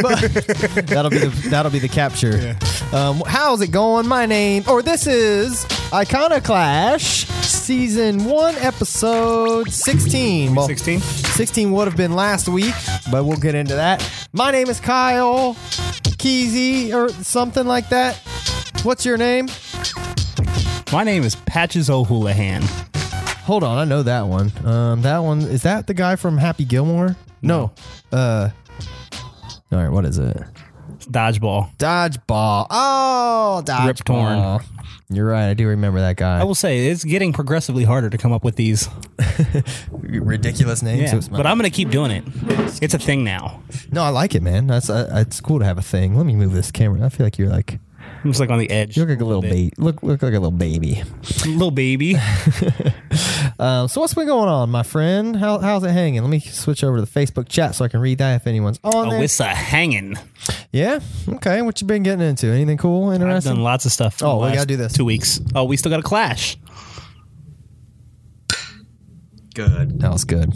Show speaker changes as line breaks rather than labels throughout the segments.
But that'll be the, that'll be the capture. Um, how's it going? My name, or this is Iconoclash, season one, episode sixteen. Well,
16?
16 would have been last week, but we'll get into that. My name is Kyle Keezy or something like that. What's your name?
My name is Patches O'Houlihan.
Hold on, I know that one. Um, that one is that the guy from Happy Gilmore? No. Uh, all right, what is it?
Dodgeball.
Dodgeball. Oh, dodgeball.
Rip Torn.
You're right. I do remember that guy.
I will say it's getting progressively harder to come up with these.
Ridiculous name.
Yeah, but I'm going to keep doing it. It's a thing now.
no, I like it, man. That's uh, it's cool to have a thing. Let me move this camera. I feel like you're like
I'm just like on the edge.
you look like a little baby. Look look like a little baby.
Little baby.
Um, so what's been going on, my friend? How, how's it hanging? Let me switch over to the Facebook chat so I can read that if anyone's on there.
Alyssa hanging.
yeah. Okay. What you been getting into? Anything cool?
I've
Interesting?
done lots of stuff. in
Oh,
the
we
last
gotta do this.
Two weeks. Oh, we still got a clash.
Good.
That was good.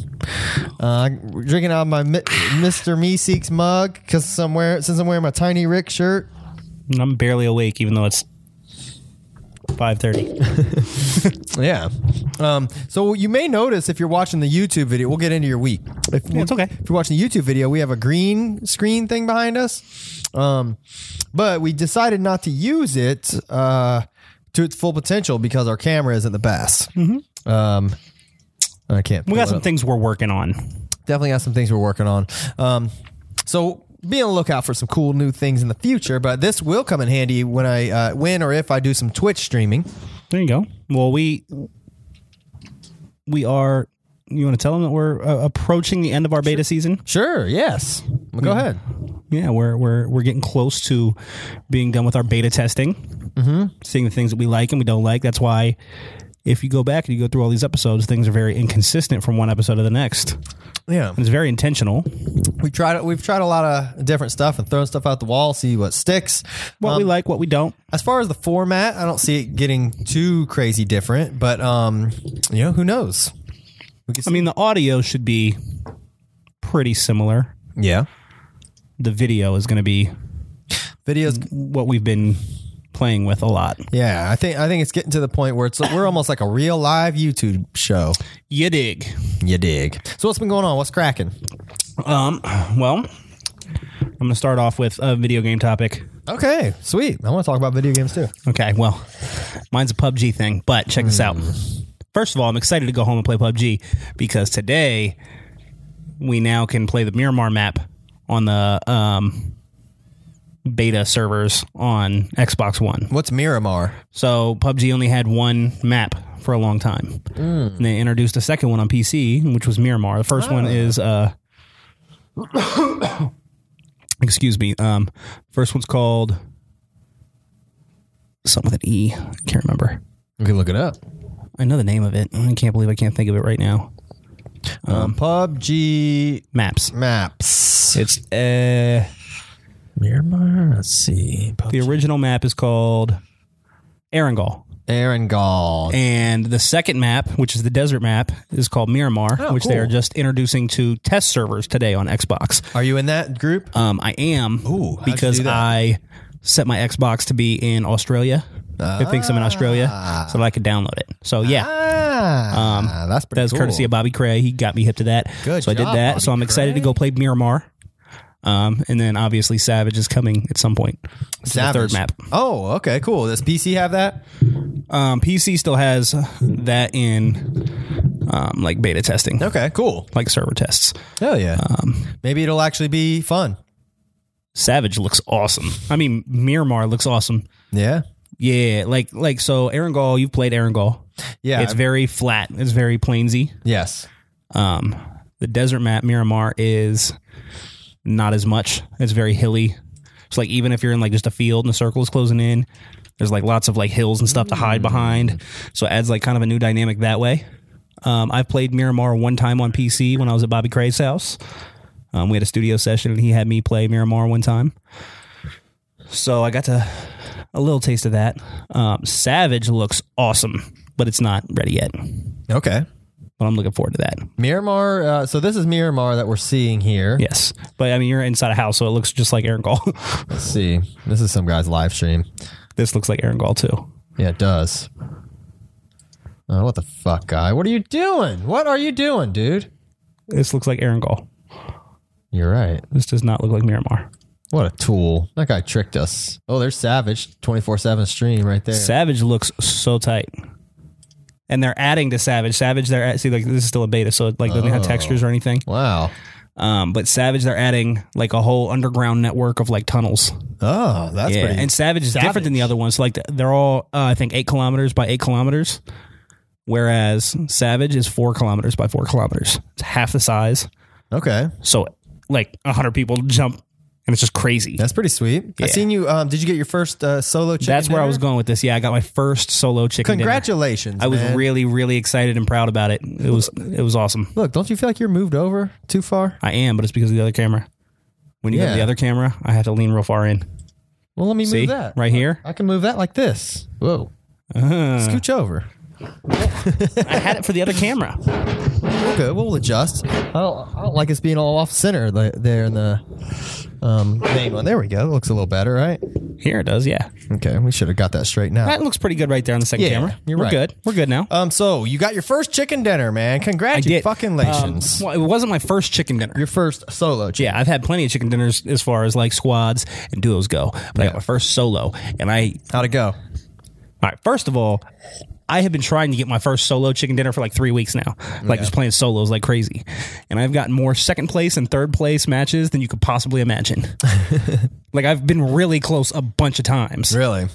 Uh, drinking out of my Mi- Mr. Meeseeks mug because somewhere since I'm wearing my Tiny Rick shirt.
And I'm barely awake, even though it's 5:30.
Yeah. Um, so you may notice if you're watching the YouTube video, we'll get into your week. If,
it's okay.
If you're watching the YouTube video, we have a green screen thing behind us, um, but we decided not to use it uh, to its full potential because our camera isn't the best. Mm-hmm. Um, I can't.
We
pull
got
it
some
up.
things we're working on.
Definitely got some things we're working on. Um, so be on the lookout for some cool new things in the future. But this will come in handy when I uh, when or if I do some Twitch streaming.
There you go. Well, we we are. You want to tell them that we're uh, approaching the end of our beta season?
Sure. Yes. Well, go ahead.
Yeah, we're we're we're getting close to being done with our beta testing, mm-hmm. seeing the things that we like and we don't like. That's why. If you go back and you go through all these episodes, things are very inconsistent from one episode to the next. And
Yeah.
it's very intentional.
we tried we've tried a lot of different stuff and thrown stuff out the wall see what sticks
What we like, what we don't.
as far as the format i don't see it getting too crazy different but um you know who knows
I mean, the audio should be pretty similar.
yeah
The video is going to be
videos
what we've been playing with a lot.
yeah i think i think it's getting to the point where it's we're almost like a real live youtube show
You dig.
you dig so what's been going on what's cracking
Um, well, I'm going to start off with a video game topic.
okay sweet i want to talk about video games too
Okay, well, mine's a PUBG thing, but check this out. First of all, I'm excited to go home and play PUBG because today we now can play the Miramar map on the um, beta servers on Xbox One.
what's miramar
So PUBG only had one map for a long time, and they introduced a second one on PC, which was Miramar. The first one is uh, excuse me. Um, first one's called something with an E. I can't remember.
you can look it up
I know the name of it. I can't believe I can't think of it right now.
um, pubg
Maps.
maps
It's uh,
Miramar. Let's see.
the original map is called Erangel.
aaron gall
And the second map, which is the desert map, is called Miramar, which they
cool.
are just introducing to test servers today on Xbox.
are you in that group
Um, I am
how'd you
because
do that?
I set my Xbox to be in Australia. it thinks I'm in Australia, so that I could download it. So yeah,
Ah, that's pretty
Um, that was
cool.
courtesy of Bobby Cray. He got me hip to that.
Good
so I did
job,
that. so
Bobby
I'm excited to go play Miramar. Um, and then obviously Savage is coming at some point. This is the
Savage.
third map.
Oh, okay, cool. Does PC have that?
Um, PC still has that in um, like beta testing.
Okay, cool.
like server tests.
Hell yeah.
Um,
Maybe it'll actually be fun.
Savage looks awesome. I mean, Miramar looks awesome.
Yeah,
Yeah, like like so. Erangel, you've played Erangel.
yeah.
it's very flat. It's very plainsy.
yes.
Um, the desert map Miramar is not as much. It's very hilly. It's like even if you're in like just a field and the circle is closing in, there's like lots of like hills and stuff to hide behind. So it adds like kind of a new dynamic that way. Um, I've played Miramar one time on PC when I was at Bobby Cray's house. Um, we had a studio session and he had me play Miramar one time. So I got to a little taste of that. Um, Savage looks awesome, but it's not ready yet.
Okay.
but I'm looking forward to that.
Miramar. Uh, so this is Miramar that we're seeing here.
Yes, but I mean you're inside a house, so it looks just like Aaron Gall.
Let's see. This is some guy's live stream.
this looks like Aaron Gall too.
Yeah, it does. Oh, what the fuck, guy? What are you doing? What are you doing, dude?
This looks like Aaron Gall.
You're right.
This does not look like Miramar.
What a tool. That guy tricked us. Oh, there's Savage 24 7 stream right there.
Savage looks so tight. And they're adding to Savage. Savage, they're at, see like this is still a beta, so it like doesn't have textures or anything.
wow.
Um, but Savage, they're adding like a whole underground network of like tunnels.
Oh, that's
yeah,
pretty.
and Savage is different than the other ones. Like they're all, uh, I think, eight kilometers by eight kilometers, whereas Savage is four kilometers by four kilometers. It's half the size.
okay.
So like hundred people jump, and it's just crazy.
That's pretty sweet. I
Yeah.
seen you. Um, did you get your first uh, solo chicken?
That's where I
dinner?
was going with this. Yeah, I got my first solo chicken. dinner.
Congratulations.
I was
man.
really, really excited and proud about it. It was, it was awesome.
Look, don't you feel like you're moved over too far?
I am, but it's because of the other camera. When you go
Yeah.
to the other camera, I have to lean real far in.
Well, let me
See,
move that.
right Uh-huh. here.
I can move that like this. Whoa. Scooch over.
I had it for the other camera.
Okay, we'll adjust. I don't, I don't like us being all off center the- there in the um, main one. There we go. Looks a little better, right?
Here it does. Yeah,
Okay, we should have got that straight now.
that looks pretty good right there on the second
Yeah,
camera.
you're
We're
right.
good. We're good now.
Um, so you got your first chicken dinner, man. Congrats, you fucking lations.
Um, well, it wasn't my first chicken dinner.
your first solo chicken.
yeah, I've had plenty of chicken dinners as far as like squads and duos go, but I got my first solo. And I,
How'd it go?
all right, first of all, I have been trying to get my first solo chicken dinner for like three weeks now, like just playing solos like crazy. And I've gotten more second place and third place matches than you could possibly imagine. like I've been really close a bunch of times,
Really?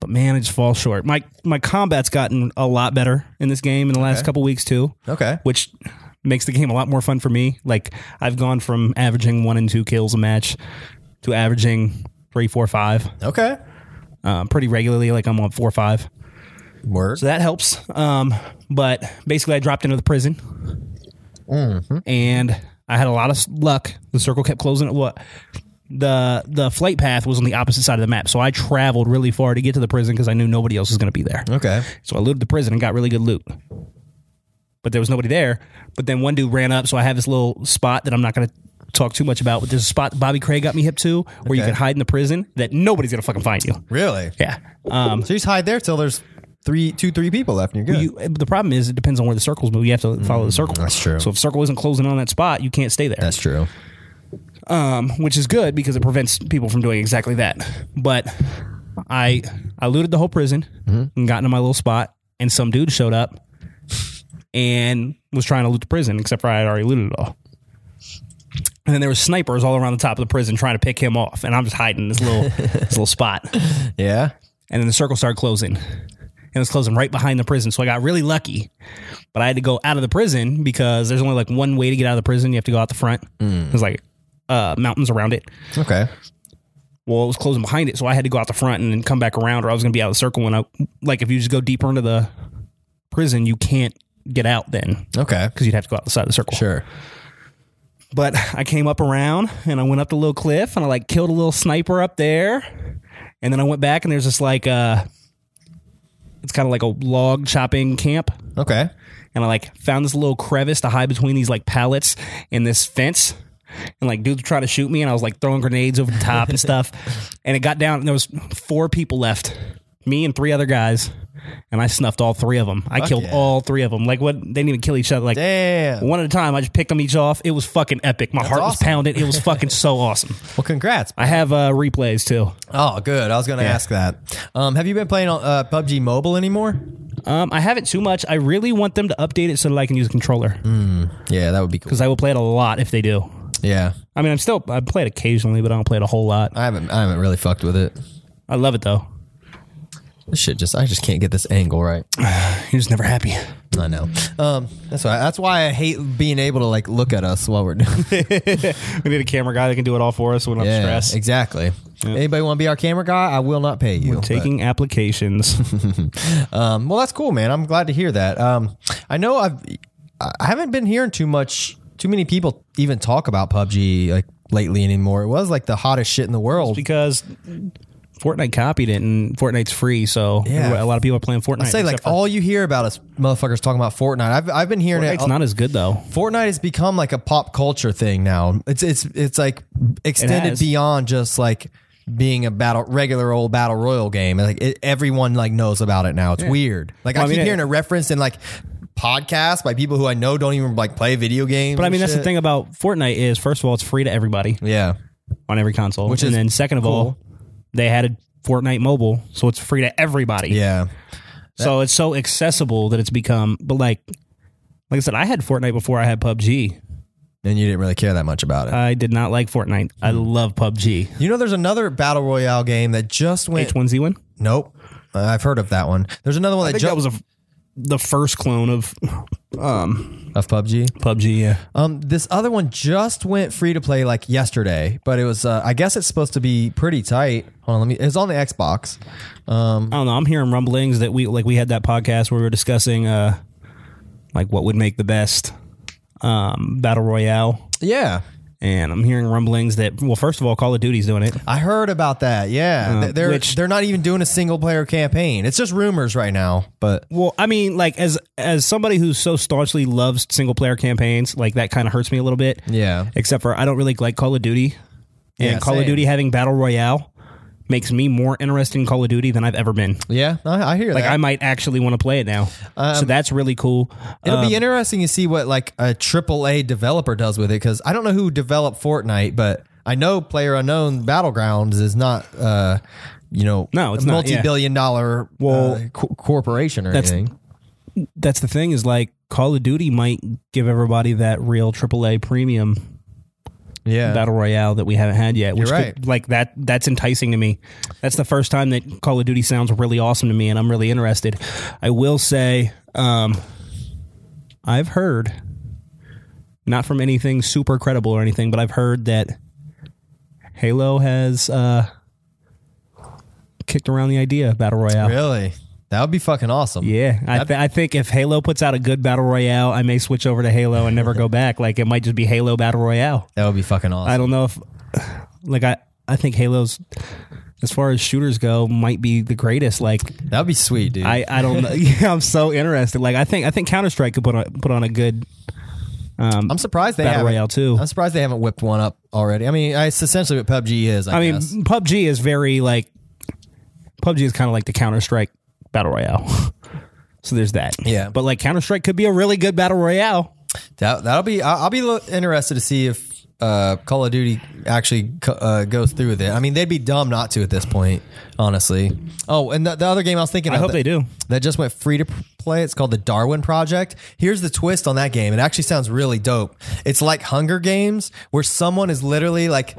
but man, I just fall short. My my combat's gotten a lot better in this game in the last couple weeks too.
Okay.
which makes the game a lot more fun for me. Like I've gone from averaging one and two kills a match to averaging three, four, five
Okay.
um, pretty regularly. Like I'm on four, five,
Word.
so that helps. Um, but basically, I dropped into the prison,
Mm-hmm.
and I had a lot of s- luck. The circle kept closing. What the the flight path was on the opposite side of the map, so I traveled really far to get to the prison because I knew nobody else was going to be there.
Okay.
So I looted the prison and got really good loot. But there was nobody there. But then one dude ran up, so I have this little spot that I'm not going to talk too much about. But there's a spot that Bobby Craig got me hip to where you
Okay.
can hide in the prison that nobody's going to fucking find you.
Really?
Yeah. Um,
So you just hide there till there's three, two, three people left, and you're good.
you, the problem is it depends on where the circles move. You have to follow the circle.
Mm, that's true.
So if circle isn't closing on that spot, you can't stay there. um,
That's true.
which is good because it prevents people from doing exactly that. But I I looted the whole prison
Mm-hmm.
and got into my little spot, and some dude showed up and was trying to loot the prison, except for I had already looted it all. And then there were snipers all around the top of the prison trying to pick him off, and I'm just hiding in this little this little spot.
Yeah.
And then the circle started closing. And it was closing right behind the prison. So I got really lucky. But I had to go out of the prison because there's only like one way to get out of the prison. You have to go out the front. There's like uh, mountains around it
Okay.
well, it was closing behind it, so I had to go out the front and then come back around, or I was going to be out of the circle. And I like if you just go deeper into the prison, you can't get out then
Okay.
because you'd have to go out the side of the circle.
Sure.
But I came up around and I went up the little cliff and I like killed a little sniper up there, and then I went back and there's this like uh, it's kind of like a log chopping camp,
Okay.
and I like found this little crevice to hide between these like pallets and this fence. And like dudes were trying to shoot me, and I was like throwing grenades over the top and stuff. And it got down, and there was four people left, me and three other guys, and I snuffed all three of them. I killed
yeah.
all three of them. Like what? They didn't even kill each other. Like
Damn.
one at a time. I just picked them each off. It was fucking epic. My heart was
awesome.
pounding. It was fucking so awesome.
Well, congrats.
I have uh, replays too.
Oh, good. I was going to ask that. Um, have you been playing uh, PUBG Mobile anymore?
Um, I haven't too much. I really want them to update it so that I can use a controller
Mm.
because
Yeah, that would be cool.
I will play it a lot if they do.
Yeah,
I mean, I'm still I play it occasionally, but I don't play it a whole lot.
I haven't. I haven't really fucked with it.
I love it though.
This shit just. I just can't get this angle right.
You're just never happy.
I know. Um, that's why. That's why I hate being able to like look at us while we're doing.
We need a camera guy that can do it all for us when I'm
Yeah,
stressed.
exactly. Anybody want to be our camera guy? I will not pay you.
Taking applications.
Um, well, that's cool, man. I'm glad to hear that. Um, I know I've I haven't been hearing too much, too many people even talk about PUBG like lately anymore. It was like the hottest shit in the world.
because Fortnite copied it, and Fortnite's free, so
Yeah.
a lot of people are playing Fortnite.
I say like
except for-
all you hear about is motherfuckers talking about Fortnite. I've I've been hearing
Fortnite's
it.
not as good though.
Fortnite has become like a pop culture thing now. It's it's it's like extended
has.
beyond just like being a battle regular old battle royal game. Like it, everyone like knows about it now. It's weird. Like
Well,
I,
I mean,
keep
it-
hearing a reference in like podcasts by people who I know don't even like play video games.
But I
and
mean, that's the
shit.
thing about Fortnite is first of all, it's free to everybody
Yeah.
on every console,
Which
and
is
then second of all, they added Fortnite mobile, so it's free to everybody.
Yeah.
So it's so accessible that it's become. But like, like I said, I had Fortnite before I had PUBG.
And you didn't really care that much about it.
I did not like Fortnite. I love PUBG.
you know, there's another battle royale game that just went.
H one Z one.
Nope. Uh, I've heard of that one. There's another one
I
that
think that
just
was a, the first clone of um,
of PUBG.
PUBG. Yeah.
Um, this other one just went free to play like yesterday, but it was uh, I guess it's supposed to be pretty tight. Hold on, let me. It's on the Xbox.
I don't know. I'm hearing rumblings that we like we had that podcast where we were discussing uh like what would make the best um battle royale.
Yeah,
And I'm hearing rumblings that well, first of all, Call of Duty's doing it.
I heard about that. Yeah, Th- they're
Uh, which-
they're not even doing a single player campaign. It's just rumors right now. But
Well, I mean, like as as somebody who so staunchly loves single player campaigns, like that kind of hurts me a little bit.
yeah,
Except for I don't really like Call of Duty, and
Yeah,
Call of
same.
Duty having battle royale makes me more interested in Call of Duty than I've ever been.
yeah, Um, I, I hear
Like
that.
I might actually want to play it now. so that's really cool.
It'll
um,
be interesting to see what like a triple A developer does with it because I don't know who developed Fortnite, but I know Player Unknown Battlegrounds is not. Uh, you know,
No, it's
a
not, yeah.
multi-billion dollar
Well,
uh, co- corporation or anything.
that's the thing is like Call of Duty might give everybody that real AAA premium
Yeah,
battle royale that we haven't had yet. Which
You're
could,
right.
like that that's enticing to me. That's the first time that Call of Duty sounds really awesome to me, and I'm really interested. I will say, um, I've heard not from anything super credible or anything, but I've heard that Halo has uh, kicked around the idea of battle royale.
Really? That would be fucking awesome.
Yeah, I, th- I think if Halo puts out a good battle royale, I may switch over to Halo and never go back. Like it might just be Halo battle royale.
That would be fucking awesome.
I don't know if, like I, I think Halo's, as far as shooters go, might be the greatest. Like
that would be sweet, dude.
I, I don't know. Yeah, I'm so interested. Like I think I think Counter Strike could put on put on a good um,
am surprised they
battle
haven't.
royale too.
I'm surprised they haven't whipped one up already. I mean, it's essentially what PUBG is. I,
I mean,
guess.
PUBG is very like PUBG is kind of like the Counter Strike battle royale. so there's that.
Yeah.
but like Counter Strike could be a really good battle royale.
that, that'll be. I'll, I'll be lo- interested to see if uh, Call of Duty actually co- uh, goes through with it. I mean, they'd be dumb not to at this point, honestly. Oh, and the, the other game I was thinking.
I
of
hope
that-
they do.
That just went free to play. It's called the Darwin Project. Here's the twist on that game. It actually sounds really dope. It's like Hunger Games, where someone is literally like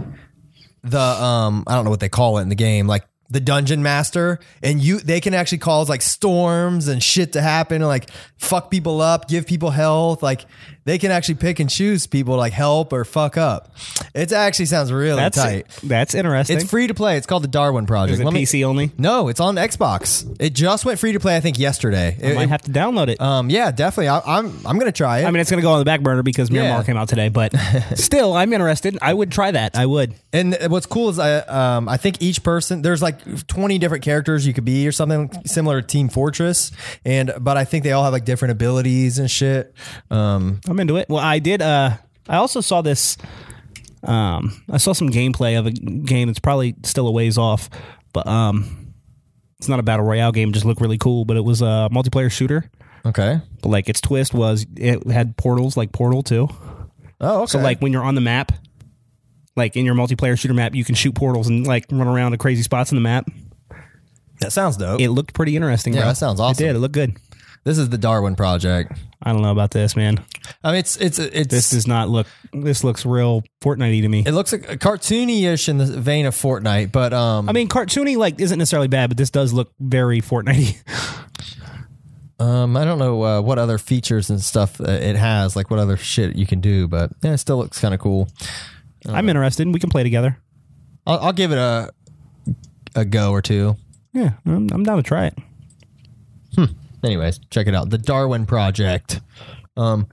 the um I don't know what they call it in the game, like the dungeon master, and you they can actually cause like storms and shit to happen, and like fuck people up, give people health, like they can actually pick and choose people to like help or fuck up. It actually sounds really
That's
tight.
That's interesting.
It's free to play. It's called the Darwin Project.
Is it
Let me-
PC only?
no, it's on Xbox. It just went free to play. I think yesterday. It-
I might have to download it.
um, yeah, definitely. I, I'm I'm gonna try it.
I mean, it's going to go on the back burner because Miramar
Yeah.
came out today, but still, I'm interested. I would try that. I would.
and what's cool is I um I think each person there's like 20 different characters you could be or something similar to Team Fortress, and but I think they all have like different abilities and shit. Um,
I'm into it. Well, I did. Uh, I also saw this. Um, I saw some gameplay of a game that's probably still a ways off, but um, it's not a battle royale game. it Just looked really cool, but it was a multiplayer shooter.
okay.
But like its twist was it had portals, like Portal Two.
Oh, okay.
So like when you're on the map, like in your multiplayer shooter map, you can shoot portals and like run around to crazy spots in the map.
that sounds dope.
It looked pretty interesting.
Yeah,
bro.
that sounds awesome.
It did. It looked good.
this is the Darwin Project.
I don't know about this, man.
I mean, it's it's it's
This does not look. This looks real Fortnite to me.
it looks like cartoony-ish in the vein of Fortnite, but um,
I mean, cartoony like isn't necessarily bad, but this does look very Fortnite.
Um, I don't know uh, what other features and stuff uh, it has, like what other shit you can do, but yeah, it still looks kind of cool.
I'm interested. We can play together.
I'll, I'll give it a a go or two.
Yeah, I'm, I'm down to try it.
Anyways, check it out, the Darwin Project. Um,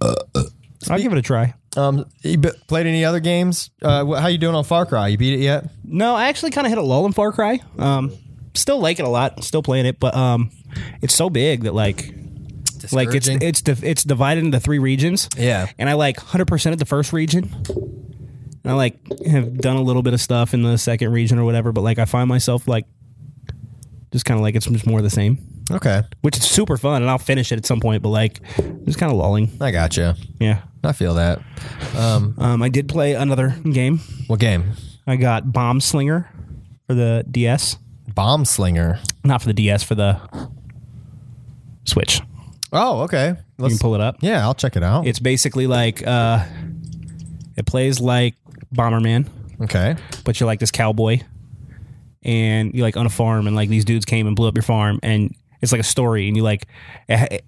I'll give it a try.
Um, you b- played any other games? Uh, wh- how you doing on Far Cry? You beat it yet?
No, I actually kind of hit a lull in Far Cry. Um, still like it a lot. Still playing it, but um, it's so big that like, like it's
Discouraging.
it's div- it's divided into three regions.
Yeah.
and I like hundred percent of the first region. And I like have done a little bit of stuff in the second region or whatever, but like I find myself like just kind of like it's just more of the same,
Okay,
which is super fun, and I'll finish it at some point. But like, just kind of lulling.
I got you.
Yeah.
I feel that. Um,
Um, I did play another game.
what game?
I got Bomb Slinger for the DS.
Bomb Slinger.
not for the DS, for the Switch.
Oh, okay.
You can
Let's,
pull it up.
yeah, I'll check it out.
It's basically like uh, it plays like Bomberman,
okay.
but you're like this cowboy, and you're like on a farm, and like these dudes came and blew up your farm, and it's like a story, and you like it, ha-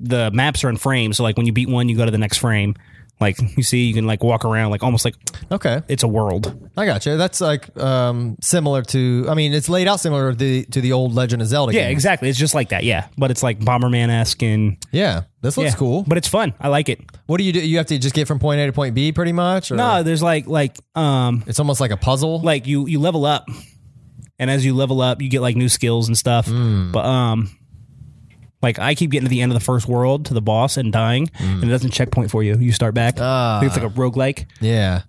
the maps are in frames, so like when you beat one, you go to the next frame. Like you see, you can like walk around, like almost like
Okay.
it's a world.
I got you. That's like um, similar to. I mean, it's laid out similar to the to the old Legend of Zelda.
Yeah,
games.
exactly. It's just like that. Yeah, but it's like Bomberman esque and
Yeah, this looks
yeah.
cool. But
But it's fun. I like it.
what do you do? You have to just get from point A to point B, pretty much. Or
No, Uh, there's like like um
it's almost like a puzzle.
like you you level up and as you level up you get like new skills and stuff
Hmm.
but um like I keep getting to the end of the first world to the boss and dying
Hmm.
and it doesn't checkpoint for you you start back
Ah.
I think it's like a roguelike
yeah,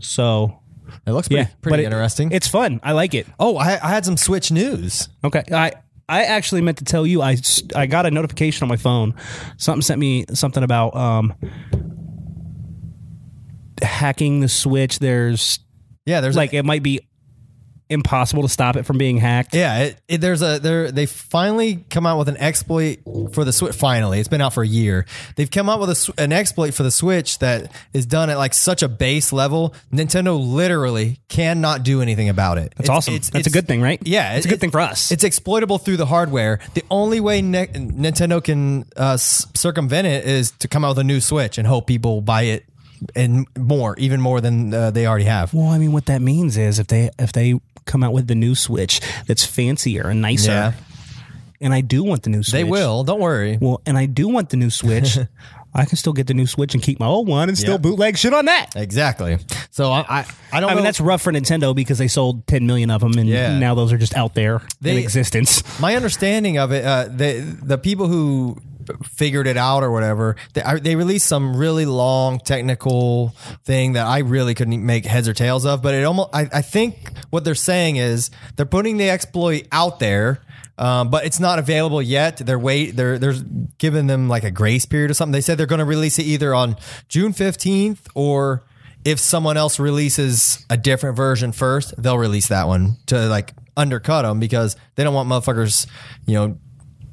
so
it looks
Uh, yeah
pretty, pretty
but it-
interesting.
it's fun I like it
oh, I, I had some Switch news.
okay I I actually meant to tell you I, s- I got a notification on my phone something sent me something about um hacking the switch there's
Yeah, there's
like it might be impossible to stop it from being hacked
Yeah, it, it, there's a there they finally come out with an exploit for the Switch. Finally, it's been out for a year. They've come out with a, s- an exploit for the Switch that is done at like such a base level. Nintendo literally cannot do anything about it.
It's awesome. That's a good thing, right?
Yeah,
it's a
it-
good thing for us.
It's exploitable through the hardware. The only way ne- Nintendo can uh, s- circumvent it is to come out with a new Switch and hope people buy it and more, even more than uh, they already have.
well, I mean, what that means is if they if they come out with the new Switch that's fancier and nicer,
Yeah.
and I do want the new Switch,
They will. Don't worry.
Well, and I do want the new Switch. I can still get the new Switch and keep my old one and still
Yep.
bootleg shit on that.
Exactly. So I I, I don't.
I
know.
mean, that's rough for Nintendo because they sold 10 million of them, and
Yeah.
now those are just out there in
They-
existence.
my understanding of it, uh, the the people who figured it out or whatever, they, I, they released some really long technical thing that I really couldn't e, make heads or tails of. But it almost, I, I think what they're saying is they're putting the exploit out there. Um, but it's not available yet. They're wait. They're they're giving them like a grace period or something. They said they're going to release it either on June fifteenth or if someone else releases a different version first, they'll release that one to like undercut them because they don't want motherfuckers, you know,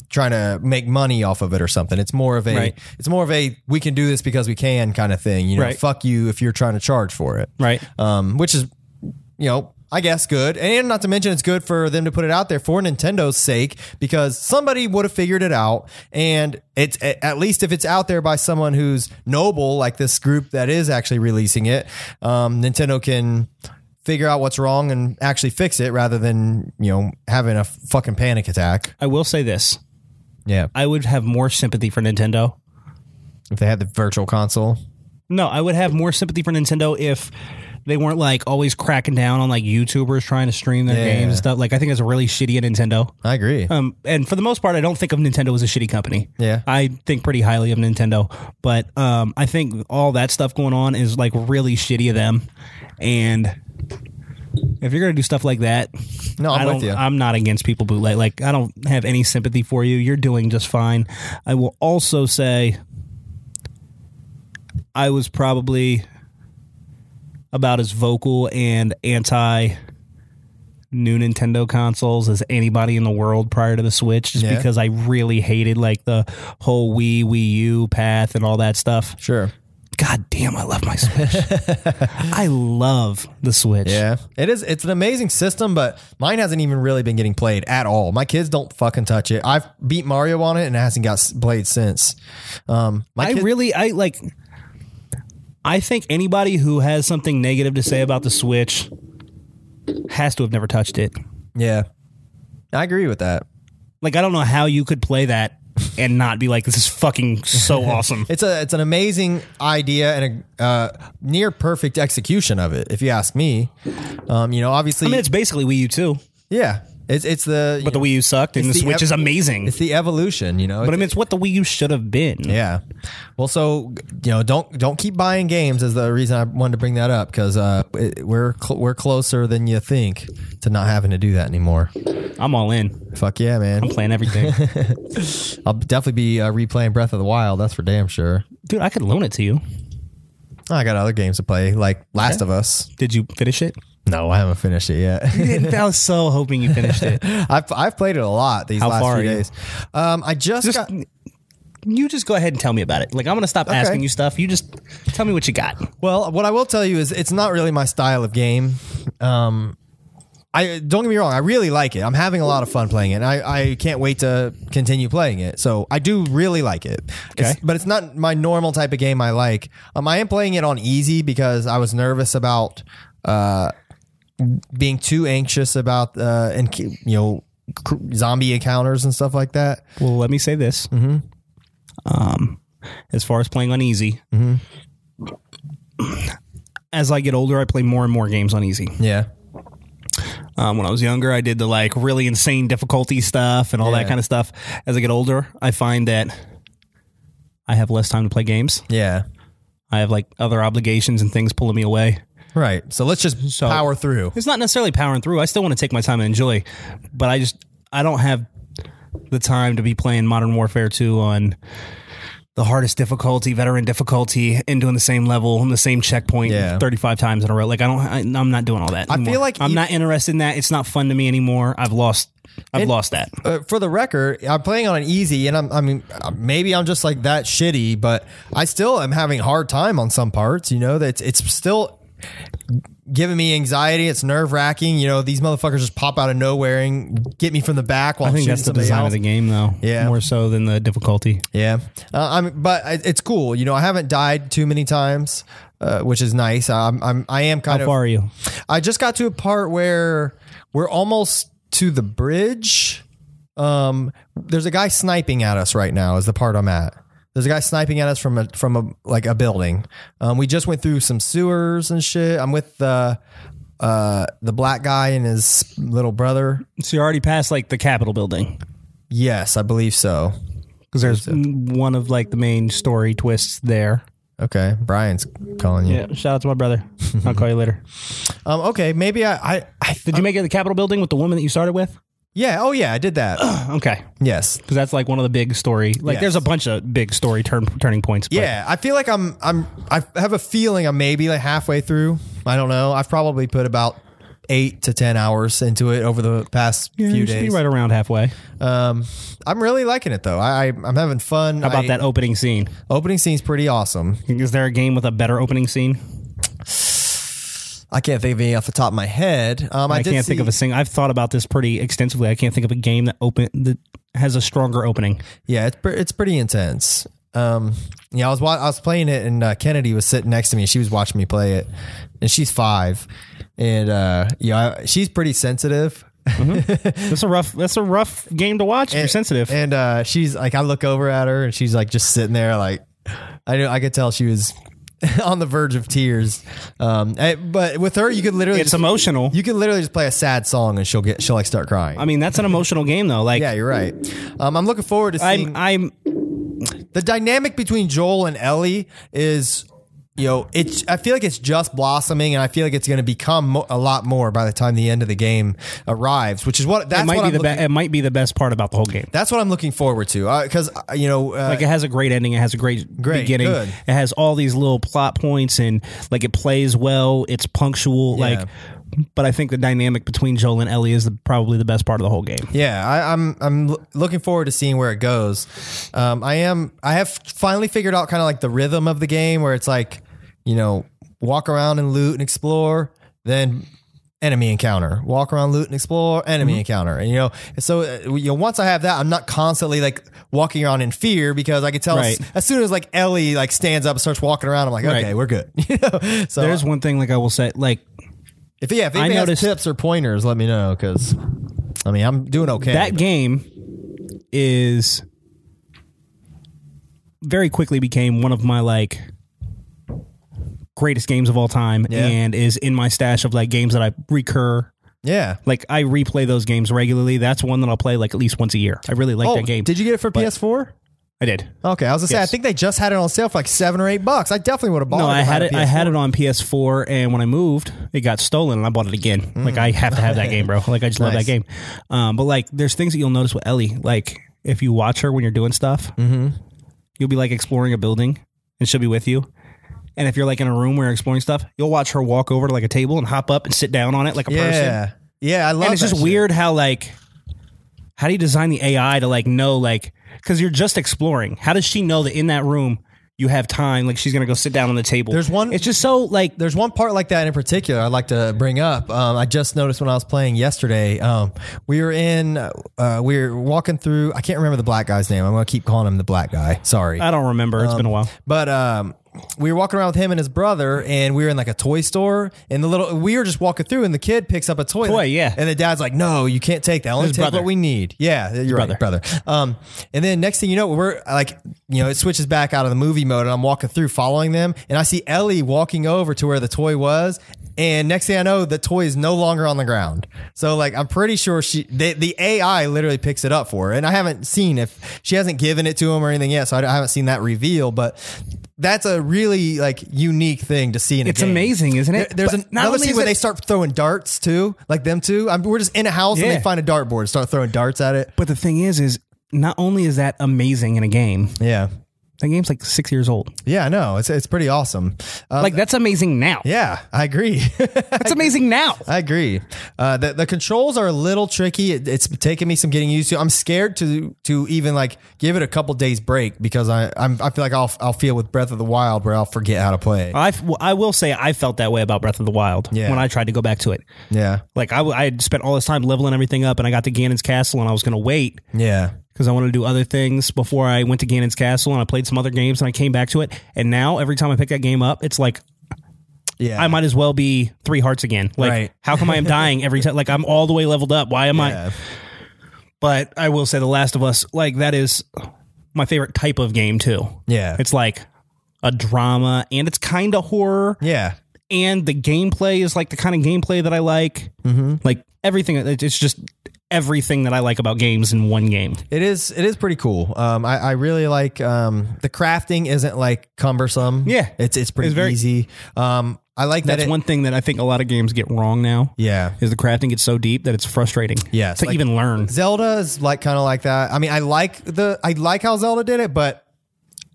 trying to make money off of it or something. It's more of a
Right.
it's more of a we can do this because we can kind of thing. You know,
Right.
fuck you if you're trying to charge for it.
Right.
Um, which is you know, I guess good. And not to mention it's good for them to put it out there for Nintendo's sake because somebody would have figured it out and it's a- at least if it's out there by someone who's noble like this group that is actually releasing it, um, Nintendo can figure out what's wrong and actually fix it rather than, you know, having a fucking panic attack.
I will say this
Yeah.
I would have more sympathy for Nintendo
If they had the virtual console.
No, I would have more sympathy for Nintendo if they weren't like always cracking down on like YouTubers trying to stream their
Yeah.
games and stuff. Like I think it's really shitty at Nintendo.
I agree.
Um, and for the most part, I don't think of Nintendo as a shitty company.
Yeah.
I think pretty highly of Nintendo, but um, I think all that stuff going on is like really shitty of them. And if you're gonna do stuff like that,
No, I'm
I
with
don't-
you.
I'm not against people bootleg. Like I don't have any sympathy for you. You're doing just fine. I will also say, I was probably about as vocal and anti new Nintendo consoles as anybody in the world prior to the Switch, just
Yeah.
because I really hated like the whole Wii, Wii U path and all that stuff.
sure.
God damn, I love my Switch. I love the Switch.
Yeah, it is. It's an amazing system, but mine hasn't even really been getting played at all. My kids don't fucking touch it. I've beat Mario on it and it hasn't got s- played since. Um, my
I
kid-
really, I like. I think anybody who has something negative to say about the Switch has to have never touched it.
yeah, I agree with that.
Like, I don't know how you could play that and not be like, this is fucking so awesome.
It's a it's an amazing idea and a uh, near perfect execution of it, if you ask me. Um, you know, obviously,
I mean, it's basically Wii U too,
yeah, it's it's the
but the Wii U sucked, and the,
It's the
Switch
ev-
is amazing.
it's the evolution, you know.
But I mean, it's what the Wii U should have been.
yeah. Well, so you know, don't don't keep buying games is the reason I wanted to bring that up because uh, it- we're cl- we're closer than you think to not having to do that anymore.
I'm all in,
Fuck yeah, man!
playing everything,
I'll definitely be uh, replaying Breath of the Wild. That's for damn sure.
dude. I could loan it to you.
I got other games to play, like Last of Us.
Did you finish it?
No, I haven't finished it yet.
I was so hoping you finished it.
I've, I've played it a lot these
How
last
far
few
are you?
days. Um, I just,
Just
got,
you just go ahead and tell me about it. Like I'm gonna stop asking you stuff. You just tell me what you got.
well, what I will tell you is it's not really my style of game. Um, I don't get me wrong, I really like it. I'm having a lot of fun playing it. And I, I can't wait to continue playing it. So I do really like it. It's-
Okay.
but it's not my normal type of game I like. Um, I am playing it on easy because I was nervous about uh, being too anxious about uh, and you know cr- zombie encounters and stuff like that.
Well, let me say this. Um, as far as playing on easy, as I get older, I play more and more games on easy.
Yeah.
Um, when I was younger, I did the like really insane difficulty stuff and all
Yeah.
that kind of stuff. As I get older, I find that I have less time to play games.
Yeah.
I have like other obligations and things pulling me away.
Right. So let's just
So-
power through.
It's not necessarily powering through. I still want to take my time and enjoy, but I just I don't have the time to be playing Modern Warfare 2 on the hardest difficulty, veteran difficulty, and doing the same level and the same checkpoint
Yeah.
35 times in a row. Like I don't I, I'm not doing all that. I
feel like e-
I'm
ev-
not interested in that. It's not fun to me anymore. I've lost I've lost that.
Uh, for the record, I'm playing on an easy, and I'm. I mean, uh, maybe I'm just like that shitty, but I still am having a hard time on some parts. You know, that's it's still giving me anxiety. It's nerve wracking. You know, these motherfuckers just pop out of nowhere and get me from the back while
I
I'm
think
shooting
that's the
somebody
design
else.
of the game though.
Yeah.
More so than the difficulty.
Yeah, uh, I'm, but I- it's cool. You know, I haven't died too many times, uh, which is nice. I'm, I'm I am kind
How
of
far are you?
I just got to a part where we're almost to the bridge. Um, there's a guy sniping at us right now. Is the part I'm at. There's a guy sniping at us from a from a like a building. Um, we just went through some sewers and shit. I'm with the uh the black guy and his little brother.
So you're already past like the Capitol building.
Yes, I believe so.
Because there's one of like the main story twists there.
Okay, Brian's calling you.
Yeah, shout out to my brother. I'll call you later.
Um, okay, maybe I, I, I
Did you make it to the Capitol building with the woman that you started with?
yeah. Oh yeah, I did that.
Okay,
yes,
because that's like one of the big story. Like,
Yes.
there's a bunch of big story turn, turning points. but-
Yeah, I feel like I'm I'm I have a feeling I'm maybe like halfway through. I don't know. I've probably put about eight to ten hours into it over the past
Yeah,
few
you should be
days.
right around halfway.
Um, I'm really liking it though. I, I I'm having fun.
How about
I-
that opening scene?
opening scene's pretty awesome.
Is there a game with a better opening scene?
I can't think of any off the top of my head. Um, I,
I,
did
can't think
see-
of a single. I've thought about this pretty extensively. I can't think of a game that open that has a stronger opening.
Yeah, it's pre- it's pretty intense. Um, yeah, I was wa- I was playing it, and uh, Kennedy was sitting next to me. She was watching me play it, and she's five, and uh, yeah, I, she's pretty sensitive.
That's a rough. That's a rough game to watch. if
Eh,
you're sensitive.
And uh, she's like, I look over at her, and she's like, just sitting there, like, I knew I could tell she was on the verge of tears. Um, eh, but with her, you could literally,
it's
just-
emotional.
you could literally just play a sad song, and she'll get, she'll like start crying.
I mean, that's an emotional game though. Like,
yeah, you're right. Um, I'm looking forward to seeing
I'm. I'm.
the dynamic between Joel and Ellie is. You know, it's. I feel like it's just blossoming, and I feel like it's going to become mo- a lot more by the time the end of the game arrives, which is what that's
It might
what
be
I'm
the.
looking,
Be- it might be the best part about the whole game.
that's what I'm looking forward to because you know uh,
Like it has a great ending. It has a great,
Great,
beginning.
good.
It has all these little plot points and like it plays well. It's punctual. Like, but I think the dynamic between Joel and Ellie is the, probably the best part of the whole game.
Yeah, I, I'm I'm l- looking forward to seeing where it goes. Um, I am I have finally figured out kind of like the rhythm of the game where it's like you know walk around and loot and explore, then enemy encounter, walk around, loot and explore, enemy
Mm-hmm.
encounter, and you know so uh, you know once I have that, I'm not constantly like walking around in fear because I can tell
Right.
as, as soon as like Ellie like stands up and starts walking around, I'm like okay,
Right.
we're good. you know, so
There's one thing like I will say. Like
if yeah, if anybody
noticed-
has tips or pointers, let me know because I mean I'm doing okay.
that game is very quickly became one of my like greatest games of all time
Yeah.
and is in my stash of like games that I recur.
Yeah.
Like I replay those games regularly. That's one that I'll play like at least once a year. I really like
oh,
that game.
did you get it for PS4?
I did.
Okay, I was gonna say I
Yes.
think they just had it on sale for like seven or eight bucks. I definitely would have bought
No,
it.
I
if
had it.
a
I
PS4.
had it on PS4, and when I moved, it got stolen, and I bought it again. Like I have to have that game, bro. Like I just love
Mm. Nice.
that game. Um, but like, there's things that you'll notice with Ellie. Like if you watch her when you're doing stuff,
Mm-hmm.
you'll be like exploring a building, and she'll be with you. And if you're like in a room where you're exploring stuff, you'll watch her walk over to like a table and hop up and sit down on it like a person.
Yeah, yeah, I love.
And it's
that
just
shit.
weird how like how do you design the AI to like know like because you're just exploring. How does she know that in that room you have time? Like she's gonna go sit down on the table.
There's one-
It's just so like
There's one part like that in particular I'd like to bring up. Um, I just noticed when I was playing yesterday, um, we were in, uh, we were walking through. I can't remember the black guy's name. I'm gonna keep calling him the black guy. Sorry.
I don't remember. It's been a while.
But um, we were walking around with him and his brother, and we were in like a toy store. And the little, we were just walking through, and the kid picks up a toy.
Toy, yeah.
And the dad's like, "No, you can't take that. Only
His
take
brother.
what we need." Yeah, you're brother. right, brother. Um, and then next thing you know, we're like, you know, it switches back out of the movie mode, and I'm walking through, following them, and I see Ellie walking over to where the toy was. And next thing I know, the toy is no longer on the ground. So like, I'm pretty sure she, the, the AI literally picks it up for her. And I haven't seen if she hasn't given it to him or anything yet. So I, I haven't seen that reveal, but that's a really like unique thing to see in a
It's
game.
amazing, isn't it?
There- there's
But
an,
not
another
only
scene
is
where
it-
they start throwing darts too, like them too. I'm, we're just in a house and
Yeah.
they find a dartboard, and start throwing darts at it.
But the thing is, is not only is that amazing in a game,
Yeah,
that game's like six years old.
yeah, I know. It's it's pretty awesome. Um,
like that's amazing now.
yeah, I agree.
That's amazing now.
I agree. Uh, the the controls are a little tricky. It, it's taken me some getting used to. I'm scared to to even like give it a couple days break because I I'm, I feel like I'll I'll feel with Breath of the Wild where I'll forget how to play.
I well, I will say I felt that way about Breath of the Wild
Yeah.
when I tried to go back to it.
Yeah,
Like I, w- I had spent all this time leveling everything up, and I got to Ganon's castle, and I was going to wait
yeah,
because I wanted to do other things before I went to Ganon's castle, and I played some other games, and I came back to it. And now every time I pick that game up, it's like
yeah.
I might as well be three hearts again. Like
Right.
how come I am dying every time? Like I'm all the way leveled up. Why am I?
Yeah.
But I will say, The Last of Us, like that is my favorite type of game too.
Yeah.
it's like a drama, and it's kind of horror.
yeah.
and the gameplay is like the kind of gameplay that I like.
Mm-hmm.
Like everything, it- it's just everything that I like about games in one game.
It is it is pretty cool. Um, I, I really like um, the crafting isn't like cumbersome.
Yeah.
it's it's pretty
It's very-
easy. Um, I like
That's
that. it-
one thing that I think a lot of games get wrong now.
yeah,
Is the crafting gets so deep that it's frustrating.
Yes,
to
like-
even learn.
Zelda is like kind of like that. I mean, I like the I like how Zelda did it, but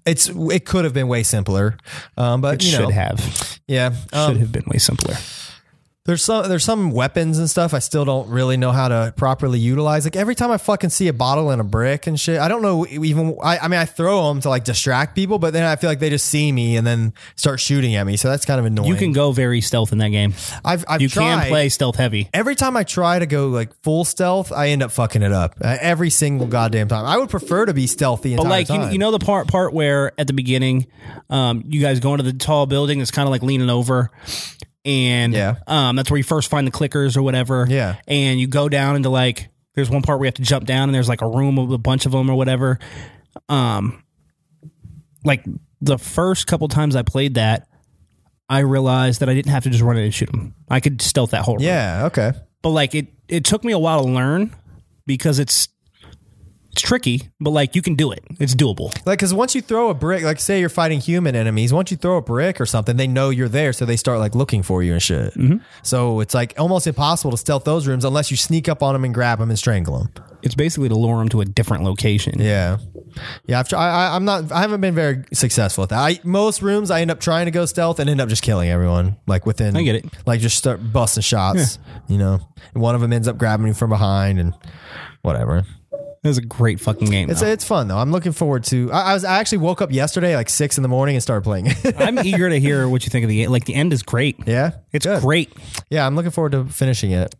it's it could have been way simpler. Um, but
It
you
should
know,
have should
yeah, um,
have been way simpler.
There's some there's some weapons and stuff I still don't really know how to properly utilize. Like every time I fucking see a bottle and a brick and shit, I don't know even. I, I mean, I throw them to like distract people, but then I feel like they just see me and then start shooting at me. So that's kind of annoying.
You can go very stealth in that game.
I've, I've
You
tried.
can play stealth heavy.
Every time I try to go like full stealth, I end up fucking it up. Uh, every single goddamn time. I would prefer to be stealthy.
But
Entire
like you,
time.
you know the part part where at the beginning, um, you guys go into the tall building that's kind of like leaning over, and
Yeah.
um, that's where you first find the clickers or whatever.
Yeah.
and you go down into like there's one part where you have to jump down and there's like a room of a bunch of them or whatever. Um, like the first couple times I played that, I realized that I didn't have to just run in and shoot them. I could stealth that whole room
yeah, okay,
but like it it took me a while to learn because it's it's tricky but like you can do it it's doable
like because once you throw a brick, like say you're fighting human enemies, once you throw a brick or something, they know you're there, so they start like looking for you and shit.
Mm-hmm.
So it's like almost impossible to stealth those rooms unless you sneak up on them and grab them and strangle them.
it's basically to lure them to a different location
Yeah, yeah. I've tried. I, I'm not. I haven't been very successful at that. I most rooms I end up trying to go stealth and end up just killing everyone. Like within, I
get it.
Like just start busting shots. You know, and one of them ends up grabbing you from behind and whatever.
it was a great fucking game
It's
though.
it's fun though. I'm looking forward to. I, I was I actually woke up yesterday like six in the morning and started playing.
i'm eager to hear what you think of the like the end is great
yeah,
it's
Good.
great
Yeah, I'm looking forward to finishing it.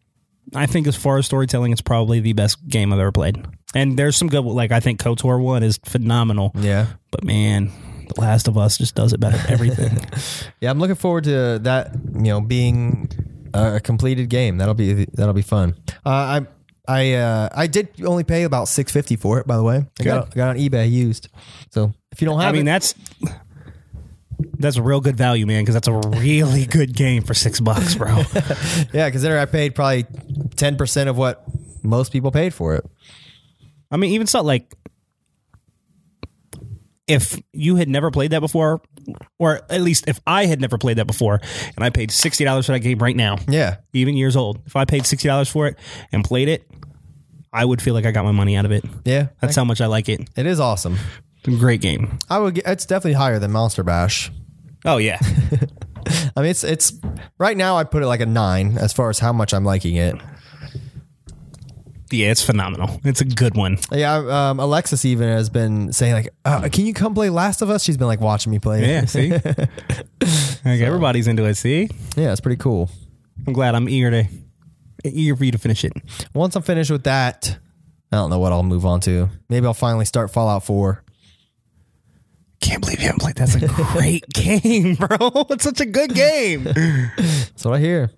i think as far as storytelling it's probably the best game i've ever played and there's some good like i think kotor 1 is phenomenal
Yeah,
but man the last of us just does it better than everything
yeah. I'm looking forward to that. You know, being a, a completed game. That'll be that'll be fun. Uh, I I uh, I did only pay about six fifty for it. By the way, I got, I got it on eBay used. So if you don't have
I mean,
it,
that's that's a real good value, man, because that's a really good game for six bucks, bro.
yeah, consider I paid probably ten percent of what most people paid for it.
I mean, even so, like, if you had never played that before, or at least if I had never played that before, and I paid sixty dollars for that game right now,
Yeah,
even years old, if I paid sixty dollars for it and played it, I would feel like I got my money out of it.
yeah,
That's how much I like it.
it is awesome.
It's a great game.
I would. Get, it's definitely higher than Monster Bash.
Oh yeah,
I mean, it's it's right now. I put it like a nine as far as how much I'm liking it.
yeah, it's phenomenal. It's a good one.
Yeah, um, Alexis even has been saying like, uh, "Can you come play Last of Us?" She's been like watching me play.
Yeah, see, like everybody's into it. See,
yeah, it's pretty cool.
I'm glad I'm eager to eager for you to finish it.
Once I'm finished with that, I don't know what I'll move on to. Maybe I'll finally start Fallout Four.
Can't believe you haven't played. That's a great game, bro. It's such a good game.
That's what I hear.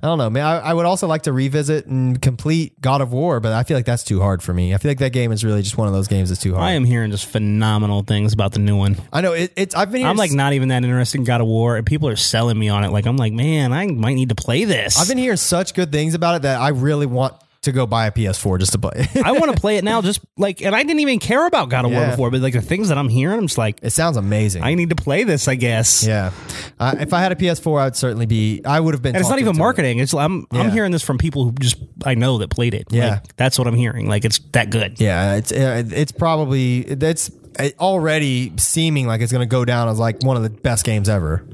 I don't know, man. I, I would also like to revisit and complete God of War, but I feel like that's too hard for me. I feel like that game is really just one of those games that's too hard.
I am hearing just phenomenal things about the new one.
I know it, it's. I've been. Hearing
I'm like
s-
not even that interested in God of War, and people are selling me on it. Like I'm like, man, I might need to play this.
I've been hearing such good things about it that I really want to go buy a PS4 just to play. it
I want to play it now, just like, and I didn't even care about God of War
Yeah.
before, but like the things that I'm hearing, I'm just like,
it sounds amazing.
I need to play this, I guess.
yeah, uh, if I had a PS4, I'd certainly be. I would have been.
And it's not
talking
even
to it.
marketing. It's I'm I'm
Yeah.
hearing this from people who just I know that played it.
Yeah.
Like, that's what I'm hearing. Like it's that good.
Yeah, it's uh, it's probably that's it already seeming like it's going to go down as like one of the best games ever.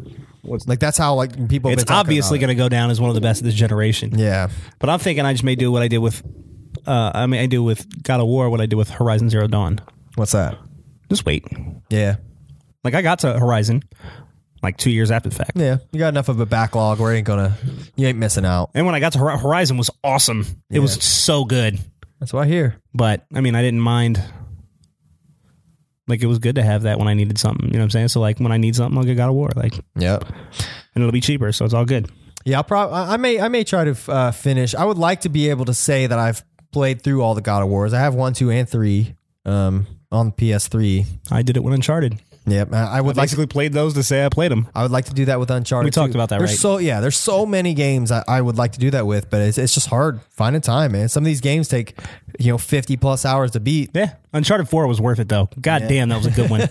Like that's how like people. have
It's
been talking
obviously
about
going to go down as one of the best of this generation.
it. Yeah,
But I'm thinking I just may do what I did with, uh, I mean, I do with God of War, what I did with Horizon Zero Dawn.
what's that?
Just wait.
Yeah,
Like I got to Horizon, like two years after the fact.
yeah. You got enough of a backlog where you ain't gonna you ain't missing out.
And when I got to Hor- Horizon, was awesome. It was so good.
That's what I hear.
But I mean, I didn't mind. Like it was good to have that when I needed something. You know what I'm saying? So like when I need something, I'll get God of War. Like, and
Yep.
it'll be cheaper, so it's all good.
Yeah, I'll prob- I I may I may try to uh, finish. I would like to be able to say that I've played through all the God of Wars. I have one, two, and three um, on PS3.
I did it with Uncharted.
Yep. I, I would like to,
Basically, played those to say I played them.
I would like to do that with Uncharted.
We talked
too.
about that,
there's
right?
So yeah, there's so many games I, I would like to do that with, but it's, it's just hard finding time, man. Some of these games take you know 50 plus hours to beat.
Yeah, Uncharted Four was worth it though. God damn, that was a good one.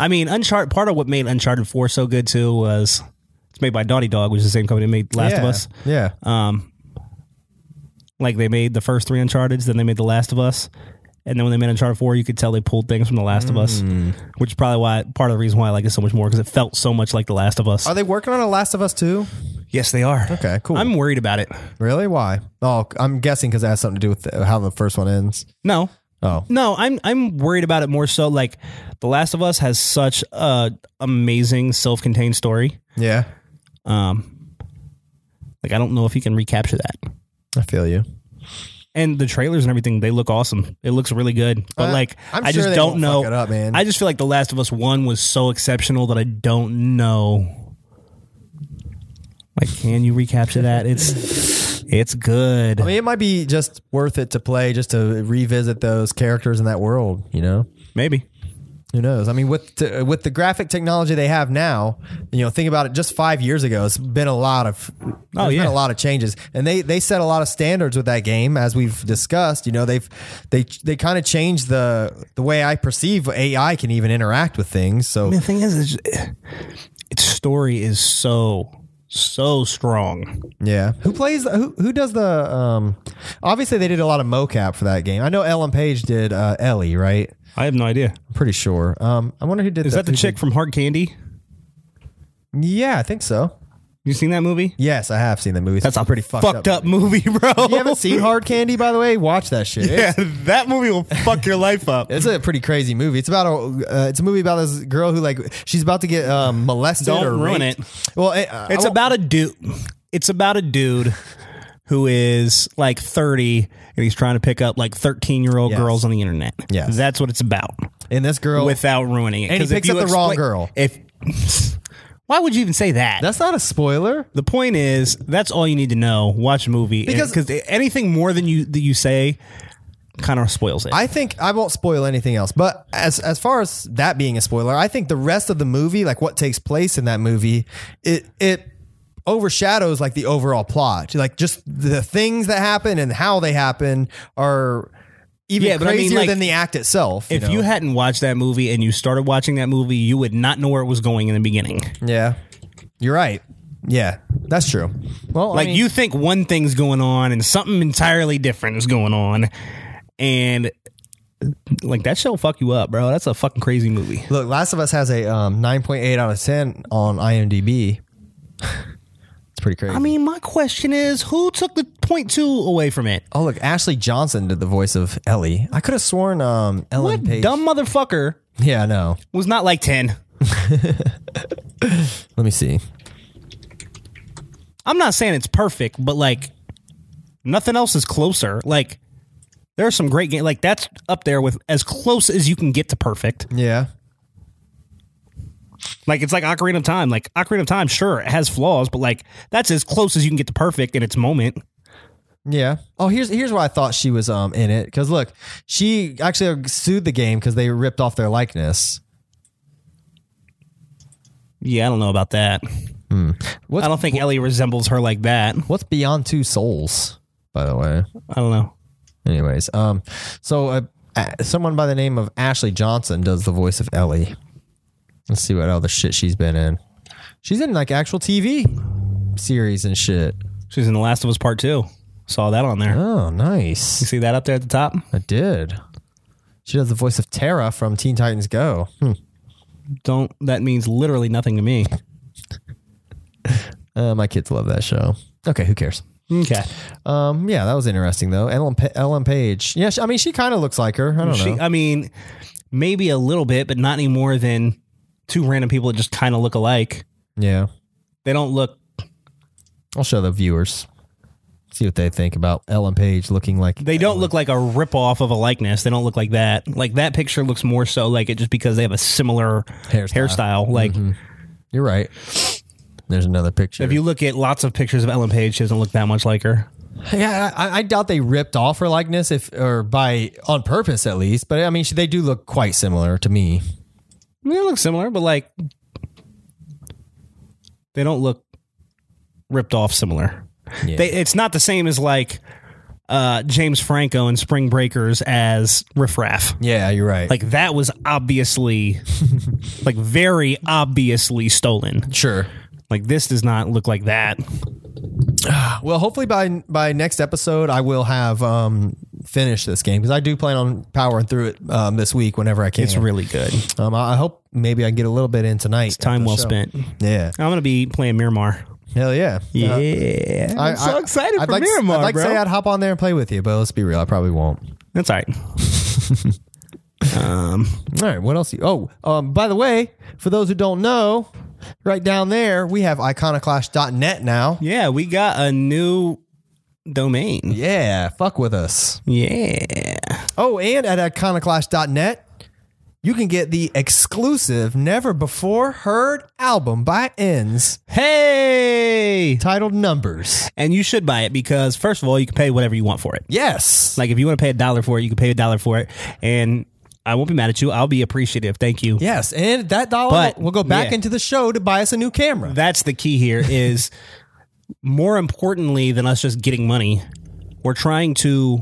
I mean, Uncharted. Part of what made Uncharted Four so good too was it's made by Naughty Dog, which is the same company that made Last
yeah.
of Us.
Yeah.
Um, like they made the first three Uncharted's, then they made the Last of Us, and then when they made Uncharted Four, you could tell they pulled things from the Last of Us,
Mm.
which is probably why part of the reason why I like it so much more because it felt so much like the Last of Us.
Are they working on a Last of Us 2?
yes, they are.
Okay, cool.
I'm worried about it.
really? Why? Oh, I'm guessing because it has something to do with the, how the first one ends.
No,
Oh,
No, I'm I'm worried about it more so like The Last of Us has such a amazing self-contained story.
yeah.
Um like I don't know if he can recapture that.
I feel you.
And the trailers and everything, they look awesome. It looks really good. But
Uh,
like
I'm
I
sure
just
they
don't
won't
know.
fuck it up, man.
I just feel like The Last of Us 1 was so exceptional that I don't know. Like can you recapture that? It's it's good.
I mean, it might be just worth it to play just to revisit those characters in that world. You know,
Maybe.
who knows? I mean, with the, with the graphic technology they have now, you know, think about it. Just five years ago, it's been a lot of
Oh,
there's
yeah.
been a lot of changes, and they they set a lot of standards with that game, as we've discussed. You know, they've they they kind of changed the the way I perceive AI can even interact with things. So
I mean, the thing is, is its story is so so strong.
yeah, who plays who who does the um? Obviously, they did a lot of mocap for that game. I know Ellen Page did uh, Ellie, right?
I have no idea.
I'm pretty sure. Um, I wonder who did
Is that the
who did-
chick from Hard Candy?
Yeah, I think so.
You seen that movie?
Yes, I have seen the movie.
That's
It's
a
a pretty fucked,
fucked up
movie.
movie, bro.
If you haven't seen Hard Candy, by the way, watch that shit.
Yeah, that movie will fuck your life up.
It's a pretty crazy movie. It's about a uh, it's a movie about this girl who like she's about to get um, molested
Don't
or
ruin
raped.
it.
Well, it, uh,
It's
I won't-
about a dude. It's about a dude who is like 30 and he's trying to pick up like 13 year old
Yes.
girls on the internet.
Yes.
that's what it's about
and this girl
without ruining it.
And he
'Cause if
picks
you
up the wrong
explain-
girl.
If Why would you even say that?
That's not a spoiler.
the point is, that's all you need to know. Watch a movie
Because-
because anything more than you that you say kind of spoils it.
I think I won't spoil anything else, but as as far as that being a spoiler, I think the rest of the movie, like what takes place in that movie, it it overshadows like the overall plot. Like just the things that happen and how they happen are even
Yeah, but I mean,
crazier
like,
than the act itself.
if
know?
you hadn't watched that movie and you started watching that movie, you would not know where it was going in the beginning.
yeah, you're right. Yeah, that's true. Well,
Like you think one thing's going on and something entirely different is going on, and like that shit'll fuck you up, bro. That's a fucking crazy movie.
Look, Last of Us has a um, 9.8 out of 10 on IMDb. it's pretty crazy.
I mean, my question is, who took the point two away from it?
oh, look, Ashley Johnson did the voice of Ellie. I could have sworn um, Ellen
What
Page.
dumb motherfucker
Yeah, I know.
was not like ten?
Let me see.
I'm not saying it's perfect, but like nothing else is closer. Like there are some great games. Like that's up there with as close as you can get to perfect.
Yeah.
Like it's like Ocarina of Time. Like Ocarina of Time, sure, it has flaws, but like that's as close as you can get to perfect in its moment.
Yeah. Oh, here's here's why I thought she was um in it because look, she actually uh, sued the game because they ripped off their likeness.
Yeah, I don't know about that.
What's-
I don't think Ellie resembles her like that.
What's Beyond Two Souls, by the way?
I don't know.
Anyways, um, so uh, a- someone by the name of Ashley Johnson does the voice of Ellie. Let's see what other shit she's been in. She's in like actual TV series and shit.
She's in The Last of Us Part Two. Saw that on there.
Oh,
You
nice.
see that up there at the top?
I did. She does the voice of Tara from Teen Titans Go. Hmm.
Don't that means literally nothing to me.
Uh, my kids love that show. Okay, who cares?
Okay.
Um, yeah, that was interesting though. Ellen, Pa- Ellen Page. Yeah, she, I mean, she kind of looks like her. I don't
She, uh
know.
I mean, maybe a little bit, but not any more than two random people that just kind of look alike.
Yeah,
They don't look.
I'll show the viewers. See what they think about Ellen Page looking like
They don't look like a ripoff of a likeness. They don't look like that. Like that picture looks more so like it just because they have a similar
Hairstyle.
hairstyle. Like
You're right. There's another picture.
if you look at lots of pictures of Ellen Page, she doesn't look that much like her.
yeah, I, I doubt they ripped off her likeness, if or by on purpose at least. But I mean, she- they do look quite similar to me.
I mean, they look similar, but like they don't look ripped off similar.
Yeah.
They, it's not the same as like uh, James Franco and Spring Breakers as Riff Raff.
Yeah, you're right.
Like that was obviously, like very obviously stolen.
sure.
Like this does not look like that.
Well, hopefully by by next episode, I will have um finished this game because I do plan on powering through it um, this week whenever I can.
It's really good.
um, I I hope maybe I can get a little bit in tonight.
Time
at the
well
show.
spent.
Yeah.
I'm gonna be playing Miramar.
Hell yeah. Uh,
Yeah, I'm so excited
I'd
for
like,
Miramar,
I'd like
bro.
to say I'd hop on there and play with you, but let's be real, I probably won't.
That's all right. um,
All right, what else? You, oh, um, by the way, for those who don't know, right down there we have iconoclash.net now.
yeah, we got a new domain.
Yeah, fuck with us.
Yeah,
Oh, and at iconoclash.net, you can get the exclusive, never before heard album by Ends
hey,
titled Numbers.
and you should buy it because first of all, you can pay whatever you want for it.
Yes.
Like if you want to pay a dollar for it, you can pay a dollar for it, and I won't be mad at you. I'll be appreciative. Thank you.
yes, and that dollar
But-
will go back
yeah.
into the show to buy us a new camera.
That's the key here. Is more importantly than us just getting money, we're trying to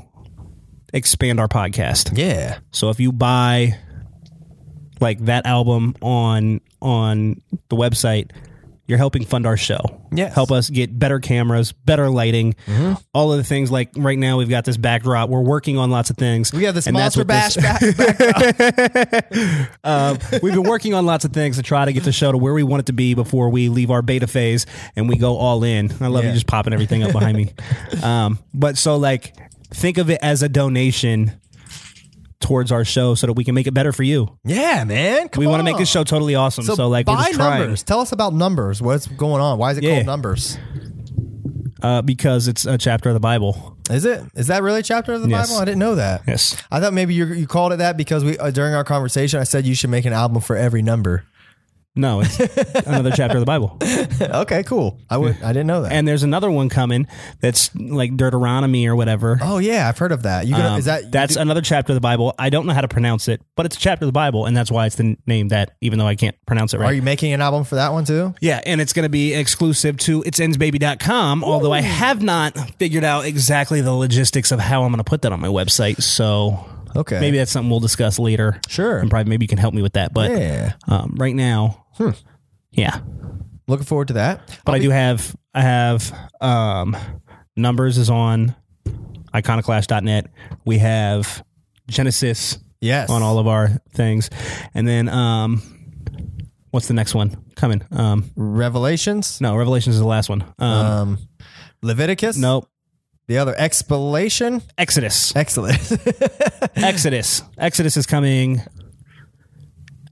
expand our podcast.
yeah.
So if you buy like that album on on the website, you're helping fund our show.
Yes. Mm-hmm.
Help us get better cameras, better lighting, all of the things like right now we've got this backdrop. We're working on lots of things.
We got this
and that's
monster
what
bash
this-
back.
We've been working on lots of things to try to get the show to where we want it to be before we leave our beta phase and we go all in. I love
Yeah.
you just popping everything up behind me. Um, but so like think of it as a donation towards our show so that we can make it better for you.
yeah, man. Come
We want to
on.
make this show totally awesome. So, like we're
buy
just trying
Oh. numbers. Tell us about numbers. What's going on? Why is it
Yeah.
called numbers?
uh, because it's a chapter of the Bible.
Is it? Is that really a chapter of the
Yes.
Bible? I didn't know that.
Yes.
I thought maybe you you called it that because we uh, during our conversation I said you should make an album for every number.
No, it's another chapter of the Bible.
okay, cool. I would. I didn't know that.
And there's another one coming that's like Deuteronomy or whatever.
oh yeah, I've heard of that. You gonna,
Um,
is that
that's another chapter of the Bible. I don't know how to pronounce it, but it's a chapter of the Bible, and that's why it's the n- name that, even though I can't pronounce it right.
Are you making an album for that one too?
Yeah, and it's going to be exclusive to itsendsbaby.com, although I have not figured out exactly the logistics of how I'm going to put that on my website. So
Okay.
maybe that's something we'll discuss later.
Sure.
And probably maybe you can help me with that. But
Yeah.
um, right now, yeah.
Looking forward to that.
But I do have, I have um, numbers is on iconoclash.net. We have Genesis
Yes.
on all of our things. And then um, what's the next one coming? Um,
Revelations.
no, Revelations is the last one. Um,
Um, Leviticus.
Nope.
The other explanation.
Exodus.
Excellent.
Exodus. Exodus is coming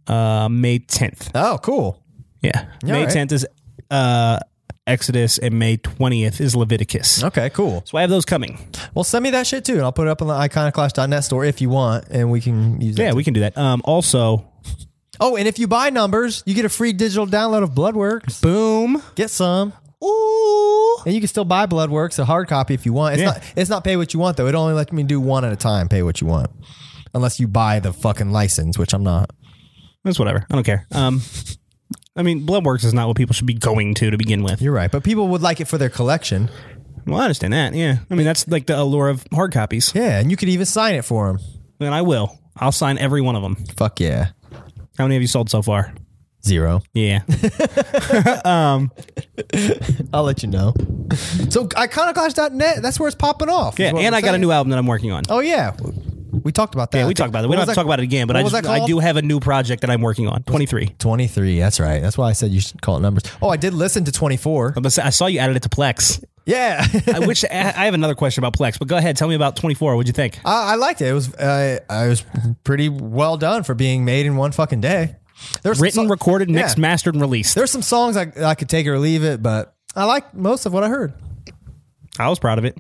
uh May 10th.
oh, cool.
Yeah. May
right.
10th is uh Exodus and May 20th is Leviticus.
Okay, cool.
So I have those coming.
Well, send me that shit too, and I'll put it up on the iconoclash.net store if you want, and we can use it.
Yeah, we can do that. Um also
Oh, and if you buy numbers, you get a free digital download of Bloodworks.
Boom.
Get some.
Ooh.
And you can still buy Bloodworks, a hard copy if you want. It's
Yeah.
not it's not pay what you want though. It only lets me do one at a time, pay what you want. Unless you buy the fucking license, which I'm not.
That's whatever. I don't care. Um I mean, Bloodworks is not what people should be going to to begin with.
You're right. But people would like it for their collection.
Well, I understand that. Yeah. I mean, that's like the allure of hard copies.
Yeah, and you could even sign it for them.
And I will. I'll sign every one of them.
Fuck yeah.
How many have you sold so far?
Zero.
Yeah.
I'll let you know. So iconoclash.net, that's where it's popping off. is
Yeah.
what
And
I'm
I got a
saying.
new album that I'm working on.
Oh yeah. We talked about that.
Yeah, we talked about it. We
What was
don't have to
that-
talk about it again, but
what
I
was
just
that
I
called?
do have a new project that I'm working on. 23.
23. That's right. That's why I said you should call it numbers. Oh, I did listen to 24.
But I saw you added it to Plex.
Yeah.
I wish I I have another question about Plex, but go ahead, tell me about 24. What'd you think?
I, I liked it. It was uh, I was pretty well done for being made in one fucking day. There's
Written, recorded, mixed,
Yeah.
mastered, and released.
There's some songs I, I could take or leave it, but I like most of what I heard.
I was proud of it.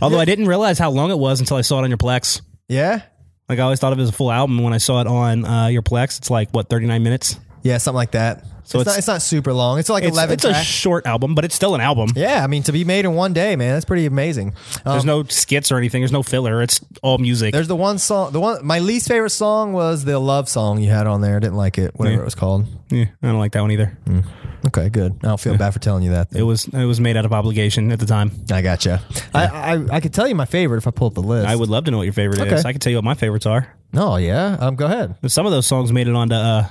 Although I didn't realize how long it was until I saw it on your Plex.
Yeah,
Like I always thought of it as a full album. When I saw it on uh, your Plex, it's like what 39 minutes.
yeah, something like that.
So
So it's,
it's-
not it's not super long. It's like
It's,
11
it's a
tracks.
short album, but it's still an album.
yeah, I mean to be made in one day, man, that's pretty amazing. Um,
There's no skits or anything. There's no filler. It's all music.
there's the one song, the one my least favorite song was the love song you had on there. I didn't like it, whatever
Yeah.
it was called.
Yeah, I don't like that one either.
Okay, good. I don't feel bad for telling you that.
It was it was made out of obligation at the time.
I gotcha. I, I I could tell you my favorite if I pull up the list.
I would love to know what your favorite
Okay.
is. I can tell you what my favorites are.
No, yeah. Um, go ahead.
But some of those songs made it onto uh,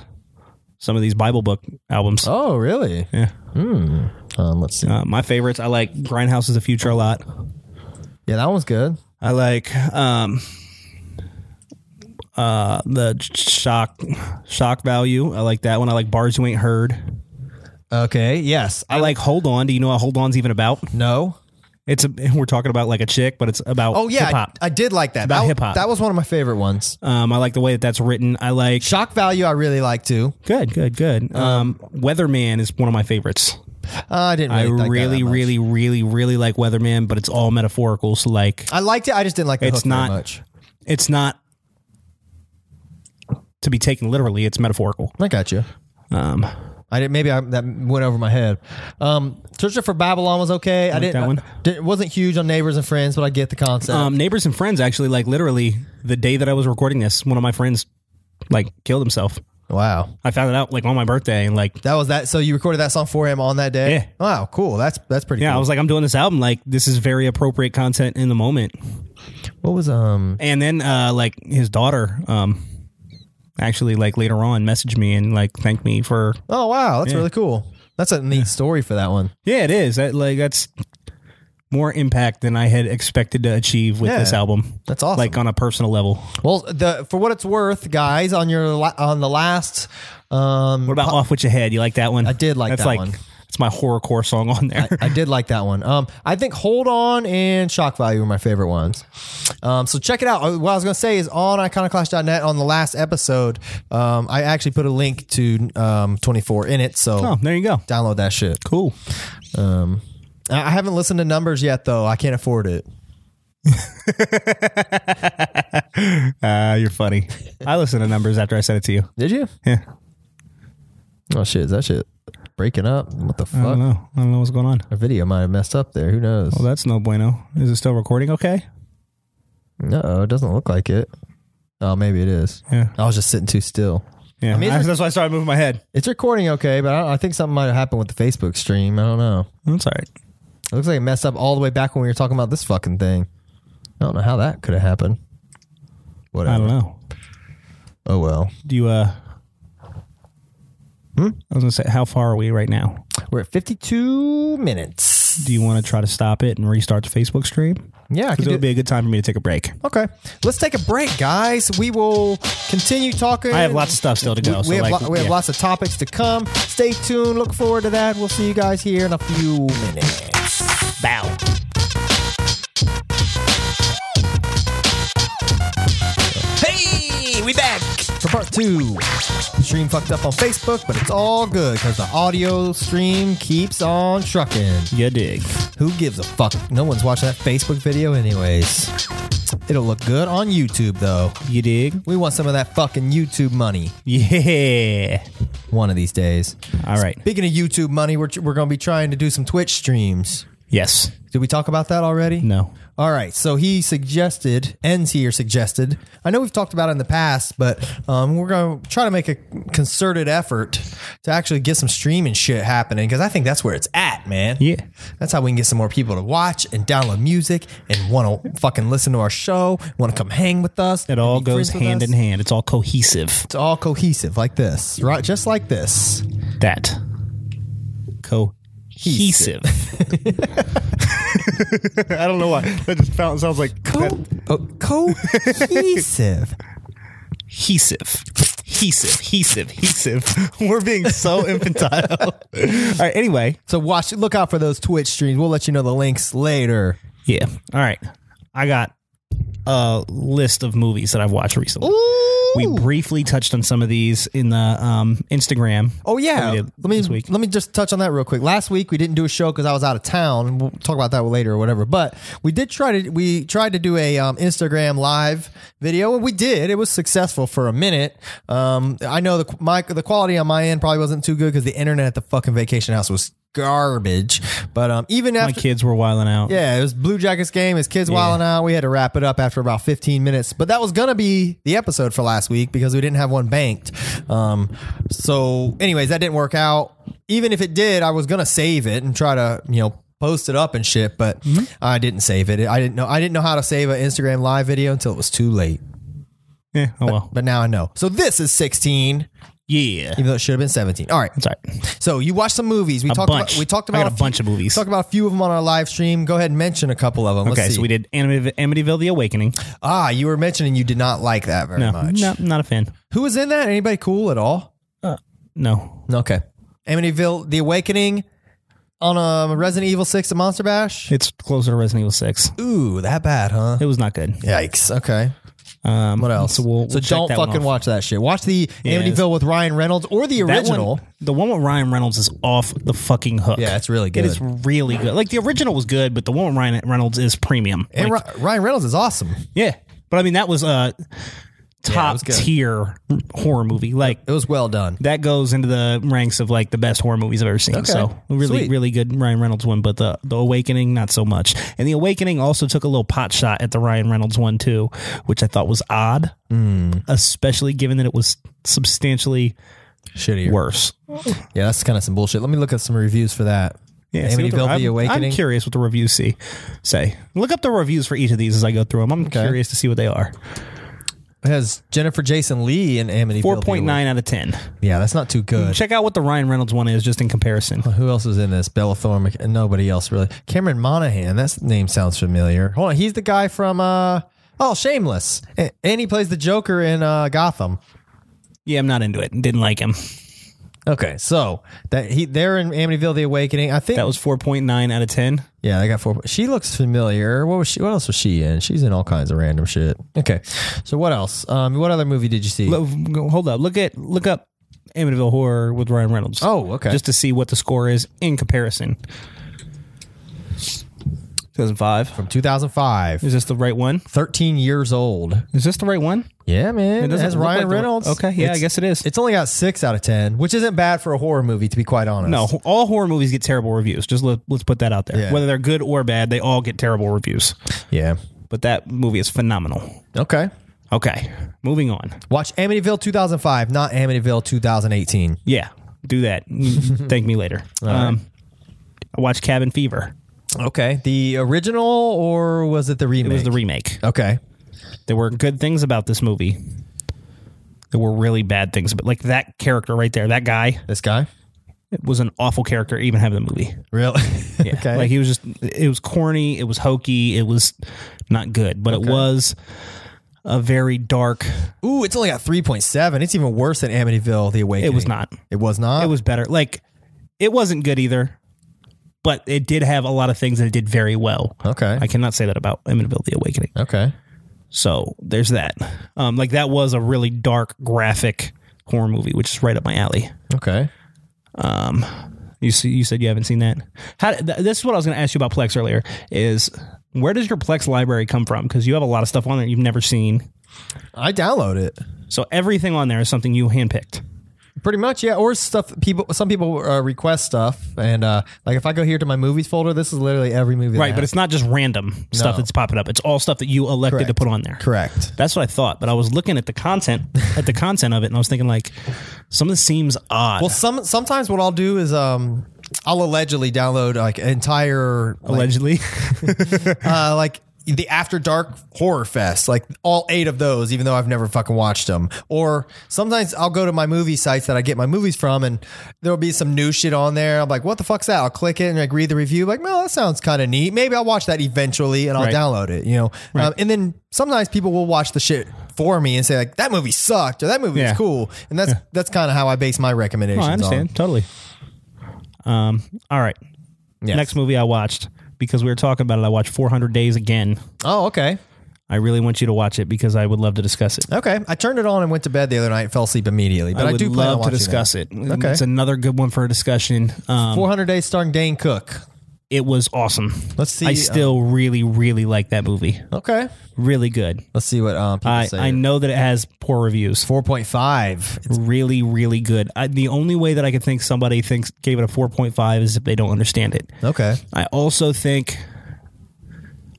some of these Bible book albums.
Oh, really?
Yeah.
Um, let's see.
Uh, my favorites, I like Grindhouse is the Future a lot.
Yeah, that one's good.
I like um, uh, the shock shock value. I like that one. I like Bars You Ain't Heard.
Okay. Yes.
I like Hold On. Do you know what Hold On's even about?
No.
It's a, we're talking about like a chick, but it's about
Oh yeah,
hip hop.
I, I did like that.
about
that,
hip-hop.
That was one of my favorite ones.
Um, I like the way that that's written. I like
Shock value, I really like too.
good, good, good. Um, Weatherman is one of my favorites.
Uh, I didn't.
I
Really like that
really,
that much.
really, really, really like Weatherman, but it's all metaphorical. So like,
I liked it. I just didn't like the
It's
hook very
not-
much.
it's not to be taken literally. It's metaphorical.
I got you.
Um,
I did. Maybe I, that went over my head. Um, Searching for Babylon was okay. I didn't.
that one?
didn't- wasn't huge on Neighbors and Friends, but I get the concept.
um, neighbors and friends actually like literally the day that I was recording this, one of my friends like killed himself.
wow,
I found it out like on my birthday, and like
that was that. So you recorded that song for him on that day.
Yeah.
Wow, cool. That's that's pretty.
yeah, I
cool.
was like, I'm doing this album. Like this is very appropriate content in the moment.
What was um?
And then uh, like his daughter, um, actually like later on messaged me and like thanked me for
Oh wow, that's really cool. That's a neat story for that one.
Yeah, it is. That like that's more impact than I had expected to achieve with
Yeah.
this album.
That's awesome.
Like on a personal level.
Well, the for what it's worth, guys, on your la- on the last um
What about off with your head? You like that one? I
did like
that's
that
like,
one.
It's my horrorcore song on there.
I did like that one. Um, I think Hold On and Shock Value were my favorite ones. Um, so check it out. Uh, What I was going to say is on iconoclash.net on the last episode, um, I actually put a link to um, 24 in it. So
oh, there you go.
download that shit.
Cool.
Um, I I haven't listened to numbers yet, though. I can't afford it.
Ah, Uh, you're funny. I listened to numbers after I sent it to you.
Did you?
Yeah.
Oh shit, is that shit breaking up? What the
I don't
fuck?
know. I don't know what's going on.
Our video might have messed up there. Who knows?
Well, that's no bueno. Is it still recording? Okay.
No, it doesn't look like it. Oh, maybe it is.
Yeah.
I was just sitting too still.
Yeah.
I mean, it's-
that's why I started moving my head.
It's recording okay, but I, don't- I think something might have happened with the Facebook stream. I don't know.
That's all right.
It looks like it messed up all the way back when we were talking about this fucking thing. I don't know how that could have happened. Whatever.
I don't know.
Oh well.
Do you, uh,
Hmm?
I was going to say, how far are we right now?
We're at 52 minutes.
Do you want to try to stop it and restart the Facebook stream?
Yeah, I
Because
can
it
do
would be a good time for me to take a break.
Okay, let's take a break, guys. We will continue talking.
I have lots of stuff still to
We,
go.
we
so
have,
like,
lo- we have
yeah.
lots of topics to come. Stay tuned. Look forward to that. We'll see you guys here in a few minutes.
Bow.
Hey, we back.
For part two, stream fucked up on Facebook, but it's all good because the audio stream keeps on trucking.
You dig.
Who gives a fuck? No one's watching that Facebook video, anyways. It'll look good on YouTube, though.
You dig.
We want some of that fucking YouTube money
Yeah.
one of these days.
All right.
Speaking of YouTube money, we're, we're going to be trying to do some Twitch streams.
Yes.
Did we talk about that already?
No.
All right. So he suggested, ends here suggested. I know we've talked about it in the past, but um, we're going to try to make a concerted effort to actually get some streaming shit happening because I think that's where it's at, man.
Yeah.
That's how we can get some more people to watch and download music and want to fucking listen to our show, want to come hang with us.
It
and
all
be
goes
friends with
hand
us.
in hand. It's all cohesive.
It's all cohesive like this, right? Just like this.
That. Cohesive. I don't know why. That just sounds like
Co- oh, cohesive.
cohesive. Cohesive. Cohesive. Cohesive. We're being so infantile. all right. Anyway.
So watch, look out for those Twitch streams. We'll let you know the links later.
Yeah. All right. I got a list of movies that I've watched recently. We briefly touched on some of these in the um, Instagram.
Oh yeah,
that we
let
did
me
this week.
let me just touch on that real quick. Last week we didn't do a show because I was out of town. and We'll talk about that later or whatever. But we did try to we tried to do a um, Instagram live video and we did. It was successful for a minute. Um, I know the my the quality on my end probably wasn't too good because the internet at the fucking vacation house was garbage. But um, even
My
after
kids were wilding out.
yeah, it was Blue Jackets game. His kids wilding out. We had to wrap it up after about 15 minutes, but that was gonna be the episode for last week because we didn't have one banked. Um, so, anyways, that didn't work out. Even if it did, I was gonna save it and try to you know post it up and shit, but
Mm-hmm.
I didn't save it. I didn't know I didn't know how to save an Instagram live video until it was too late.
Yeah. Oh well.
But now I know. So this is 16,
Yeah.
even though it should have been 17. All right.
That's all right.
So you watched some movies. We
A
talked
bunch.
about we talked
I got
about
a bunch of movies.
Talk about a few of them on our live stream. Go ahead and mention a couple of them. Let's
Okay,
see.
so we did Amityv- Amityville: The Awakening.
Ah, you were mentioning you did not like that very
No,
much.
no, not a fan.
Who was in that? Anybody cool at all?
No,
Okay. Amityville, The Awakening on um, Resident Evil 6 The Monster Bash?
it's closer to Resident Evil Six.
Ooh, that bad, huh?
It was not good.
Yikes. Okay.
Um,
What else?
So we'll,
so
we'll check
don't
that one
fucking
off.
watch that shit. Watch the
Yeah,
Amityville with Ryan Reynolds or the
That
original.
One, the one with Ryan Reynolds is off the fucking hook.
Yeah, it's really
It is really good. Like the original was good, but the one with Ryan Reynolds is premium.
and
Like,
Ri- Ryan Reynolds is awesome.
yeah, but I mean that was a top
was good.
tier horror movie. Like
It was well done.
that goes into the ranks of like the best horror movies I've ever seen.
Okay.
So really,
Sweet.
really good Ryan Reynolds one, but the the Awakening not so much. And the Awakening also took a little pot shot at the Ryan Reynolds one too, which I thought was odd,
Hmm.
especially given that it was substantially
Shitty.
worse.
Yeah, that's kind of some bullshit. Let me look at some reviews for that.
Yeah, see what the-
Amityville
I'm-
The Awakening.
I'm curious what the reviews see say. Look up the reviews for each of these as I go through them. I'm curious to see what they are.
It has Jennifer Jason Lee in Amityville. The
Four point nine out of ten.
Awakening. Yeah, that's not too good.
Check out what the Ryan Reynolds one is, just in comparison.
Who else was in this? Bella Thorne, Mc- and nobody else really. Cameron Monaghan, that name sounds familiar. Hold on, he's the guy from uh oh Shameless, A- and he plays the Joker in uh, Gotham.
Yeah, I'm not into it. Didn't like him.
Okay, so that he they're in Amityville: The Awakening. I think
That was four point nine out of ten.
yeah, they got four. She looks familiar. What was she? What else was she in? She's in all kinds of random shit. Okay, so what else? Um, what other movie did you see?
Lo- go- hold up. Look at look up Amityville Horror with Ryan Reynolds.
Oh, okay.
Just to see what the score is in comparison. 2005.
from 2005.
Is this the right one?
13 years old.
Is this the right one?
Yeah, man. It
doesn't
has
look
Ryan
like the-
Reynolds.
Okay, yeah,
It's-
I guess it is.
It's only got six out of 10, which isn't bad for a horror movie, to be quite honest.
No, ho- all horror movies get terrible reviews. Just let, let's put that out there.
Yeah.
Whether they're good or bad, they all get terrible reviews.
Yeah.
But that movie is phenomenal.
Okay.
Okay, moving on.
Watch Amityville 2005, not Amityville 2018.
Yeah, do that. Thank me later. Um, I watched Cabin Fever.
Okay. The original or was it the remake?
It was the remake.
Okay.
There were good things about this movie. There were really bad things, but like that character right there, that guy
This guy?
was an awful character. Even having the movie,
Really?
Yeah.
okay.
Like he was just, it was corny, it was hokey, it was not good, but it was a very dark.
Ooh, it's only got 3.7. It's even worse than Amityville The Awakening.
It was not.
It was not?
It was better. Like it wasn't good either, but it did have a lot of things that it did very well.
Okay.
I cannot say that about Amityville: The Awakening.
okay.
So there's that. Um, like that was a really dark, graphic horror movie, which is right up my alley.
Okay.
Um, You see, you said you haven't seen that. How, th- this is what I was going to ask you about Plex earlier. Is where does your Plex library come from? Because you have a lot of stuff on there you've never seen.
I download it.
So everything on there is something you handpicked.
Pretty much, yeah. Or stuff people. Some people uh, request stuff, and uh, like if I go here to my movies folder, this is literally every movie.
Right, but it's not just random stuff
No.
that's popping up. It's all stuff that you elected to
Correct.
put on there.
correct.
That's what I thought, but I was looking at the content at the content of it, and I was thinking like, something seems odd.
Well, some sometimes what I'll do is um, I'll allegedly download like entire like,
allegedly,
uh, like the After Dark Horror Fest, like all eight of those, even though I've never fucking watched them. Or sometimes I'll go to my movie sites that I get my movies from, and there'll be some new shit on there. I'm like, what the fuck's that? I'll click it and like read the review. Like, no, that sounds kind of neat. Maybe I'll watch that eventually, and I'll
Right.
download it. You know, um, and then sometimes people will watch the shit for me and say like, that movie sucked or that movie
Yeah. Oh,
was cool, and that's that's kind of how I base my recommendations.
I understand totally. Um, all right,
On. Yes.
next movie I watched because we were talking about it. I watched 400 Days again.
Oh, okay.
I really want you to watch it because I would love to discuss it.
Okay, I turned it on and went to bed the other night and fell asleep immediately. But I,
I would
do plan on
love to
watching that.
discuss it. Um,
Okay.
It's another good one for a discussion. Um,
400 Days starring Dane Cook.
it was awesome.
Let's see,
I
uh,
still really, really like that movie.
Okay.
Really good.
Let's see what um, people
I,
say.
I know that it has poor reviews.
4.5.
really, really good. I, the only way that I could think somebody thinks gave it a 4.5 is if they don't understand it.
Okay.
I also think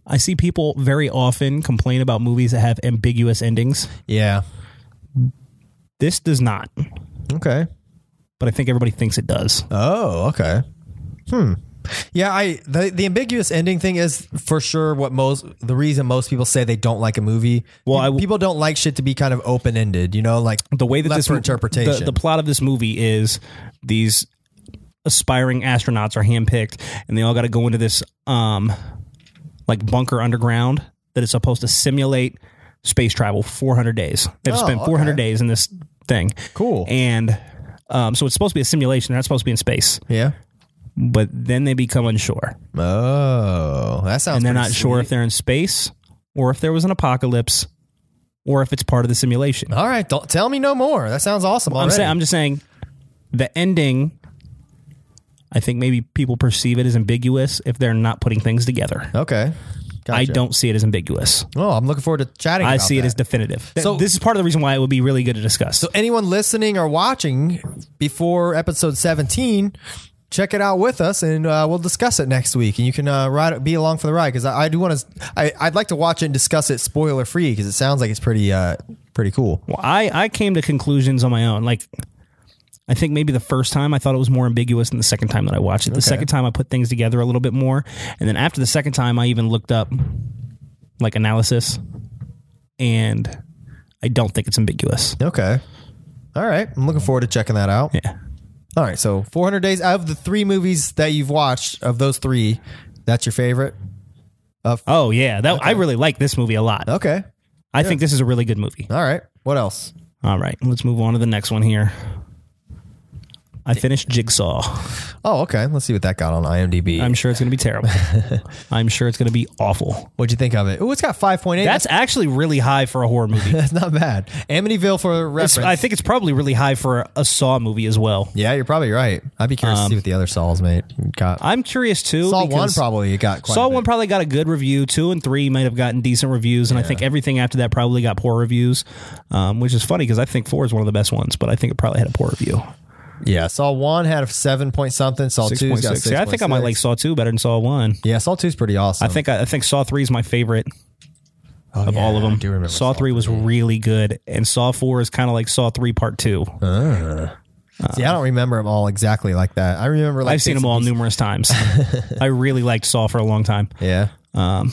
I see people very often complain about movies that have ambiguous endings.
Yeah.
This does not,
Okay.
but I think everybody thinks it does.
Oh, okay. Hmm. Yeah, I the, the ambiguous ending thing is for sure what most the reason most people say they don't like a movie.
Well, I
people,
w-
people don't like shit to be kind of open ended. You know, like
The way that
left
this
for
mo-
interpretation.
the, the plot of this movie is these aspiring astronauts are handpicked, and they all got to go into this um like bunker underground that is supposed to simulate space travel. Four hundred days. They have to
Oh,
spend four hundred
okay.
days in this thing.
Cool.
And um, so it's supposed to be a simulation. They're not supposed to be in space,
yeah.
but then they become unsure,
Oh, that sounds.
and they're
pretty
not sure
sweet.
if they're in space or if there was an apocalypse or if it's part of the simulation.
All right, don't tell me no more. That sounds awesome.
I'm
already.
saying I'm just saying the ending I think maybe people perceive it as ambiguous if they're not putting things together.
okay.
I
Oh, Gotcha.
don't see it as ambiguous.
Oh, I'm looking forward to chatting.
I
about
see it
that.
as definitive. Th-
So-
this is part of the reason why it would be really good to discuss.
So anyone listening or watching before episode 17, check it out with us and uh, we'll discuss it next week. And you can uh, ride, be along for the ride because I, I do want to. I'd like to watch it and discuss it spoiler free because it sounds like it's pretty uh, pretty cool.
Well, I, I came to conclusions on my own. Like, I think maybe the first time I thought it was more ambiguous than the second time that I watched it. The second time I put things together a little bit more. And then after the second time, I even looked up like analysis and I don't think it's ambiguous.
Okay. All right, I'm looking forward to checking that out.
Yeah.
All right, so 400 days out of the three movies that you've watched of those three, that's your favorite.
Oh yeah, that I really like this movie a lot.
Okay.
I think this is a really good movie.
All right. What else?
All right, let's move on to the next one here. I finished Jigsaw.
Oh, okay. Let's see what that got on IMDb.
I'm sure it's going to be terrible. I'm sure it's going to be awful.
What'd you think of it? Oh, it's got 5.8.
That's actually really high for a horror movie.
That's not bad. Amityville for reference.
It's- I think it's probably really high for a Saw movie as well.
yeah, you're probably right. I'd be curious
Um,
to see what the other saws mate got.
I'm curious too.
Saw one
because
probably got quite.
Saw
a bit.
one probably got a good review. Two and three might have gotten decent reviews, and I think everything after that probably got poor reviews, um, which is funny because I think four is one of the best ones, but I think it probably had a poor review.
Yeah, Saw one had a seven point something. Saw
Six
two's
point
got
six.
six.
I think I might like Saw two better than Saw one.
Yeah, Saw two's pretty awesome.
I think I, I think Saw three is my favorite of all of them.
Oh, do remember Saw
Saw, three was really good, and Saw four is kind of like Saw three part two.
Uh, See, I don't remember them all exactly like that. I remember like
I've seen
bits
them
and
all
pieces.
numerous times. I really liked Saw for a long time.
Yeah. Um.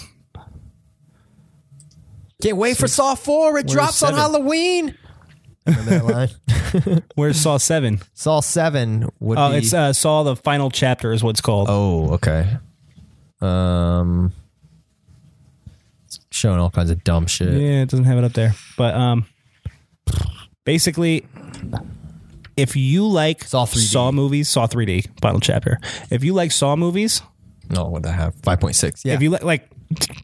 Can't wait for Saw four. It drops
seven?
on Halloween. Remember that line?
Where's Saw seven?
Saw seven would
Oh,
be.
it's uh, Saw the final chapter is what it's called.
oh, okay. Um. it's Showing all kinds of dumb shit.
Yeah, it doesn't have it up there. But um basically if you like
Saw 3D.
Saw movies, Saw 3D, final chapter. If you like Saw movies,
No, Oh, what did I have? Five point six. Yeah.
if you like like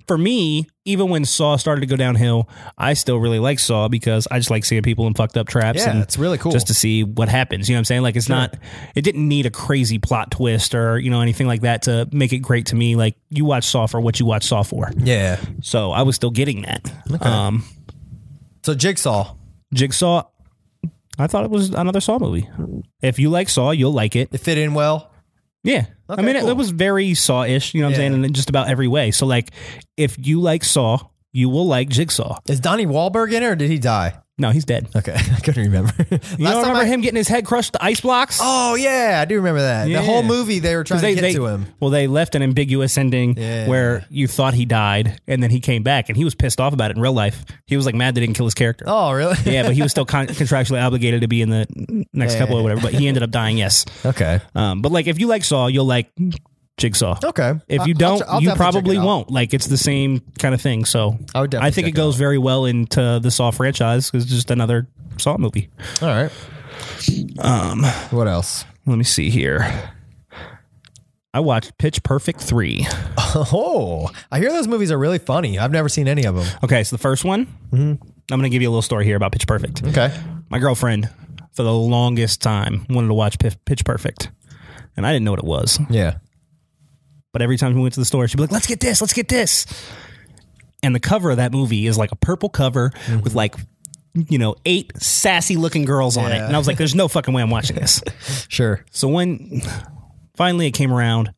for me, even when Saw started to go downhill, I still really like Saw because I just like seeing people in fucked up traps.
Yeah,
and
it's really cool.
Just to see what happens. You know what I'm saying? Like it's not it didn't need a crazy plot twist or, you know, anything like that to make it great to me. Like you watch Saw for what you watch Saw for.
yeah.
So I was still getting that. Um
So Jigsaw.
Jigsaw. I thought it was another Saw movie. If you like Saw, you'll like it.
It fit in well.
Yeah. I
Okay,
mean, it,
cool.
it was very Saw ish, you know what
Yeah.
I'm saying? And in just about every way. So, like, if you like Saw, you will like Jigsaw.
Is Donnie Wahlberg in it or did he die?
No, he's dead.
Okay, I couldn't remember. Last
You don't remember
I,
him getting his head crushed to ice blocks?
Oh yeah, I do remember that.
Yeah.
The whole movie they were trying
'Cause they-
to get
they-
to him.
Well, they left an ambiguous ending
Yeah.
where you thought he died, and then he came back, and he was pissed off about it in real life. He was like mad they didn't kill his character.
Oh really?
Yeah, but he was still con- contractually obligated to be in the next couple or whatever. But he ended up dying. Yes.
Okay.
Um, but like, if you like Saw, you'll like Jigsaw.
Okay.
If
I-
you
I'll
don't,
ch- I'll definitely
you
check
probably
it out.
won't. Like, it's the same kind of thing. So
I would definitely
think it
check it
goes very well into the Saw franchise because it's just another Saw movie.
All right. Um. What else?
Let me see here. I watched Pitch Perfect three.
Oh, I hear those movies are really funny. I've never seen any of them.
Okay, so the first one.
Mm-hmm.
I'm going to give you a little story here about Pitch Perfect.
Okay.
My girlfriend, for the longest time, wanted to watch Pif- Pitch Perfect, and I didn't know what it was.
Yeah.
But every time we went to the store, she'd be like, let's get this, let's get this. And the cover of that movie is like a purple cover with like, you know, eight sassy looking girls on it.
Yeah.
And I was like, there's no fucking way I'm watching this.
Sure.
So when finally it came around,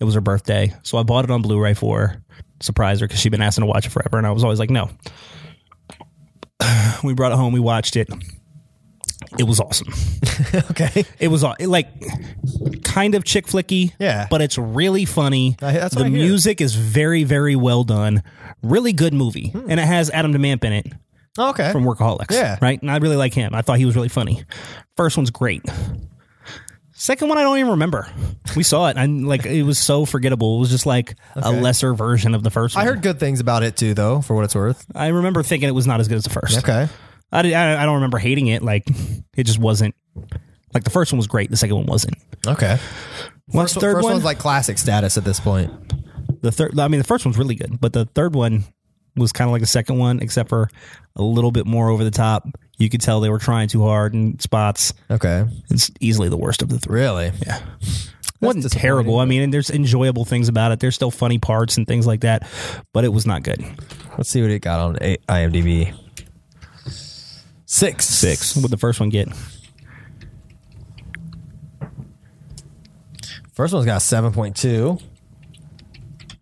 it was her birthday. So I bought it on Blu ray for her, surprise her, because she'd been asking to watch it forever. And I was always like, no. We brought it home, we watched it. It was awesome.
Okay.
It was aw- it, like kind of chick flicky,
Yeah.
but it's really funny.
I- that's what
the
I hear.
music is very, very well done. Really good movie, and it has Adam DeMamp in it
Okay.
from Workaholics.
Hmm. Yeah.
right. And I really like him. I thought he was really funny. First one's great. Second one, I don't even remember. We saw it, and like it was so forgettable. It was just like a lesser version of the first.
I
one.
heard good things about it too, though, for what it's worth.
I remember thinking it was not as good as the first.
Okay.
I, did, I, I don't remember hating it. Like it just wasn't. Like the first one was great. The second one wasn't.
Okay.
Watch
So
third
first
one.
one's like classic status at this point.
the third i mean the first one's really good but the third one was kind of like the second one except for a little bit more over the top you could tell they were trying too hard in spots
Okay.
it's easily the worst of the three
Really?
it wasn't terrible i mean and there's enjoyable things about it there's still funny parts and things like that but it was not good
Let's see what it got on A- IMDb. Six.
six what would the first one get
First one's got seven point two.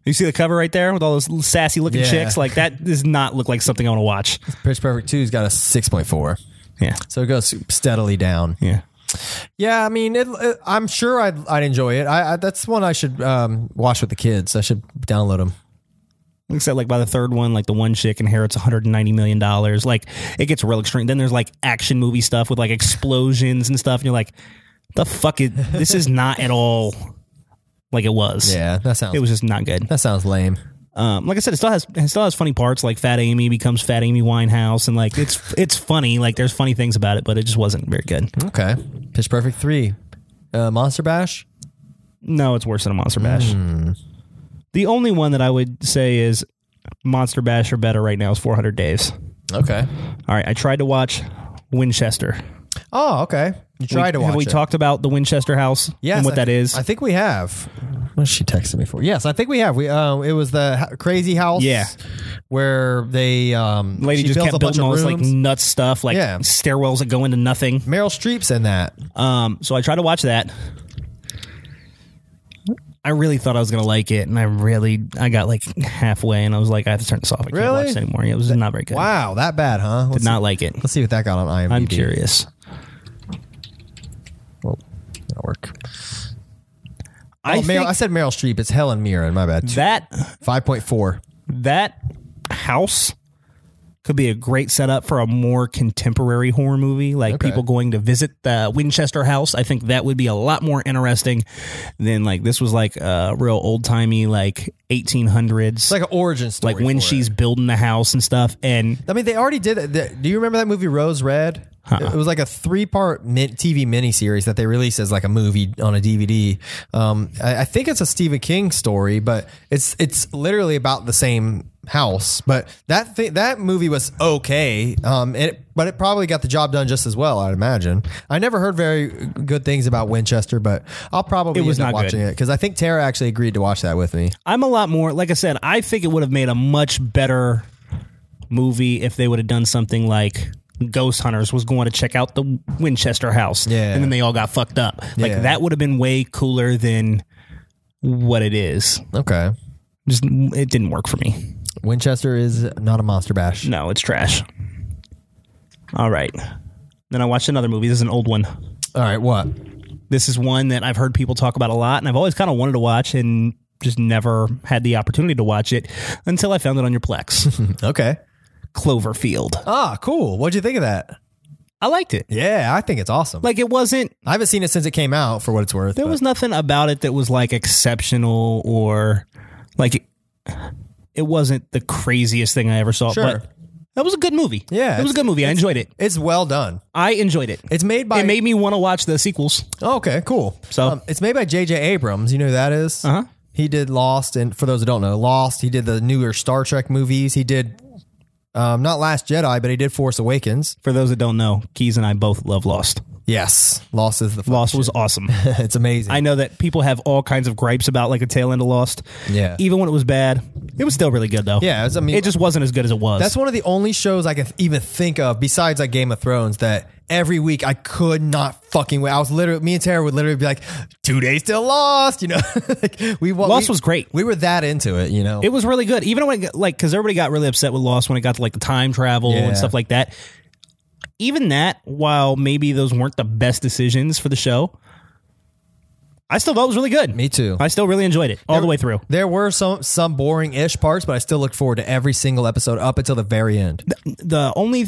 you see the cover right there with all those little sassy looking
Yeah.
chicks like that does not look like something i want to watch
Pitch Perfect Two's got a six point four.
yeah
So it goes steadily down.
yeah
Yeah, I mean, it, it- I'm sure I'd, I'd enjoy it. I, I that's one I should um, watch with the kids. I should download them.
Except like by the third one, like the one chick inherits 190 million dollars. Like it gets real extreme. Then there's like action movie stuff with like explosions and stuff, and you're like, the fuck is this is not at all like it was.
Yeah, that sounds
It was just not good.
that sounds lame.
Um, like I said, it still has it still has funny parts. Like Fat Amy becomes Fat Amy Winehouse, and like it's it's funny. Like there's funny things about it, but it just wasn't very good.
Okay, Pitch Perfect Three, Uh, Monster Bash.
No, it's worse than a Monster Bash. The only one that I would say is Monster Bash or better right now is 400 Days.
Okay.
All right, I tried to watch Winchester.
Oh, okay. You tried to watch.
Have we
it.
talked about the Winchester House
Yes,
and what
I
that
thi-
is?
I think we have. What she texted me for? Yes, I think we have. We uh, it was the h- crazy house.
Yeah.
where they um
Lady
she
just
builds
kept
a bunch
building all
of
this like
rooms.
nuts stuff, like
Yeah.
stairwells that go into nothing.
Meryl Streep's in that.
Um, so I tried to watch that. I really thought I was gonna like it, and I really I got like halfway, and I was like, I have to turn this off. I can't
Really?
watch this anymore. It was not very good.
Wow, that bad, huh?
Did
Let's,
not like it.
let's see what that got on IMDb.
I'm
Oh,
curious.
Well, that'll work.
I
oh, Meryl,
think
I said Meryl Streep. It's Helen Mirren. My bad.
that
Five point four.
that house could be a great setup for a more contemporary horror movie, like
Okay.
people going to visit the Winchester House. I think that would be a lot more interesting than like this was like a real old timey like 1800s,
It's like an origin story.
like when
for
she's building the house and stuff, and
it. I mean, they already did it. The- Do you remember that movie Rose Red?
Uh-uh.
It was like a three-part min- TV miniseries that they released as like a movie on a DVD. Um, I, I think it's a Stephen King story, but it's it's literally about the same house. But that thi- that movie was okay, um, it, but it probably got the job done just as well. I'd imagine. I never heard very good things about Winchester, but I'll probably
It was
end up
not good.
watching it because I think Tara actually agreed to watch that with me.
I'm a lot more like I said, I think it would have made a much better movie if they would have done something like Ghost Hunters was going to check out the Winchester house.
Yeah.
And then they all got fucked up. Like
Yeah.
that would have been way cooler than what it is.
Okay,
Just it didn't work for me.
Winchester is not a monster bash.
No, it's trash. All right. Then I watched another movie. This is an old one.
All right, what?
This is one that I've heard people talk about a lot and I've always kind of wanted to watch and just never had the opportunity to watch it until I found it on your Plex.
Okay.
Cloverfield.
Ah, cool. What'd you think of that?
I liked it.
Yeah, I think it's awesome.
Like it wasn't
I haven't seen it since it came out, for what it's worth.
there
but-
was nothing about it that was like exceptional or like it, it wasn't the craziest thing I ever saw.
Sure.
But that was a good movie.
Yeah,
It was a good movie. I enjoyed it.
It's well done.
I enjoyed it.
It's made by.
it made me want to watch the sequels.
oh, okay, cool.
So-
it's made by J.J. Abrams. You know who that is?
Uh-huh.
He did Lost, and for those who don't know, Lost. He did the newer Star Trek movies. He did. Um, not Last Jedi, but he did Force Awakens.
For those that don't know, Keys and I both love Lost.
Yes, Lost is the fun
Lost
shit.
was awesome.
it's amazing.
I know that people have all kinds of gripes about like a tail end of Lost.
Yeah.
Even when it was bad, it was still really good though.
Yeah, it was- I mean-
it just wasn't as good as it was.
That's one of the only shows I can th- even think of besides like Game of Thrones that every week I could not fucking wait. I was literally, me and Tara would literally be like, two days till Lost, you know? like we wa-
Lost
we-
was great.
We were that into it, you know?
It was really good. Even when, it got- like, because everybody got really upset with Lost when it got to like the time travel
Yeah.
and stuff like that. Even that, while maybe those weren't the best decisions for the show, I still thought it was really good.
Me too.
I still really enjoyed it all the way through.
there were some some boring ish parts, but I still look forward to every single episode up until the very end.
The only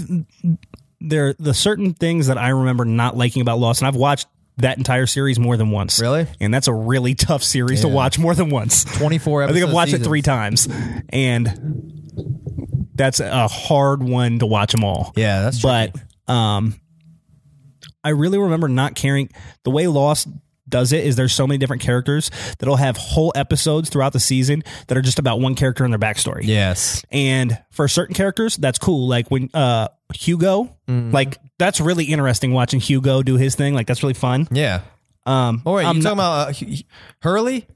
there the certain things that I remember not liking about Lost, and I've watched that entire series more than once.
Really?
And that's a really tough series to watch more than once.
24
I think I've
episode
watched
seasons.
it three times, and that's a hard one to watch them all.
Yeah, that's
but um, I really remember not caring the way Lost does it is there's so many different characters that'll have whole episodes throughout the season that are just about one character and their backstory.
Yes.
And for certain characters, that's cool. Like when uh Hugo,
Mm-hmm.
like that's really interesting watching Hugo do his thing. Like that's really fun.
Yeah.
Um
Oh, wait, you
I'm
talking about
not-
uh, Hu- Hu- Hurley?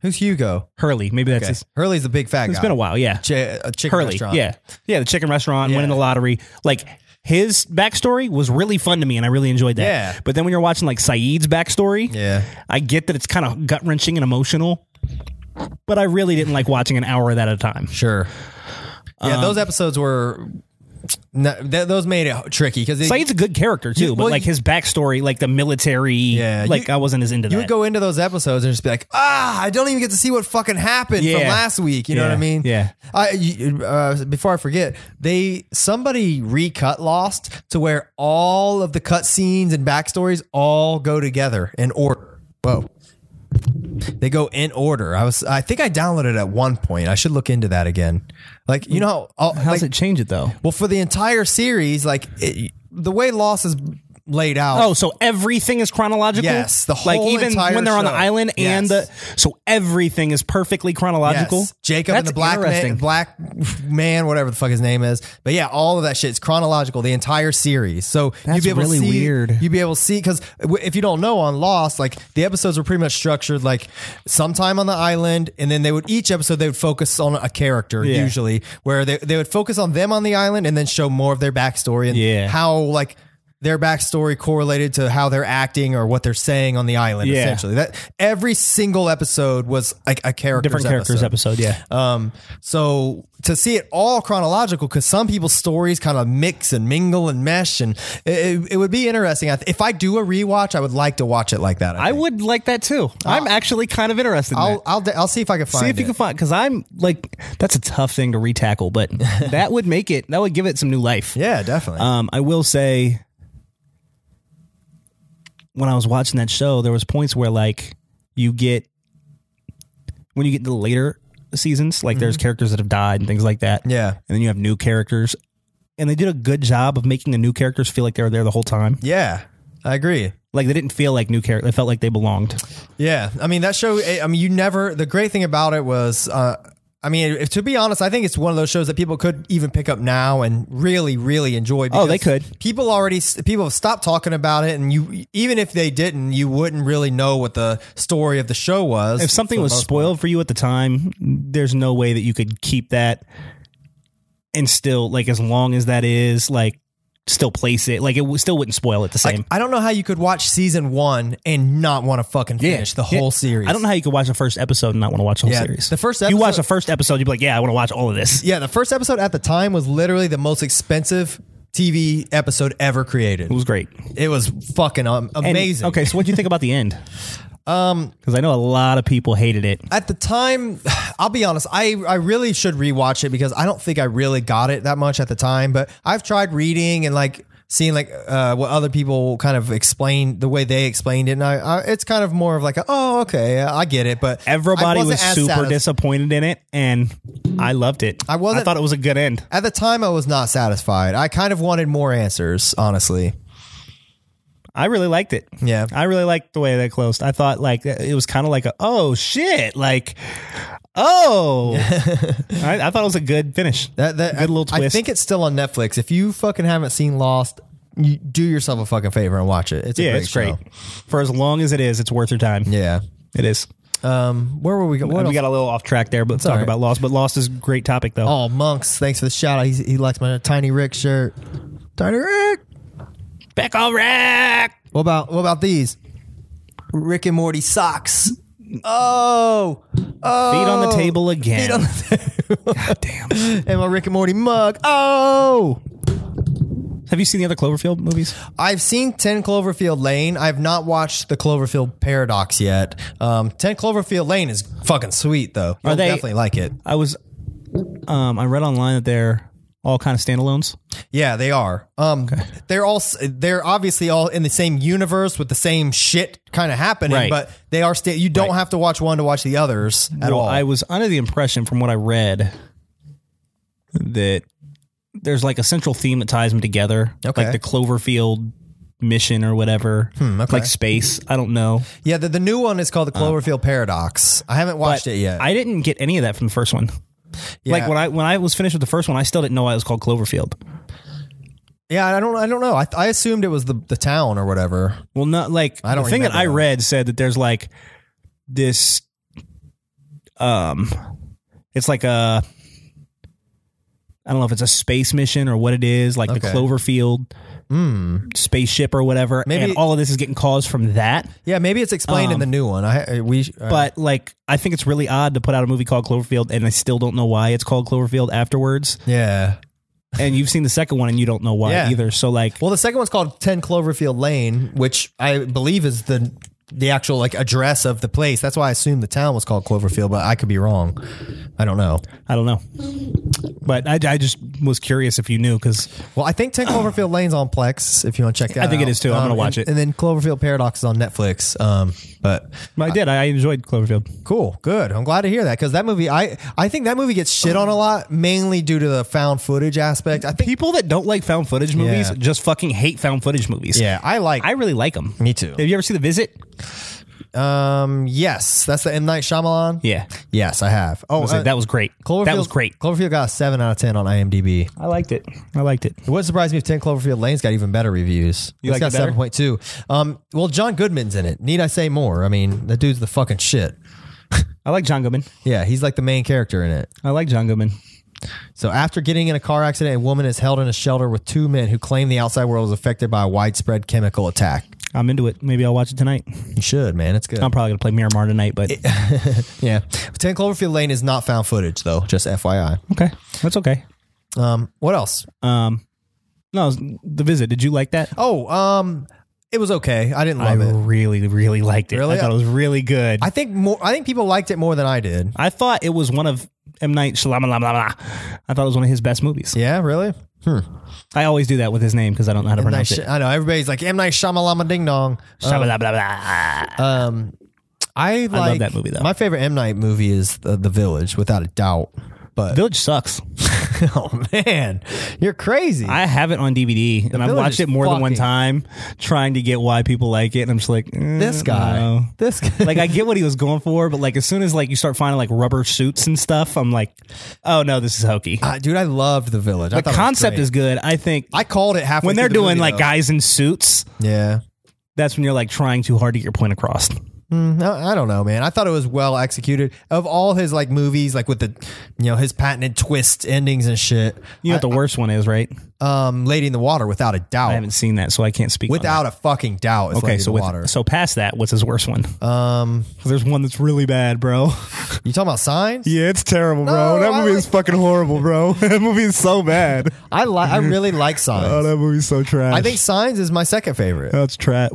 Who's Hugo?
Hurley, maybe that's
Okay.
his
Hurley's the big fat guy.
it's been a while, yeah.
Ch- a chicken
Hurley,
restaurant.
yeah, yeah, the chicken restaurant,
Yeah.
winning the lottery. Like his backstory was really fun to me, and I really enjoyed that.
Yeah.
But then when you're watching like Saeed's backstory,
Yeah.
I get that it's kind of gut wrenching and emotional, but I really didn't like watching an hour of that at a time.
Sure.
Um,
Yeah, those episodes were. No, th- those made it tricky because
Saeed's a good character too,
well,
but like
you-
his backstory, like the military,
Yeah, you-
like I wasn't as into
you
that.
would go into those episodes and just be like, ah, I don't even get to see what fucking happened from
Yeah.
last week. You know
Yeah.
what I mean?
Yeah.
I you- uh, before I forget, they somebody recut Lost to where all of the cut scenes and backstories all go together in order. Whoa. They go in order. I was, I think I downloaded it at one point. I should look into that again. Like, you know, how,
How's it change it though?
Well, for the entire series, like it, the way Lost is laid out.
Oh, so everything is chronological.
Yes, the
like
whole
even
entire
when they're on the
show.
island and
Yes.
the so everything is perfectly chronological.
Yes. Jacob
That's
and the black man,
interesting.
black man, whatever the fuck his name is. But yeah, all of that shit is chronological. The entire series. So
That's
you'd be able
really
to see,
weird.
You'd be able to see because if you don't know on Lost, like the episodes were pretty much structured like sometime on the island, and then they would each episode they would focus on a character
Yeah.
usually, where they they would focus on them on the island and then show more of their backstory and
Yeah.
how like. Their backstory correlated to how they're acting or what they're saying on the island.
Yeah.
Essentially, that every single episode was like a character's
Different characters
episode.
episode. yeah.
Um, so to see it all chronological, because some people's stories kind of mix and mingle and mesh, and it, it- it would be interesting. I th- if I do a rewatch, I would like to watch it like that. I,
I
think.
would like that too. I'm actually kind of interested. In
Uh, I'll,
that.
I'll, d- I'll see if I can find
See if you
it.
can find because I'm like that's a tough thing to retackle, but that would make it that would give it some new life.
yeah, definitely.
Um, I will say, when I was watching that show, there was points where like you get when you get to the later seasons, like there's characters that have died and things like that.
Mm-hmm. Yeah.
and then you have new characters, and they did a good job of making the new characters feel like they were there the whole time.
yeah, I agree.
Like they didn't feel like new characters; they felt like they belonged.
Yeah, I mean that show. eh, I I mean, you never. The great thing about it was, uh, I mean, if, to be honest, I think it's one of those shows that people could even pick up now and really, really enjoy.
Oh, they
because
could.
People already people have stopped talking about it, and you even if they didn't, you wouldn't really know what the story of the show was.
If something
for the
was
most
spoiled for you at the time, there's no way that you could keep that and still like as long as that is like still place it like it w- still wouldn't spoil it the
part.
same.
Like, I don't know how you could watch season one and not want to fucking finish the whole
Yeah.
series.
I don't know how you could watch the first episode and not want to watch the whole
Yeah,
series.
the first
you watch
episode-
the first episode, you'd be like, yeah, I want to watch all of this.
Yeah, the first episode at the time was literally the most expensive TV episode ever created.
It was great,
It was fucking um,
And-
amazing.
okay, so what do you think about the end? Um, because I know a lot of people hated it.
at the time, I'll be honest, I, I really should rewatch it because I don't think I really got it that much at the time, but I've tried reading and like seeing like uh, what other people kind of explained the way they explained it. And I, I it's kind of more of like, a, oh, okay, I get it. But I
Everybody
wasn't
was
as
super
satis-
disappointed in it, and I loved it.
I wasn't-
I thought it was a good end.
At the time, I was not satisfied. I kind of wanted more answers, honestly.
I really liked it.
Yeah.
I really liked the way they closed. I thought like it was kind of like a oh shit, like oh. I, I thought it was a good finish.
That, that,
Good little
I, I
twist.
think it's still on Netflix. If you fucking haven't seen Lost, you do yourself a fucking favor and watch it. It's a
yeah,
great
it's great.
show.
For as long as it is, it's worth your time.
Yeah.
It is.
Um, where were we going? What
we
else
got a little off track there, but let's talk
all right.
about Lost. But Lost is a great topic though.
Oh, monks! Thanks for the shout out. He's, he likes my Tiny Rick shirt. Tiny Rick.
Back on rack.
What about what about these Rick and Morty socks? Oh, oh!
Feet on the table again.
Feet on the table.
God damn.
and my Rick and Morty mug. Oh,
Have you seen the other Cloverfield movies?
I've seen Ten Cloverfield Lane. I've not watched the Cloverfield Paradox yet. Um, Ten Cloverfield Lane is fucking sweet though. You'll
they-
definitely like it?
I was um I read online that they're all kind of standalones.
Yeah, they are. Um, they're all s- they're obviously all in the same universe with the same shit kind of happening,
Right.
but they are still. You don't have to watch one to watch the others at
Well,
all.
I was under the impression from what I read that there's like a central theme that ties them together.
Okay.
Like the Cloverfield mission or whatever. Like space. I don't know.
yeah, the, the new one is called the Cloverfield Paradox. I haven't watched
Uh-huh. But
it yet.
I didn't get any of that from the first one. Like
Yeah.
when I when I was finished with the first one, I still didn't know why it was called Cloverfield.
yeah, I don't. I don't know. I, I assumed it was the the town or whatever.
Well, not like
I don't
the thing that
remember
I
that.
read said that there's like this um it's like a I don't know if it's a space mission or what it is, like the
Okay. Hmm.
Cloverfield spaceship or whatever.
Maybe-
and all of this is getting caused from that.
Yeah, maybe it's explained in the new one. I I- we uh,
Um, But like I think it's really odd to put out a movie called Cloverfield and I still don't know why it's called Cloverfield afterwards.
yeah.
and you've seen the second one and you don't know why
Yeah.
either. So like
Well, the second one's called Ten Cloverfield Lane, which I believe is the the actual like address of the place. That's why I assumed the town was called Cloverfield, but I could be wrong. I don't know.
I don't know, but I, I just was curious if you knew because
Well, I think 10 Cloverfield Lane's on Plex if you want to check that out.
I think it is too. I'm gonna
Um,
watch
and-
it.
And then Cloverfield Paradox is on Netflix. Um, but
I did. I enjoyed Cloverfield.
Cool, good. I'm glad to hear that because that movie, I I think that movie gets shit on a lot, mainly due to the found footage aspect. I think,
People that don't like found footage movies
Yeah.
just fucking hate found footage movies.
yeah, I like.
I really like them.
Me too.
Have you ever seen The Visit?
um, yes, that's the M Night Shyamalan.
Yeah,
Yes, I have. Oh,
I was like, that was great. That was great.
Cloverfield got a seven out of ten on IMDb.
I liked it. I liked it.
It wouldn't surprise me if Ten Cloverfield Lane's got even better reviews.
You
it's
like
got
it better?
seven point two. Um, well, John Goodman's in it. Need I say more? I mean, that dude's the fucking shit.
I like John Goodman.
Yeah, he's like the main character in it.
I like John Goodman.
So after getting in a car accident, a woman is held in a shelter with two men who claim the outside world is affected by a widespread chemical attack.
I'm into it. Maybe I'll watch it tonight.
You should, man. It's good.
I'm probably gonna play Miramar tonight, but
yeah. 10 Cloverfield Lane is not found footage, though, just FYI.
okay, that's okay.
Um, what else?
No, it was The Visit. Did you like that?
Oh, um, it was okay. I didn't
I
love it.
really, really liked it.
Really?
I thought it was really good.
I think more. I think people liked it more than I did.
I thought it was one of M Night Shyamalan. I thought it was one of his best movies.
Yeah, really.
I always do that with his name because I don't know how to
M. Night Oh.
pronounce
Sh-
it.
Hmm. I know everybody's like M Night Shyamalama Ding Dong.
Shabba blah, blah, blah.
Um, I like
that movie, though.
My favorite M Night movie is The, the Village, without a doubt. But
Village sucks.
oh man, you're crazy.
I have it on DVD and I've
Village
watched
is
it more than one
fucking-
time, trying to get why people like it. And I'm just like, eh,
this guy,
no.
this guy.
like I get what he was going for, but like as soon as like you start finding like rubber suits and stuff, I'm like, oh no, this is hokey.
Ah, dude, I loved the village. I
the
thought it was
concept
great.
is good. I think
I called it halfway
when
through
they're
the
doing
movie,
like
though.
guys in suits,
yeah.
that's when you're like trying too hard to get your point across.
No, I don't know, man. I thought it was well executed. Of all his like movies, like with the, you know, his patented twist endings and shit.
You know what the worst one is, right?
Um, Lady in the Water, without a doubt,
I haven't seen that, so I can't speak. on
without a fucking doubt, is
that. okay,
Lady
so
in the
with,
Water.
so past that, what's his worst one?
Um,
'Cause there's one that's really bad, bro.
you talking about signs?
yeah, it's terrible,
No, I like-
fucking horrible, bro. that movie is so bad. Oh,
I like. I really like signs.
that movie's so trash. Oh,
I think Signs is my second favorite.
that's trash.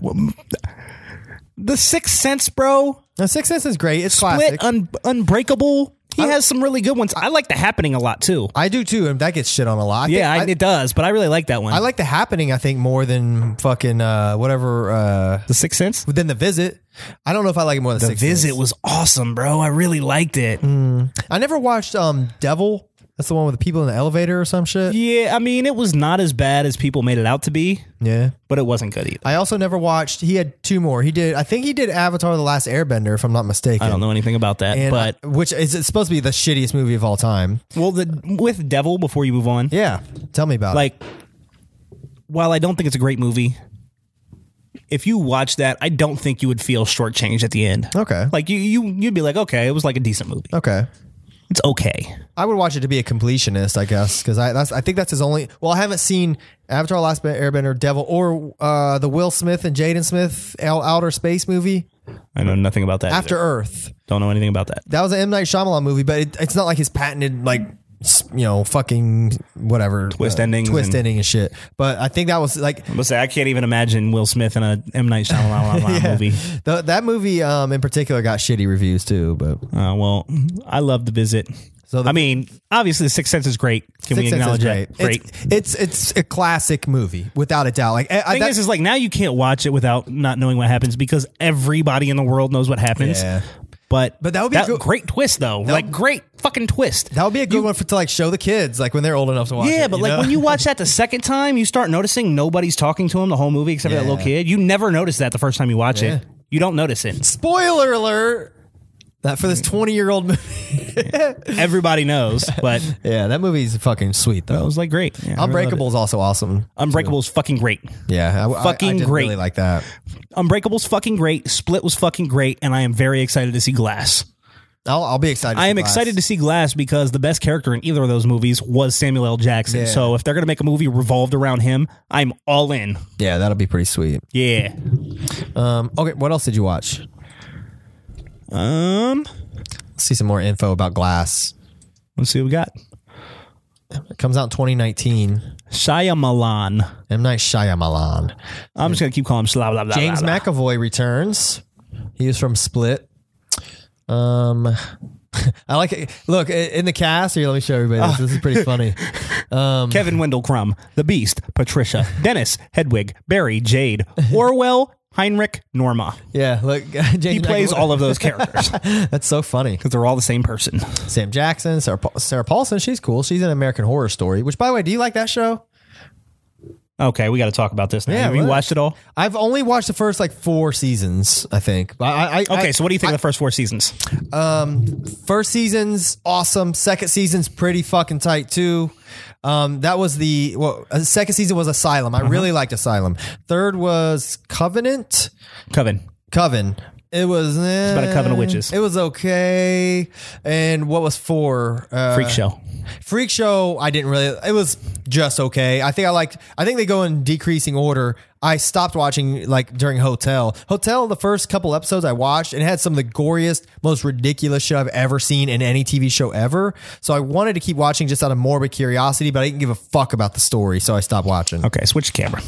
The Sixth Sense, bro.
Now, Sixth Sense is great. It's
Split,
classic.
un- Unbreakable. He has some really good ones. I like The Happening a lot too.
I do too, and that gets shit on a lot. I think-
yeah, I,
I-
it does, but I really like that one.
I like the happening. I think more than fucking uh, whatever. Uh,
The Sixth Sense.
than the visit. I don't know if I like it more than
The
Sixth
Visit
Sense.
was awesome, bro. I really liked it.
Mm. I never watched um Devil. That's the one with the people in the elevator or some shit.
Yeah, I mean, it was not as bad as people made it out to be,
Yeah.
but it wasn't good either.
I also never watched. He had two more. He did. I think he did Avatar: The Last Airbender, if I'm not mistaken.
I don't know anything about that,
And
but
I- which is it's supposed to be the shittiest movie of all time.
well, the with Devil before you move on,
Yeah. Tell me about
like while I don't think it's a great movie, if you watch that, I don't think you would feel shortchanged at the end.
it. Okay.
Like you, you, you'd be like, okay, it was like a decent movie.
okay.
It's okay.
I would watch it to be a completionist, I guess, because I that's I think that's his only. Well, I haven't seen Avatar: The Last Airbender, Devil, or uh, the Will Smith and Jaden Smith Out- outer space movie
I know nothing about that.
After
either.
Earth.
don't know anything about that.
That was an M Night Shyamalan movie, but it, it's not like his patented like s- you know fucking whatever uh,
Twist endings
twist
and-
ending and shit. But I think that was like
I'm gonna say I can't even imagine Will Smith in a M Night Shyamalan movie.
th- that movie um, in particular got shitty reviews too. But
Uh, well, I love the visit.
So the-
I mean, obviously, the Sixth Sense is great. Can we
Sixth Sense is
acknowledge that? Great.
It's, it's it's a classic movie without a doubt. Like I, I,
thing
that,
is, is like now you can't watch it without not knowing what happens because everybody in the world knows what happens.
Yeah.
But
But that would be a good-
great twist though. Like great fucking twist.
that would be a good one for to like show the kids like when they're old enough to watch.
yeah,
it,
but like
know?
when you watch that the second time, you start noticing nobody's talking to him the whole movie except for that little
Yeah.
kid. You never notice that the first time you watch
Yeah.
it. You don't notice it.
spoiler alert Mm. that for this twenty year old movie.
Everybody knows, but
yeah, that movie's fucking sweet
it
though.
was like great. Yeah, I really loved
Unbreakable is also awesome.
it. Unbreakable's fucking great.
Yeah, I, I- I
Fucking
did
great.
Really like that.
Unbreakable's fucking great. Split was fucking great, and I am very excited to see Glass.
I'll, I'll be excited.
I am excited to see Glass because the best character in either of those movies was Samuel L. Jackson.
Yeah.
So if they're gonna make a movie revolved around him, I'm all in.
Yeah, that'll be pretty sweet.
Yeah.
Um, okay, what else did you watch?
Um.
Let's see some more info about Glass.
Let's see what we got.
It comes out in 2019.
Shyamalan.
M Night Shyamalan.
I'm just gonna keep calling him Sla blah blah.
James
blah, blah.
McAvoy returns. He was from Split. Um, I like it. Look i- in the cast here. Let me show everybody this. This is pretty funny.
Kevin Wendell Crumb, The Beast, Patricia, Dennis, Hedwig, Barry, Jade, Orwell, Heinrich, Norma.
Yeah, look,
He plays all of those characters because
That's so funny.
they're all the same person.
Sam Jackson, Sarah, Paul- Sarah Paulson. She's cool. She's in American Horror Story. Which, by the way, do you like that show?
Okay, we got to talk about this now.
Yeah,
Have you
what?
watched it all?
I've only watched the first like four seasons, I think. But I, I
Okay,
I-
so what do you think of the first four seasons?
first season's awesome. Second season's pretty fucking tight too. Um, that was the well. uh, Second season was Asylum. I
Uh-huh.
really liked Asylum. Third was Covenant.
Coven.
Coven. It was eh,
about a coven of witches.
It was okay. And what was four? Uh,
Freak show.
Freak Show, I didn't really. It was just okay. I think I liked. I think they go in decreasing order. I stopped watching like during Hotel. Hotel, the first couple episodes I watched, and it had some of the goriest, most ridiculous shit I've ever seen in any TV show ever. So I wanted to keep watching just out of morbid curiosity, but I didn't give a fuck about the story, so I stopped watching.
Okay, switch the camera.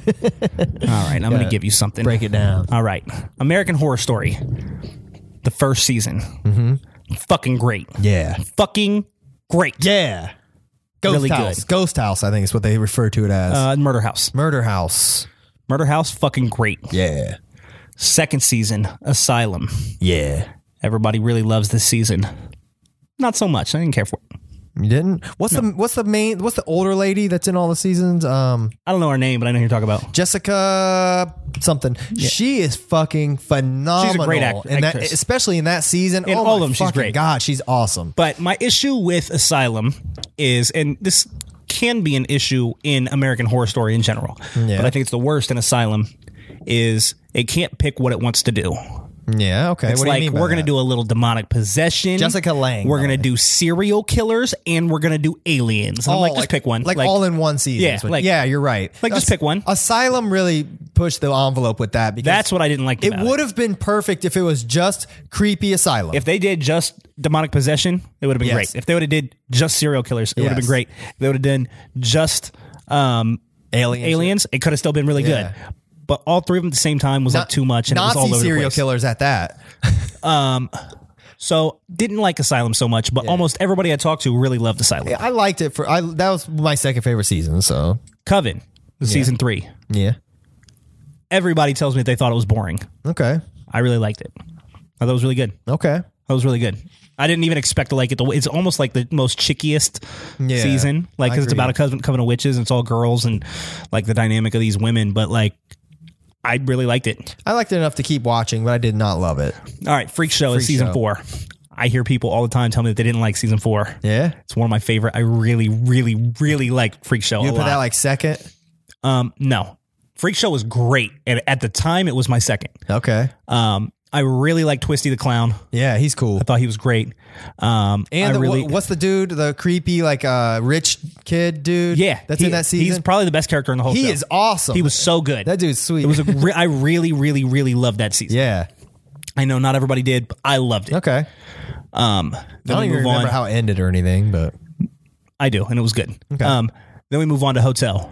All right, I'm going to give you something.
Break it down.
All right, American Horror Story, the first season, mm-hmm. fucking great,
Yeah,
fucking great.
yeah. Ghost
Really
House.
good.
Ghost House, I think is what they refer to it as.
Uh, Murder House.
Murder House.
Murder House, fucking great.
Yeah,
Second season, Asylum.
yeah.
Everybody really loves this season. Not so much. I didn't care for it.
You didn't? What's the what's the main what's the older lady that's in all the seasons? Um
I don't know her name, but I know who you're talking about.
Jessica something. She is fucking phenomenal.
great act-
in that,
actress.
especially in that season.
In
oh
all
my
of them, she's
fucking
great.
God, she's awesome.
But my issue with Asylum is, and this can be an issue in American Horror Story in general,
Yeah.
but I think it's the worst in Asylum, is it can't pick what it wants to do.
Yeah, okay.
It's
what do
like
you mean by
we're going to
that?
do a little demonic possession.
Jessica Lange,
We're going to
probably.
do serial killers and we're going to do aliens. And I'm
Oh,
like, just pick one.
Like, all in one season.
Yeah,
is what-
like-
yeah, you're right.
like, just pick one.
Asylum really pushed the envelope with that because
That's what I didn't like.
it
about
would have been perfect if it was just creepy asylum.
If they did just demonic possession, it would have been
Yes.
great. If they would have did just serial killers, it would have been
Yes.
great. If they would have done just um,
aliens,
aliens, it could have still been really
Yeah.
good. But all three of them at the same time was like
Nazi
too much, and it was all over the
serial
place.
killers at that.
So didn't like Asylum so much, but almost everybody I talked to really loved Asylum.
I liked it for I that was my second favorite season, so
Coven, the season three.
yeah.
Everybody tells me that they thought it was boring.
Okay.
I really liked it. I thought it was really good.
Okay.
That was really good. I didn't even expect to like it. The way, it's almost like the most chickiest
Yeah,
season, like
I
'cause it's
agree.
about a coven, coven of witches and it's all girls and like the dynamic of these women. But like, I really liked it.
I liked it enough to keep watching, but I did not love it.
All right, Freak Show is
Freak
season
Show.
four. I hear people all the time tell me that they didn't like season four.
Yeah.
It's one of my favorite. I really, really, really liked Freak Show
You
a
put
lot.
that like second.
um, no, Freak Show was great, and at the time it was my second.
Okay.
Um, I really liked Twisty the Clown.
Yeah, he's cool.
I thought he was great. Um, I
And the,
really,
wha- what's the dude, the creepy like uh rich kid dude?
Yeah,
That's
he-
in that
He's
season.
probably the best character in the whole.
he
show.
is awesome.
He was so good.
that dude's sweet.
It was. A re- I really, really, really loved that season.
yeah.
I know not everybody did, but I loved it.
Okay.
Um,
I
then
don't
we
even
move on.
remember how it ended or anything, but
I do, and it was good. Um, then we move on to Hotel.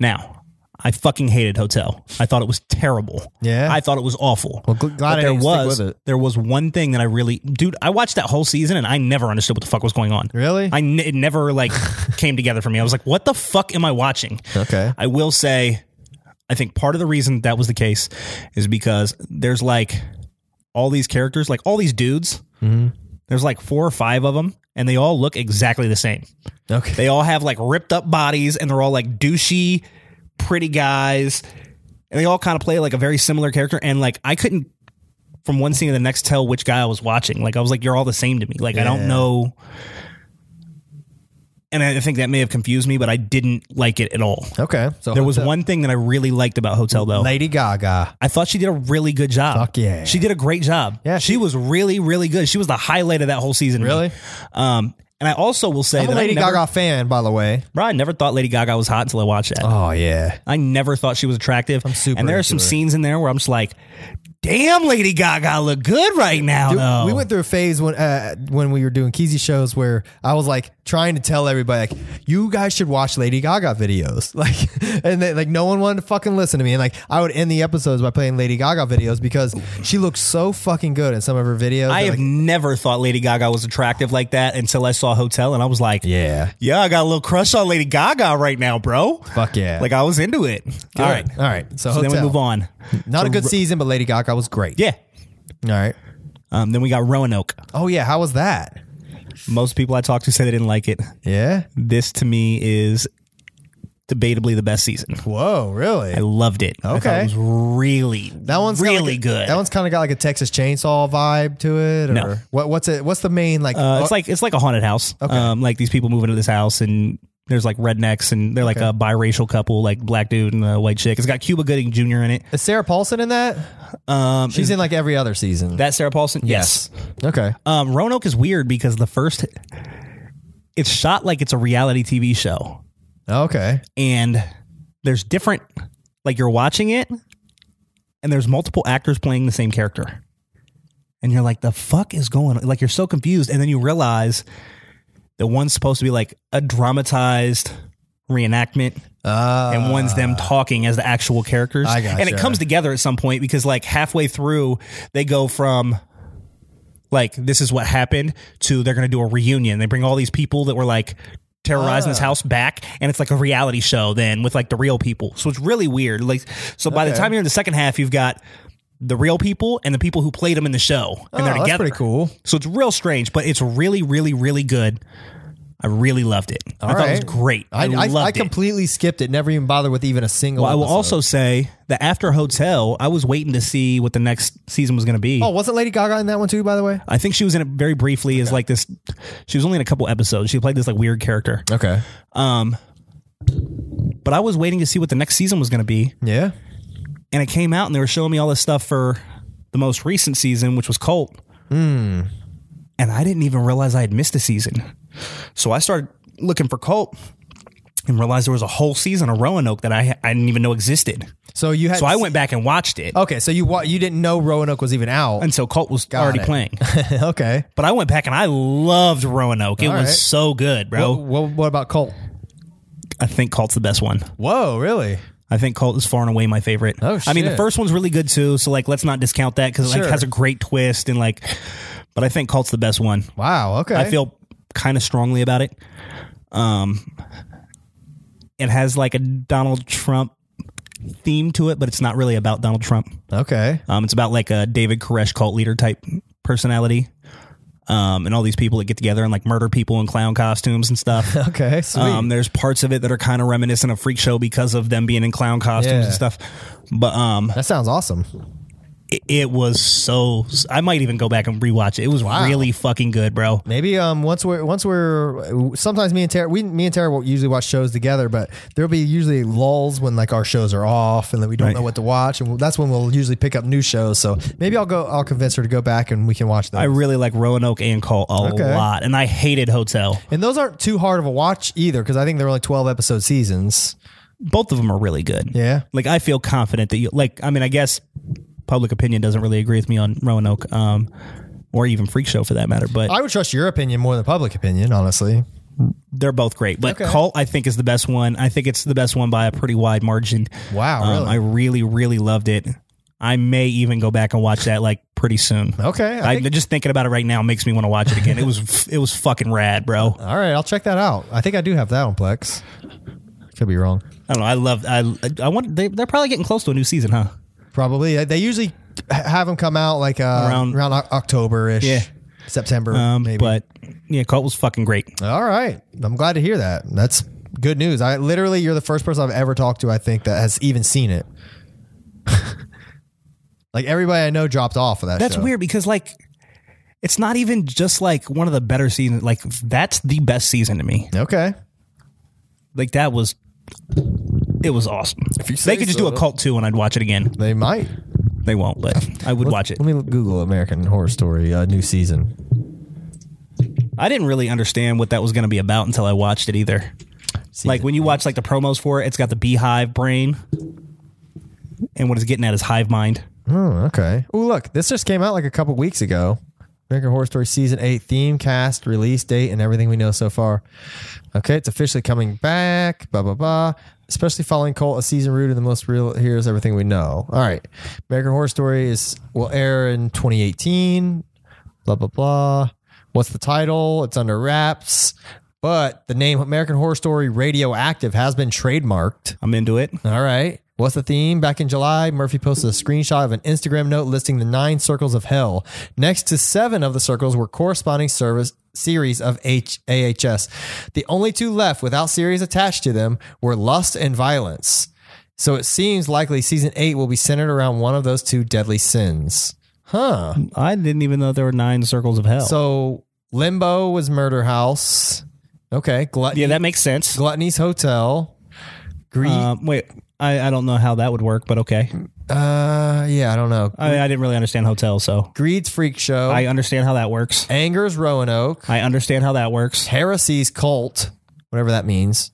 Now, I fucking hated Hotel. I thought it was terrible.
Yeah?
I thought it was awful.
Well, gl- glad
But
I
there
didn't stick
was
with it.
there was one thing that I really, dude. I watched that whole season and I never understood what the fuck was going on.
Really?
I n- it never like came together for me. I was like, what the fuck am I watching?
Okay.
I will say, I think part of the reason that was the case is because there's like all these characters, like all these dudes. There's like four or five of them, and they all look exactly the same.
okay.
They all have like ripped up bodies, and they're all like douchey, pretty guys, and they all kind of play like a very similar character. And like I couldn't from one scene to the next tell which guy I was watching. Like I was like, you're all the same to me. Like I don't
Yeah.
know. And I think that may have confused me, but I didn't like it at all.
okay. So
There was
Hotel-
one thing that I really liked about Hotel though.
Lady Gaga.
I thought she did a really good job.
Fuck yeah.
She did a great job.
Yeah,
She,
she-
was really, really good. She was the highlight of that whole season. to me.
Really?
Um, and I also will say
I'm a
that
Lady
I never,
Gaga fan, by the way.
Bro, I never thought Lady Gaga was hot until I watched that.
Oh yeah.
I never thought she was attractive. I'm
super
And there are
into
some
her.
scenes in there where I'm just like, Damn, Lady Gaga look good right now.
Dude,
though.
We went through a phase when uh, when we were doing Keezy shows where I was like trying to tell everybody like you guys should watch Lady Gaga videos like and they, like no one wanted to fucking listen to me and like I would end the episodes by playing Lady Gaga videos because she looks so fucking good in some of her videos.
I
They're like,
have never thought Lady Gaga was attractive like that until I saw Hotel, and I was like,
yeah,
yeah, I got a little crush on Lady Gaga right now, bro.
fuck yeah.
Like I was into it. All right,
all right. So,
so then we
Hotel.
move on.
Not a good season, but Lady Gaga was great.
Yeah.
All right.
Um, then we got Roanoke.
Oh yeah, how was that?
Most people I talked to said they didn't like it.
Yeah.
This to me is debatably the best season.
Whoa, really?
I loved it. I thought
Okay.
it was really
That one's kinda
really
like a-
good.
That one's kind of got like a Texas Chainsaw vibe to it. Or
No.
what, what's it? What's the main like?
Uh, it's like it's like a haunted house. Um, like these people move into this house and there's like rednecks and they're like a biracial couple, like black dude and a white chick. It's got Cuba Gooding Jr. in it.
Is Sarah Paulson in that?
Um,
She's in like every other season.
that Sarah Paulson. Yes.
okay.
Um, Roanoke is weird because the first, it's shot like it's a reality TV show.
Okay.
and there's different like you're watching it and there's multiple actors playing the same character and you're like the fuck is going on like you're so confused and then you realize the one's supposed to be like a dramatized reenactment
Uh,
and one's them talking as the actual characters
Ah. I gotcha.
and it comes together at some point because like halfway through they go from like this is what happened to they're going to do a reunion they bring all these people that were like terrorizing
Ah.
this house back and it's like a reality show then with like the real people so it's really weird like so by the
Okay.
time you're in the second half you've got the real people and the people who played them in the show and
Oh,
they're
that's
together
pretty cool.
so it's real strange but it's really really really good i really loved it i thought it was
right.
great i,
I, I,
loved
I
it
completely skipped it. Never even bothered with even a single.
well, I will
episode.
also say that after Hotel, I was waiting to see what the next season was going to be.
Oh, wasn't Lady Gaga in that one too? By the way.
I think she was in it very briefly as like this. She was only in a couple episodes. She played this like weird character.
Okay.
But I was waiting to see what the next season was going to be,
Yeah.
and it came out, and they were showing me all this stuff for the most recent season, which was Colt.
Hmm.
And I didn't even realize I had missed a season, so I started looking for Colt and realized there was a whole season of Roanoke that I I didn't even know existed.
So you had.
So I went back and watched it
Okay, so you wa- you didn't know Roanoke was even out.
until Colt was already
it.
playing.
okay.
But I went back and I loved Roanoke. It
All
was
right.
so good, bro.
What, what, what about Colt?
I think Colt's the best one.
Whoa, really?
I think Colt is far and away my favorite.
Oh,
I mean, the
shit.
first one's really good too. So like, let's not discount that because it like
Sure.
has a great twist and like. But I think Colt's the best one.
Wow. Okay.
I feel kind of strongly about it. Um, it has like a Donald Trump theme to it, but it's not really about Donald Trump.
okay.
Um, it's about like a David Koresh cult leader type personality. Um, and all these people that get together and like murder people in clown costumes and stuff.
Okay. Sweet.
Um, there's parts of it that are kind of reminiscent of Freak Show because of them being in clown costumes
Yeah.
and stuff. But um,
that sounds awesome.
it, it was so. I might even go back and rewatch it. It was really fucking good, bro.
Maybe um once we're once we're sometimes me and Tara we me and Tara will usually watch shows together, but there'll be usually lulls when like our shows are off and that we don't
Right.
know what to watch, and that's when we'll usually pick up new shows. So maybe I'll go. I'll convince her to go back and we can watch those.
I really like Roanoke and Cole a
Okay.
lot, and I hated Hotel.
and those aren't too hard of a watch either because I think they're only twelve episode seasons.
Both of them are really good.
Yeah.
like I feel confident that you like. I mean, I guess public opinion doesn't really agree with me on Roanoke, um, or even Freak Show for that matter. But
I would trust your opinion more than public opinion, honestly.
they're both great. But
Okay.
Cult, I think, is the best one. I think it's the best one by a pretty wide margin.
Wow,
Um,
really?
I really, really loved it. I may even go back and watch that like pretty soon.
Okay, I
I
think-
just thinking about it right now makes me want to watch it again. it was it was fucking rad, bro.
All right, I'll check that out. I think I do have that on Plex. Could be wrong.
I don't know. I love. I I want. They, they're probably getting close to a new season, huh?
Probably Uh, they- they usually have them come out like uh,
Around-
around around October ish.
Yeah.
September,
Um,
maybe.
but yeah, Cult was fucking great.
All right. I'm glad to hear that. That's good news. I literally you're the first person I've ever talked to I think that has even seen it. like everybody I know dropped off of that
That's
show.
weird because like. It's not even just like one of the better seasons. Like that's the best season to me.
Okay.
Like that was, it was awesome. If
you
they
say
could just
so.
do a cult too, and I'd watch it again.
They might.
They won't, but I would watch it.
Let me Google American Horror Story uh, new season.
I didn't really understand what that was going to be about until I watched it either. Like when you watch like the promos for it, it's got the beehive brain, and what it's getting at is hive mind.
Oh, okay. Oh, look, this just came out like a couple weeks ago. American Horror Story season eight theme, cast, release date, and everything we know so far. Okay, it's officially coming back. Blah blah blah. Especially following Colt, a season root, and the most real. Here's everything we know. All right, American Horror Story is will air in 2018. Blah blah blah. What's the title? It's under wraps. But the name American Horror Story Radioactive has been trademarked.
I'm into it.
All right. What's the theme? Back in July, Murphy posted a screenshot of an Instagram note listing the nine circles of hell. Next to seven of the circles were corresponding service series of H- AHS. The only two left without series attached to them were lust and violence. So it seems likely season eight will be centered around one of those two deadly sins. Huh.
I didn't even know there were nine circles of hell.
So Limbo was Murder House. Okay. Gluttony,
yeah, that makes sense.
Gluttony's Hotel. Greed.
Um, wait, I, I don't know how that would work, but okay.
uh, yeah, I don't know.
I, I didn't really understand hotel, so
Greed's Freak Show,
I understand how that works.
Anger's Roanoke,
I understand how that works.
Heresy's Cult, whatever that means,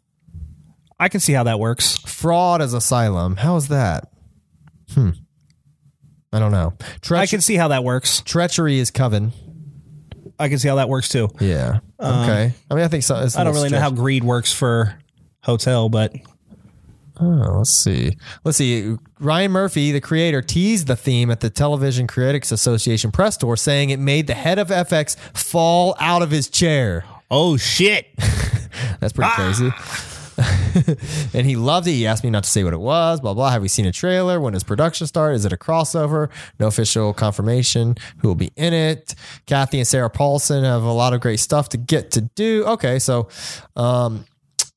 I can see how that works.
Fraud as Asylum. How is that? Hmm. I don't know. Treach-
I can see how that works.
Treachery is Coven.
I can see how that works too.
Yeah. okay. I mean, I think so. It's a
Um, I don't
little
really know how
stretch.
greed works for hotel, but
Oh, let's see. Let's see. Ryan Murphy, the creator, teased the theme at the Television Critics Association press tour, saying it made the head of FX fall out of his chair.
oh shit.
That's
Ah!
pretty crazy. and he loved it. He asked me not to say what it was, blah, blah. Have we seen a trailer? When does production start? Is it a crossover? No official confirmation who will be in it. Kathy and Sarah Paulson have a lot of great stuff to get to do. Okay, so um,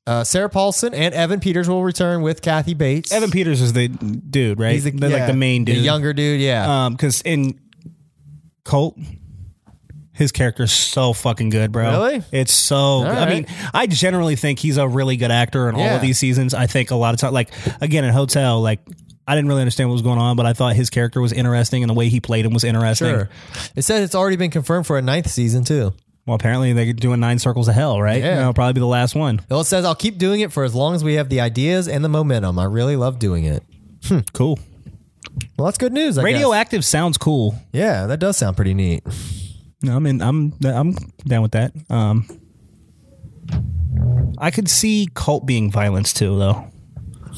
uh, Sarah Paulson and Evan Peters will return with Kathy Bates.
Evan Peters is the dude, right? He's
yeah,
like the main dude.
The younger dude, yeah.
Um, because in Colt, his character's so fucking good, bro.
Really?
It's so. good. I mean, I generally think he's a really good actor in all
Yeah.
of these seasons. I think a lot of time, like again in Hotel, like I didn't really understand what was going on, but I thought his character was interesting and the way he played him was interesting.
sure. It says it's already been confirmed for a ninth season, too.
Well, apparently they're doing Nine Circles of Hell, right?
Yeah.
And That'll probably be the last one.
Well, it says I'll keep doing it for as long as we have the ideas and the momentum. I really love doing it.
Cool.
Well, that's good news. I guess.
Radioactive sounds cool.
Yeah, that does sound pretty neat.
No, I mean I'm I'm down with that. Um, I could see cult being violence too, though.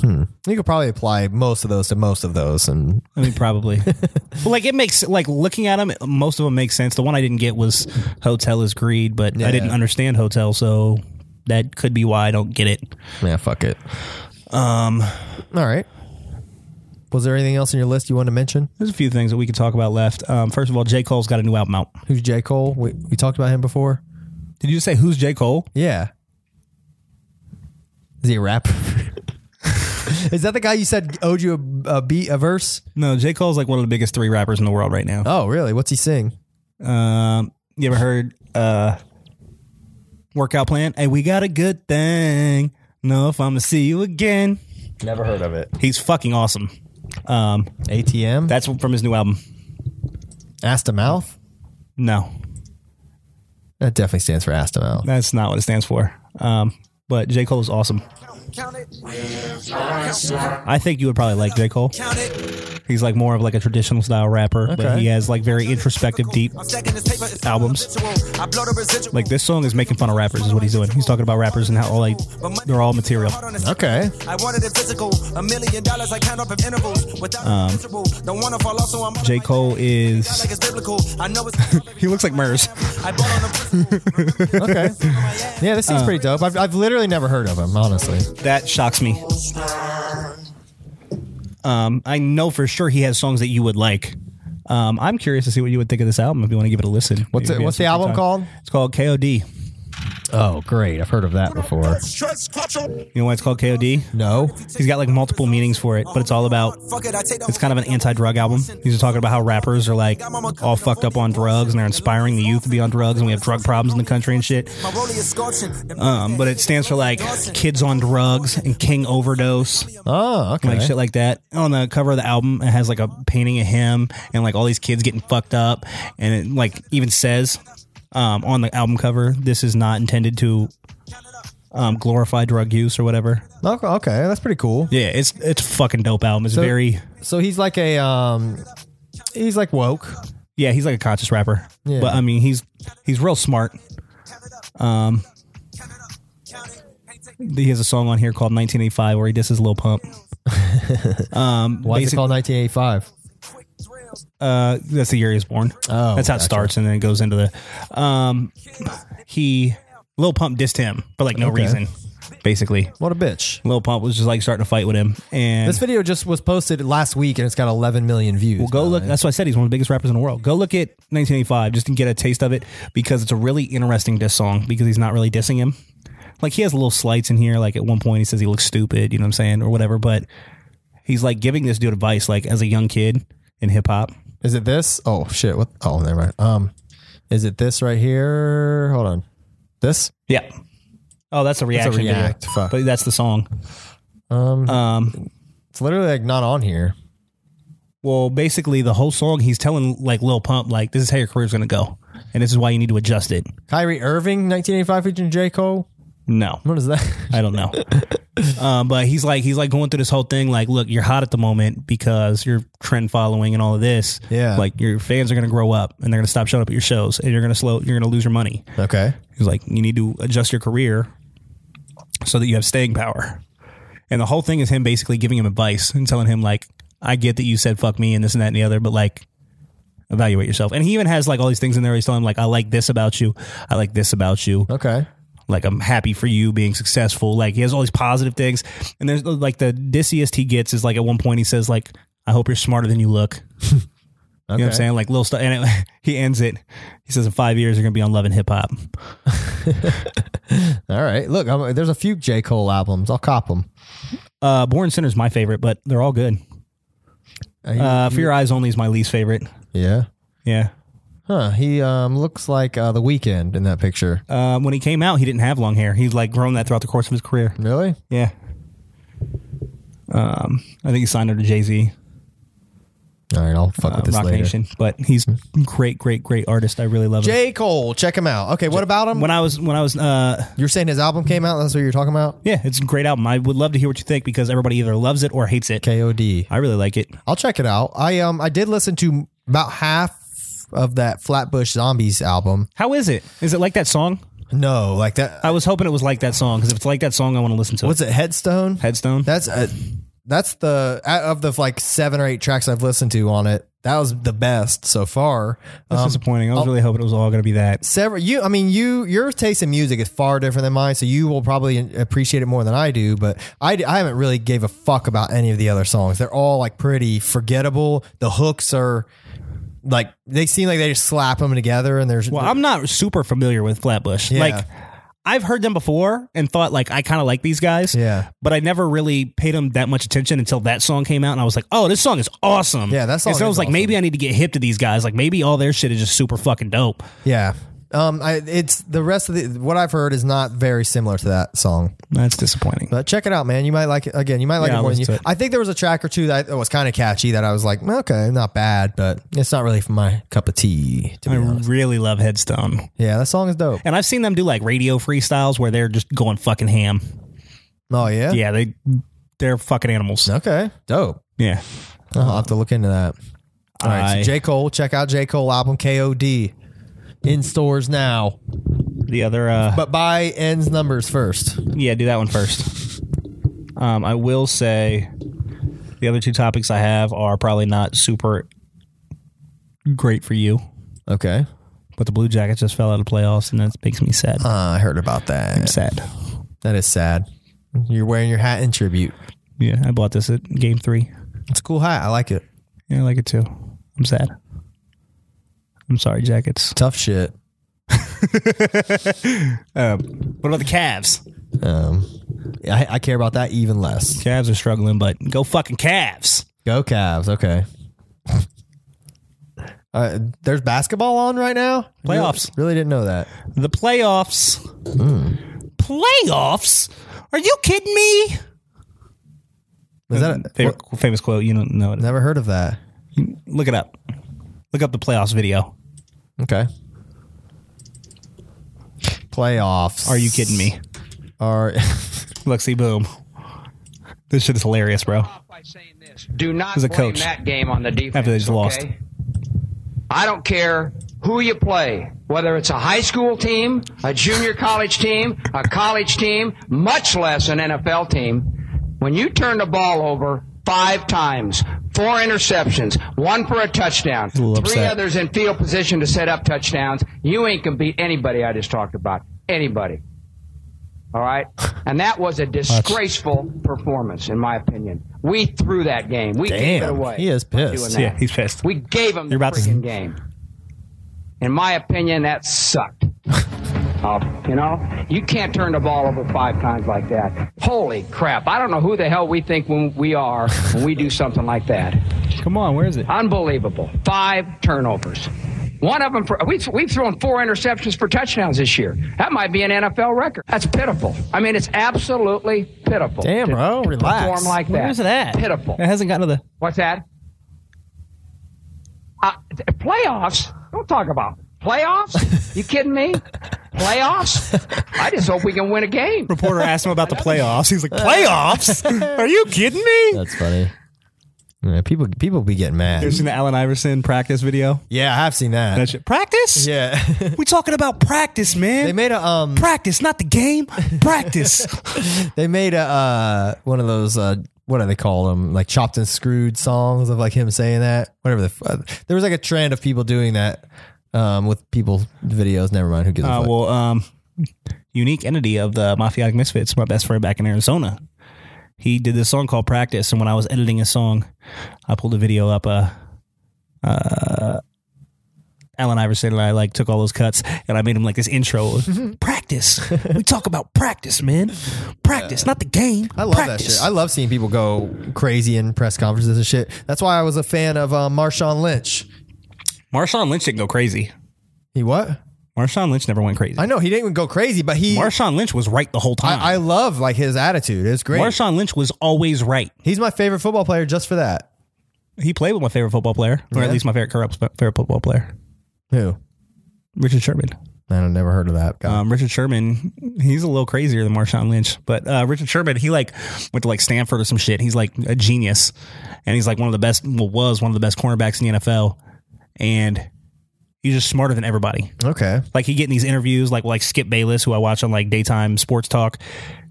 You could probably apply most of those to most of those, and
I mean, probably. but like, it makes like looking at them, most of them make sense. The one I didn't get was hotel is greed, but I didn't understand hotel, so that could be why I don't get it.
yeah, fuck it. Um, all right. Was there anything else on your list you want to mention?
There's a few things that we could talk about left. Um, first of all, J Cole's got a new album out.
Who's J Cole? We we talked about him before.
Did you say who's J Cole?
Yeah. Is he a rapper? Is that the guy you said owed you a, a beat, a verse?
No, J Cole's like one of the biggest three rappers in the world right now.
Oh, really? What's he sing?
Um, you ever heard uh, workout plan? Hey, we got a good thing. No, if I'm to see you again,
Never heard of it.
he's fucking awesome. Um,
ATM.
that's from his new album.
Ass to mouth.
No,
That definitely stands for ass to mouth.
That's not what it stands for. Um, but J. Cole is awesome. I think you would probably like J. Cole. He's like more of like a traditional style rapper, but
Okay.
he has like very introspective, deep. albums.
albums.
Like this song is making fun of rappers is what he's doing. He's talking about rappers and how all like they're all material.
Okay.
I wanted a physical, a million dollars I count up in intervals. Without um, don't wanna fall off, so I'm
J. Cole is
like it's biblical. I know it's
he looks like Murs.
I bought on the principle.
Okay. Yeah, this seems pretty dope. I've, I've literally never heard of him, honestly.
That shocks me. Um, I know for sure he has songs that you would like. Um, I'm curious to see what you would think of this album if you want to give it a listen.
What's
Maybe
it- what's
it's
the album
time.
called?
It's called KOD.
Oh, great. I've heard of that before.
You know why it's called KOD?
No.
He's got like multiple meanings for it, but it's all about.
Fuck it, I take the
It's kind of an anti-drug album. He's just talking about how rappers are like all fucked up on drugs and they're inspiring the youth to be on drugs and we have drug problems in the country and shit.
my rollie is scorching.
Um, but it stands for like kids on drugs and king overdose,
Oh, okay.
like shit like that. On the cover of the album, it has like a painting of him and like all these kids getting fucked up, and it like even says um, on the album cover, this is not intended to um, glorify drug use or whatever.
Okay, okay, that's pretty cool.
Yeah, it's it's a fucking dope album. It's
So-
very
So he's like a um, he's like woke.
yeah. He's like a conscious rapper,
Yeah.
but I mean he's he's real smart. Um, he has a song on here called 1985 where he disses Lil Pump.
Why is it
Basic-
called 1985?
Uh, that's the year he was born.
Oh,
that's how
gotcha.
it starts, and then it goes into the. Um, he Lil Pump dissed him for like no
Okay.
reason, basically.
What a bitch.
Lil Pump was just like starting to fight with him, and
This video just was posted last week and it's got 11 million views.
Well, go
by the
look.
way.
That's why I said he's one of the biggest rappers in the world. Go look at 1985 just to get a taste of it because it's a really interesting diss song because he's not really dissing him. Like he has little slights in here. Like at one point he says he looks stupid, you know what I'm saying, or whatever. But he's like giving this dude advice, like as a young kid in hip hop.
Is it this? Oh shit! What? Oh, never mind. Um, is it this right here? Hold on. This?
Yeah. Oh, that's a reaction. video.
react, fuck.
But that's the song.
Um,
Um.
it's literally like not on here.
Well, basically the whole song he's telling like Lil Pump, like this is how your career's gonna go, and this is why you need to adjust it.
Kyrie Irving, 1985, featuring J Cole.
No.
What is that?
I don't know. um, but he's like he's like going through this whole thing. Like, look, you're hot at the moment because you're trend following and all of this.
Yeah.
like your fans are gonna grow up and they're gonna stop showing up at your shows and you're gonna slow. You're gonna lose your money.
okay.
He's like, you need to adjust your career so that you have staying power. And the whole thing is him basically giving him advice and telling him like, I get that you said fuck me and this and that and the other, but like. Evaluate yourself, and he even has like all these things in there. He's telling him like, "I like this about you. I like this about you
Okay.
like I'm happy for you being successful. Like he has all these positive things, and there's like the dissiest he gets is like at one point he says like I hope you're smarter than you look. You know what I'm saying? Like little stuff, and it, he ends it. He says in five years you're gonna be on Love and Hip Hop.
All right. Look, I'm, there's a few J Cole albums. I'll cop them.
Uh, Born Sinner's my favorite, but they're all good. Uh,
Mm-hmm.
for Your Eyes Only is my least favorite.
yeah.
Yeah.
Huh. He um looks like uh, the weekend in that picture.
Uh, when he came out, he didn't have long hair. He's like grown that throughout the course of his career.
Really?
Yeah. Um, I think he signed under to Jay Z.
All right. I'll fuck
Uh,
with this
Rock
later.
Nation, but he's great, great, great artist. I really love him.
J Cole, check him out. Okay. What about him?
when I was when I was uh
You're saying his album came out. That's what you're talking about.
yeah, it's a great album. I would love to hear what you think because everybody either loves it or hates it.
K.O.D.
I really like it.
I'll check it out. I um I did listen to about half of that Flatbush Zombies album.
How is it? Is it like that song?
No, like that.
I was hoping it was like that song because if it's like that song, I want to listen to
What's
it.
it? Headstone.
Headstone.
That's uh that's the out of the like seven or eight tracks I've listened to on it. That was the best so far. Uh,
That's disappointing.
Oh.
I was really hoping it was all going to be that.
Several you, I mean you, your taste in music is far different than mine, so you will probably appreciate it more than I do. But I, I haven't really gave a fuck about any of the other songs. They're all like pretty forgettable. The hooks are like they seem like they just slap them together, and there's
Well, I'm not super familiar with Flatbush.
Yeah.
Like I've heard them before and thought like I kind of like these guys.
Yeah.
But I never really paid them that much attention until that song came out and I was like, "Oh, this song is awesome."
Yeah, that song
And so I
is
was like,
awesome.
maybe I need to get hip to these guys. Like maybe all their shit is just super fucking dope.
Yeah. Um, I, it's the rest of the what I've heard is not very similar to that song,
That's disappointing.
but check it out, man. You might like it again. You might like
Yeah,
it
I'll
more than you.
listen to it.
I think there was a track or two that, that was kind of catchy that I was like, okay, not bad, but it's not really my cup of tea. To be
I
honest.
really love Headstone.
Yeah, that song is dope.
And I've seen them do like radio freestyles where they're just going fucking ham.
Oh yeah,
Yeah, they they're fucking animals.
Okay, dope. Uh-huh,
Yeah.
I'll have to look into that. All right,
I-
so J Cole, check out J Cole album K.O.D. in stores now,
The other uh
but buy ends numbers first.
yeah, do that one first. Um I will say the other two topics I have are probably not super great for you,
Okay,
but the Blue Jackets just fell out of the playoffs and that makes me sad.
uh, I heard about that.
sad.
That is sad. You're wearing your hat in tribute.
Yeah, I bought this at game 3.
It's a cool hat. I like it.
Yeah, I like it too. I'm sad. I'm sorry, Jackets.
Tough shit.
What about the Cavs?
Um, I, I care about that even less.
Cavs are struggling, but go fucking Cavs.
Go Cavs. Okay. Uh, there's basketball on right now.
Playoffs.
Really, really didn't know that.
The playoffs. Hmm. Playoffs? Are you kidding me?
Is that a,
Favorite, famous quote? You don't know it.
never heard of that?
Look it up. Look up the playoffs video.
Okay. Playoffs.
Are you kidding me?
are
Lexi Boom. This shit is hilarious, bro.
off by saying this. Do not
As a
blame
coach.
that game on the defense.
After they just
okay?
lost.
I don't care who you play, whether it's a high school team, a junior college team, a college team, much less an NFL team. When you turn the ball over five times, four interceptions, one for a touchdown,
a
three
little upset.
others in field position to set up touchdowns, you ain't gonna beat anybody I just talked about. Anybody. All right? And that was a disgraceful performance, in my opinion. We threw that game. We gave it
Damn,
away.
he is
by
pissed.
doing that.
Yeah, he's pissed.
we gave him the
You're about to-
freaking game. In my opinion, that sucked. Uh, you know, you can't turn the ball over five times like that. Holy crap. I don't know who the hell we think when we are when we do something like that.
Come on, where is it?
Unbelievable. Five turnovers. One of them, for, we've, we've thrown four interceptions for touchdowns this year. That might be an NFL record. That's pitiful. I mean, it's absolutely pitiful.
Damn,
to
bro, relax.
Perform like that.
Where's that?
Pitiful.
It hasn't gotten to the.
What's that? Uh, th- playoffs? Don't talk about playoffs. You kidding me? Playoffs? I just hope we can win a game.
Reporter asked him about the playoffs. He's like, playoffs? Are you kidding me?
That's funny. Yeah, people people be getting mad.
You seen the Allen Iverson practice video?
Yeah, I have seen that.
That shit. Practice?
yeah,
We talking about practice, man.
they made a um,
practice, not the game. Practice.
they made a uh, one of those uh, what do they call them? Like chopped and screwed songs of like him saying that. Whatever the f- uh, there was like a trend of people doing that um, with people videos. Never mind. Who gives a
uh,
fuck?
well, um, unique entity of the Mafiotic Misfits, my best friend back in Arizona. He did this song called Practice, and when I was editing a song, I pulled a video up. Uh, uh, Alan Iverson and I like took all those cuts, and I made him like this intro. practice. We talk about practice, man. Practice, not the game.
I love
practice.
that shit. I love seeing people go crazy in press conferences and shit. That's why I was a fan of um, Marshawn Lynch.
Marshawn Lynch didn't go crazy.
He what?
Marshawn Lynch never went crazy.
I know he didn't even go crazy, but he.
Marshawn Lynch was right the whole time.
I, I love like his attitude. It's great.
Marshawn Lynch was always right.
He's my favorite football player just for that.
He played with my favorite football player, or at
Yeah.
least my favorite corrupt favorite football player,
Who?
Richard Sherman.
I don't never heard of that guy.
Um, Richard Sherman, he's a little crazier than Marshawn Lynch, but uh, Richard Sherman, he like went to like Stanford or some shit. He's like a genius, and he's like one of the best, well, was one of the best cornerbacks in the NFL, and he's just smarter than everybody.
okay.
Like he getting these interviews, like like Skip Bayless, who I watch on like daytime sports talk,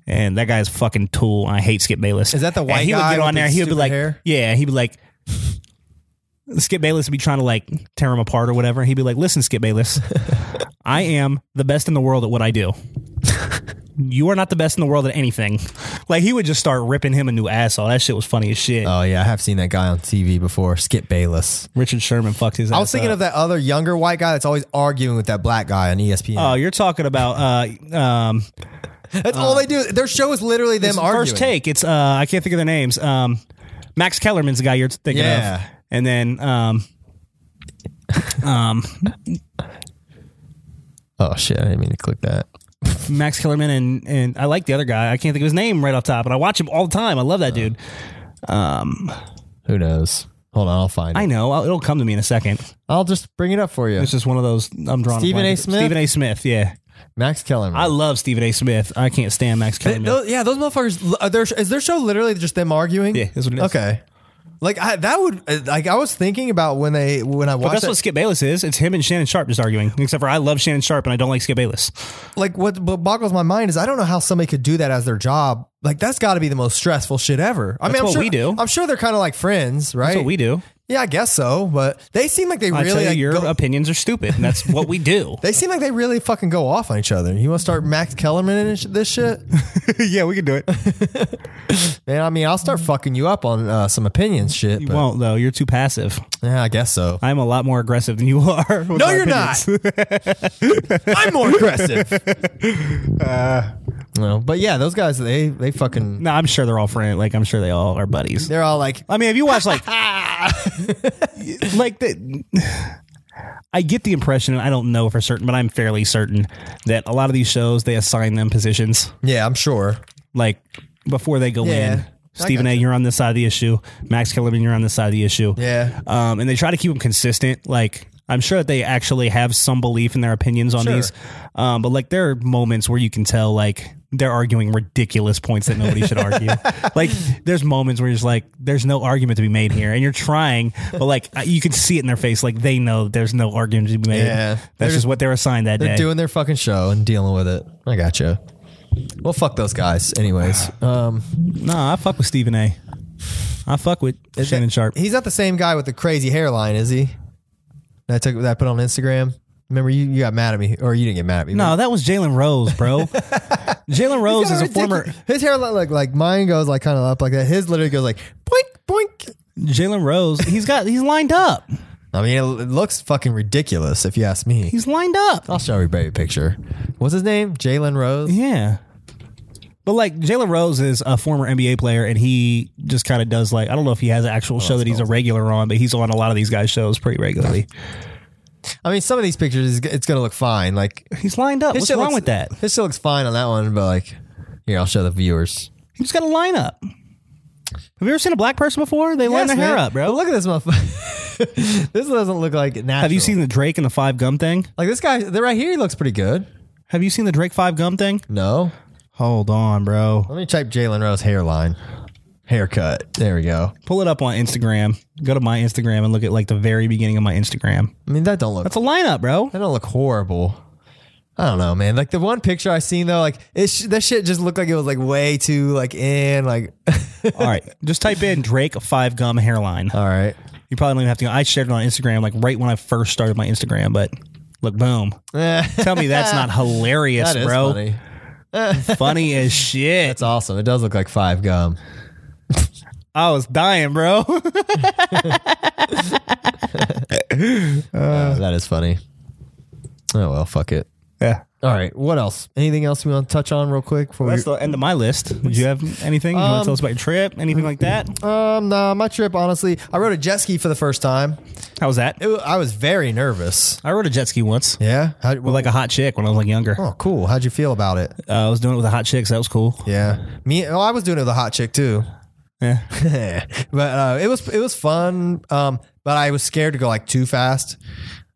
and that guy's fucking tool. I hate Skip Bayless.
Is that the
And
white
he
guy
would get
with
on there.
the
He would be
stupid
like,
hair?
yeah, he'd be like, Skip Bayless would be trying to like tear him apart or whatever. He'd be like, listen, Skip Bayless, I am the best in the world at what I do. You are not the best in the world at anything. Like he would just start ripping him a new asshole. That shit was funny as shit.
Oh yeah, I have seen that guy on TV before. Skip Bayless.
Richard Sherman fucked his.
I was thinking of that other younger white guy that's always arguing with that black guy on E ESPN.
Oh, you're talking about uh, um,
that's all they do. Their show is literally them
It's
arguing.
First take. It's uh, I can't think of their names. Um, Max Kellerman's the guy you're thinking
Yeah.
of, and then um, um,
Oh shit, I didn't mean to click that.
Max Kellerman and and I like the other guy. I can't think of his name right off top, but I watch him all the time. I love that dude. Um,
Who knows? Hold on, I'll find
I
it.
know I'll, it'll come to me in a second.
I'll just bring it up for you.
It's just one of those I'm drawing. a
Stephen
blank.
A. Smith?
Stephen A. Smith. Yeah,
Max Kellerman.
I love Stephen A. Smith. I can't stand Max Kellerman.
Those- yeah, those motherfuckers. Are their, is their show literally just them arguing?
Yeah, that's what it is.
Okay. Like I, that would uh, like I was thinking about when they when I
but
watched
that's
that,
what Skip Bayless is. It's him and Shannon Sharp just arguing. Except for I love Shannon Sharp and I don't like Skip Bayless.
like what what boggles my mind is I don't know how somebody could do that as their job. Like that's got to be the most stressful shit ever. I mean, I'm
what
sure,
we do.
I'm sure they're kind of like friends, right?
That's what we do.
Yeah, I guess so. But they seem like they
I
really
tell you,
like,
your
go-
opinions are stupid, and that's what we do.
they seem like they really fucking go off on each other. You want to start Max Kellerman and sh- this shit?
yeah, we can do it.
Man, I mean, I'll start fucking you up on uh, some opinions shit.
You
but,
won't though. You're too passive.
Yeah, I guess so.
I'm a lot more aggressive than you are.
No, you're not. I'm more aggressive.
Uh,
no, but yeah, those guys, they they fucking,
No, I'm sure they're all friends. Like I'm sure they all are buddies.
they're all like,
I mean, if you watch like, like the, I get the impression, and I don't know for certain, but I'm fairly certain that a lot of these shows they assign them positions
yeah, I'm sure.
like before they go
Yeah.
in.
I
Stephen A,
gotcha.
you're on this side of the issue. Max Kellerman, you're on this side of the issue.
Yeah.
Um, and they try to keep them consistent. Like, I'm sure that they actually have some belief in their opinions on
Sure.
these. Um, but like, there are moments where you can tell, like, they're arguing ridiculous points that nobody should argue. like there's moments where you're just like, there's no argument to be made here, and you're trying, but like you can see it in their face, like they know there's no argument to be made.
Yeah.
that's
They're-
just what they're assigned that
They're
day.
doing their fucking show and dealing with it. I gotcha. Well, fuck those guys. Anyways,
Ah.
um,
nah, I fuck with Stephen A. I fuck with Shannon Sharp.
he's not the same guy with the crazy hairline, is he? That I took that I put on Instagram. Remember, you, you got mad at me, or you didn't get mad at me.
no, that was Jalen Rose, bro. Jalen Rose is a former
His hairline, like like mine, goes like kind of up like that. His literally goes like boink boink.
Jalen Rose. He's got he's lined up.
I mean, it, it looks fucking ridiculous if you ask me.
He's lined up.
I'll show everybody a picture. What's his name? Jalen Rose.
Yeah. But like Jalen Rose is a former NBA player, and he just kind of does like I don't know if he has an
Oh,
actual show that he's a regular on, but he's on a lot of these guys' shows pretty regularly.
I mean, some of these pictures, is- it's gonna look fine. Like
He's lined up.
his
What's
shit
wrong
looks-
with that?
His shit looks fine on that one, but like, here I'll show the viewers.
He's got a lineup. Have you ever seen a black person before? They line
Yes,
their hair
man.
up, bro.
But look at this motherfucker. this doesn't look like natural.
Have you seen the Drake and the Five Gum thing?
like this guy? The right here, he looks pretty good.
Have you seen the Drake Five Gum thing?
No,
Hold on, bro.
let me type Jalen Rose hairline, haircut. There we go.
Pull it up on Instagram. Go to my Instagram and look at like the very beginning of my Instagram.
I mean, that don't look
That's a lineup, bro.
that don't look horrible. I don't know, man. Like the one picture I seen though, like it sh- that shit just looked like it was like way too like in like.
All right, just type in Drake Five Gum hairline.
All right,
You probably don't even have to. I shared it on Instagram like right when I first started my Instagram, but look, boom.
Eh,
Tell me that's not hilarious,
that is
bro. Funny.
funny.
as shit.
It's awesome. It does look like five gum.
I was dying, bro.
Uh, that is funny. Oh well, fuck it.
yeah.
All right, what else? Anything else we want to touch on real quick? Before we,
That's the end of my list. Did you have anything? you want to tell us about your trip? Anything like that?
Um, nah, my trip, honestly, I rode a jet ski for the first time.
How was that?
It, wa- I was very nervous.
I rode a jet ski once
Yeah. How,
with like a hot chick when I was like younger.
oh, cool. How'd you feel about it?
Uh, I was doing it with a hot chick, so that was cool.
Yeah. Me. Oh, I was doing it with a hot chick too.
Yeah.
but uh, it was it was fun. Um, but I was scared to go like too fast.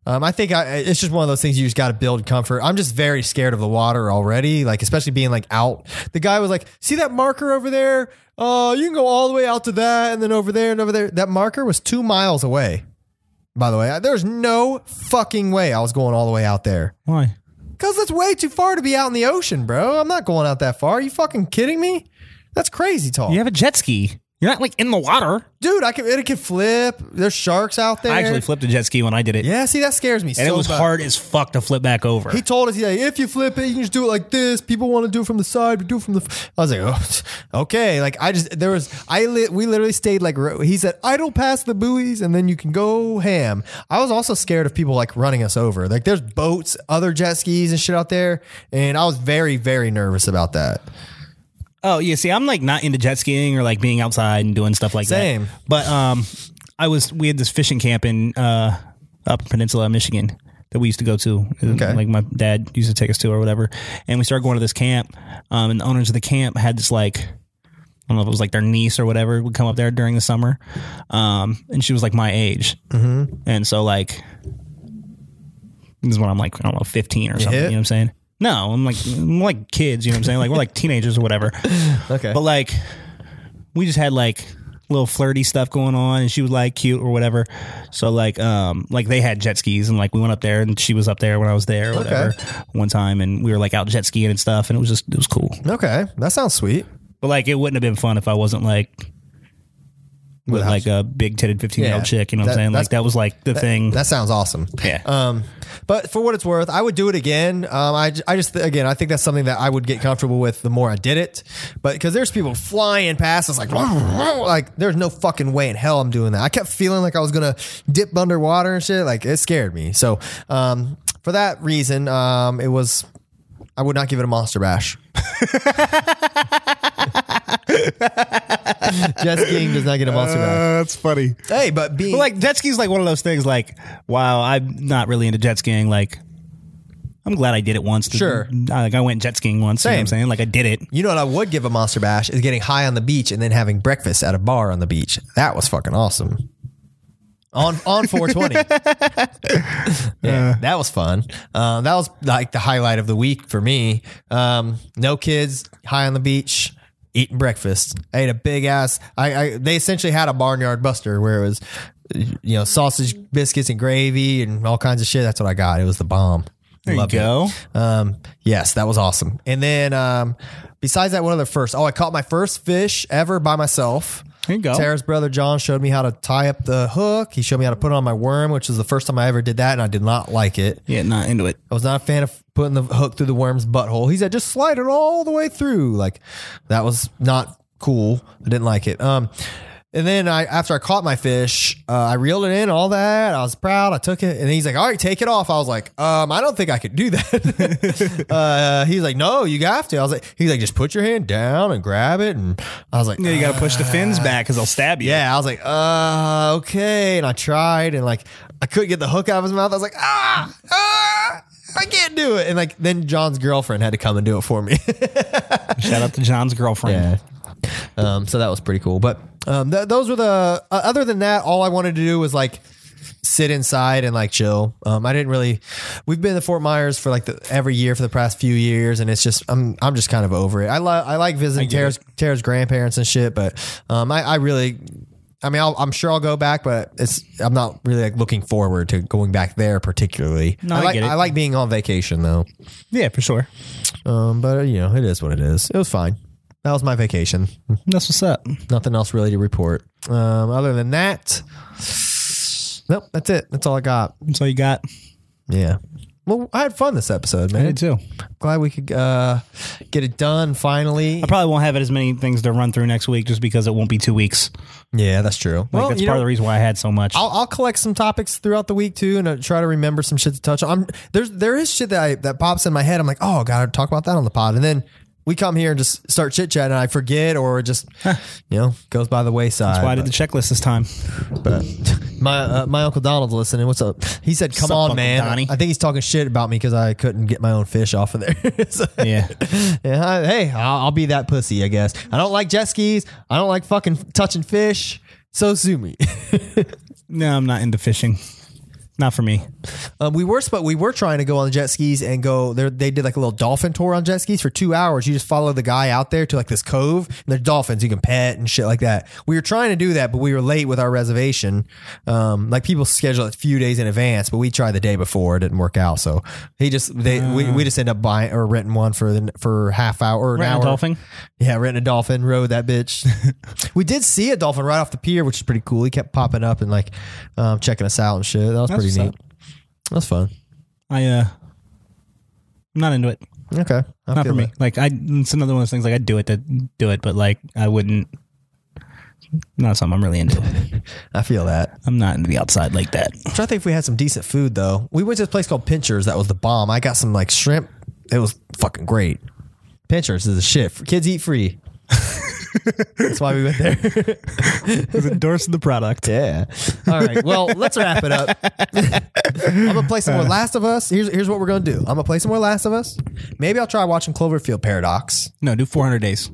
Um, I think I, it's just one of those things you just got to build comfort. I'm just very scared of the water already, like especially being like out. The guy was like, "See that marker over there? Uh, you can go all the way out to that, and then over there and over there." That marker was two miles away. By the way, I- there's no fucking way I was going all the way out there.
Why?
Cause that's way too far to be out in the ocean, bro. I'm not going out that far. Are you fucking kidding me? That's crazy talk.
You have a jet ski. You're not like in the water.
Dude, I can it can flip. There's sharks out there.
I actually flipped a jet ski when I did it.
Yeah, see that scares me.
And
so
it was
bad.
hard as fuck to flip back over.
He told us, he's like, if you flip it, you can just do it like this. People want to do it from the side, but do it from the. F-. I was like, oh, okay. Like I just there was I li- we literally stayed like ro- he said idle past the buoys and then you can go ham. I was also scared of people like running us over. Like there's boats, other jet skis and shit out there, and I was very very nervous about that.
Oh yeah, see, I'm like not into jet skiing or like being outside and doing stuff like
Same.
that. But um, I was we had this fishing camp in uh up in Peninsula, Michigan that we used to go to.
Okay.
Like my dad used to take us to or whatever, and we started going to this camp. Um, and the owners of the camp had this like. I don't know if it was like their niece or whatever would come up there during the summer, um, and she was like my age, mm-hmm. and so like this is when I'm like I don't know 15 or something.
hit?
You know what I'm saying? No, I'm like I'm like kids. You know what I'm saying? Like we're like teenagers or whatever.
Okay,
But like, we just had like little flirty stuff going on, and she was like cute or whatever. So like, um, like they had jet skis, and like we went up there, and she was up there when I was there, or whatever, one time, and we were like out jet skiing and stuff, and it was just it was cool.
okay, that sounds sweet.
But like, it wouldn't have been fun if I wasn't like. With
Without-
like a big titted fifteen year
Yeah.
old chick, you know what
That-
I'm saying?
that's-
Like that was like the thing.
That sounds awesome.
Yeah.
Um, but for what it's worth, I would do it again. Um, I, j- I just again, I think that's something that I would get comfortable with the more I did it. But because there's people flying past, it's like like there's no fucking way in hell I'm doing that. I kept feeling like I was gonna dip underwater and shit. Like it scared me. So um, for that reason, um, it was. I would not give it a monster bash. Jet skiing does not get a monster bash.
that's funny.
Hey, but being
But like jet ski's like one of those things like, wow, I'm not really into jet skiing, like I'm glad I did it once.
Sure.
I, like I went jet skiing once, you know what I'm
Same.
saying? Like I did it.
You know what I would give a monster bash is getting high on the beach and then having breakfast at a bar on the beach. That was fucking awesome. on on 420. yeah, that was fun. Uh, that was like the highlight of the week for me. Um, no kids, high on the beach, eating breakfast. I ate a big ass. I, I they essentially had a barnyard buster where it was, you know, sausage biscuits and gravy and all kinds of shit. That's what I got. It was the bomb.
There you
Loved it.
go.
Um, yes, that was awesome. And then um, besides that, one of the first. Oh, I caught my first fish ever by myself.
There you go.
Tara's brother John showed me how to tie up the hook. He showed me how to put on my worm, which was the first time I ever did that, and I did not like it.
Yeah, not into it.
I was not a fan of putting the hook through the worm's butthole. He said, just slide it all the way through. Like that was not cool. I didn't like it. Um, and then I, after I caught my fish, uh, I reeled it in, all that. I was proud. I took it. And he's like, all right, take it off. I was like, um, I don't think I could do that. uh, he's like, no, you have to. I was like, he's like, just put your hand down and grab it. And I was like,
Yeah, you got to push the fins back because they'll stab you.
Ah. yeah, I was like, uh, okay. And I tried and like I couldn't get the hook out of his mouth. I was like, ah, ah, I can't do it. And like then John's girlfriend had to come and do it for me.
Shout out to John's girlfriend.
um, so that was pretty cool. But um, th- those were the uh, other than that, all I wanted to do was like sit inside and like chill. Um, I didn't really. We've been to Fort Myers for like the, every year for the past few years, and it's just I'm I'm just kind of over it. I li- I like visiting Tara's, Tara's grandparents and shit, but um, I I really. I mean, I'll, I'm sure I'll go back, but it's I'm not really like looking forward to going back there particularly.
No, I
like
get it.
I like being on vacation though.
Yeah, for sure.
Um, but uh, you know, it is what it is. It was fine. That was my vacation
That's what's up.
nothing else really to report. Um, other than that, nope, that's it. That's all I got.
That's all you got.
Yeah. Well, I had fun this episode, man.
too.
Glad we could uh, get it done finally.
I probably won't have as many things to run through next week just because it won't be two weeks.
yeah, that's true.
Like
well,
that's
you
part
know,
of the reason why I had so much.
I'll, I'll collect some topics throughout the week too, and uh, try to remember some shit to touch on. I'm, there's there is shit that I, that pops in my head. I'm like, oh, gotta talk about that on the pod, and then. We come here and just start chit chatting. and I forget, or it just you know goes by the wayside.
That's why I did the checklist this time.
But my uh, my uncle Donald's listening. What's up? He said, "Come
Sup,
on,
Uncle
man."
Donnie?
I think he's talking shit about me because I couldn't get my own fish off of there. So,
Yeah.
yeah, I- hey, I'll, I'll be that pussy, I guess. I don't like jet skis. I don't like fucking touching fish. So sue me.
No, I'm not into fishing. Not for me.
um, we were but we were trying to go on the jet skis and go there. They did like a little dolphin tour on jet skis for two hours. You just follow the guy out there to like this cove and there's dolphins you can pet and shit like that. We were trying to do that, but we were late with our reservation. Um, like people schedule it a few days in advance, but we tried the day before. It didn't work out, so he just they
Ah.
we, we just end up buying or renting one for the, for half hour or an
Renting a
hour.
dolphin?
Yeah, renting a dolphin, rode that bitch. we did see a dolphin right off the pier, which is pretty cool. He kept popping up and like um, checking us out and shit. That was pretty neat.
what's
That was fun.
I uh I'm not into it.
Okay. I
Not
feel
for me.
that.
Like I it's another one of those things like I do it to do it, but like I wouldn't not something I'm really into.
I feel that.
I'm not into the outside like that.
I'm trying to think if we had some decent food though. We went to this place called Pinchers. That was the bomb. I got some like shrimp. It was fucking great. Pinchers is a shit. Kids eat free. That's why we went there.
Endorsing the product.
Yeah. All right. Well, let's wrap it up. I'm gonna play some more Last of Us. Here's here's what we're gonna do. I'm gonna play some more Last of Us. Maybe I'll try watching Cloverfield Paradox.
No, do 400 days.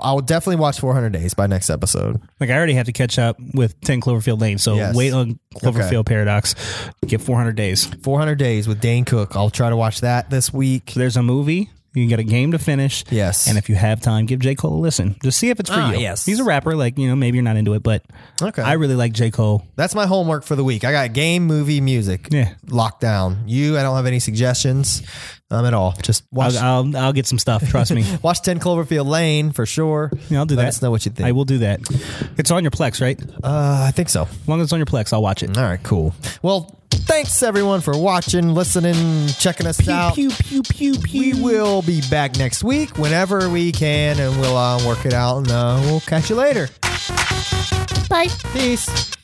I will definitely watch 400 Days by next episode.
Like I already have to catch up with 10 Cloverfield Lane, so
Yes.
wait on Cloverfield Paradox. Get 400 days.
400 Days with Dane Cook. I'll try to watch that this week.
There's a movie. You can get a game to finish.
Yes.
And if you have time, give J. Cole a listen. Just see if it's for
Ah,
you.
yes.
He's a rapper. Like, you know, maybe you're not into it, but
Okay.
I really like J. Cole.
That's my homework for the week. I got game, movie, music.
Yeah.
Locked down. You, I don't have any suggestions um, at all. Just watch
I'll, I'll, I'll get some stuff. Trust me.
watch 10 Cloverfield Lane for sure.
Yeah, I'll do
Let
that.
us know what you think.
I will do that. It's on your Plex, right? As
Uh, I think so.
long as it's on your Plex, I'll watch it.
All right, cool. Well, thanks everyone for watching, listening, checking us out.
Pew, pew, pew,
We
pew.
will be back next week whenever we can, and we'll uh, work it out. And uh, we'll catch you later. Bye. Peace.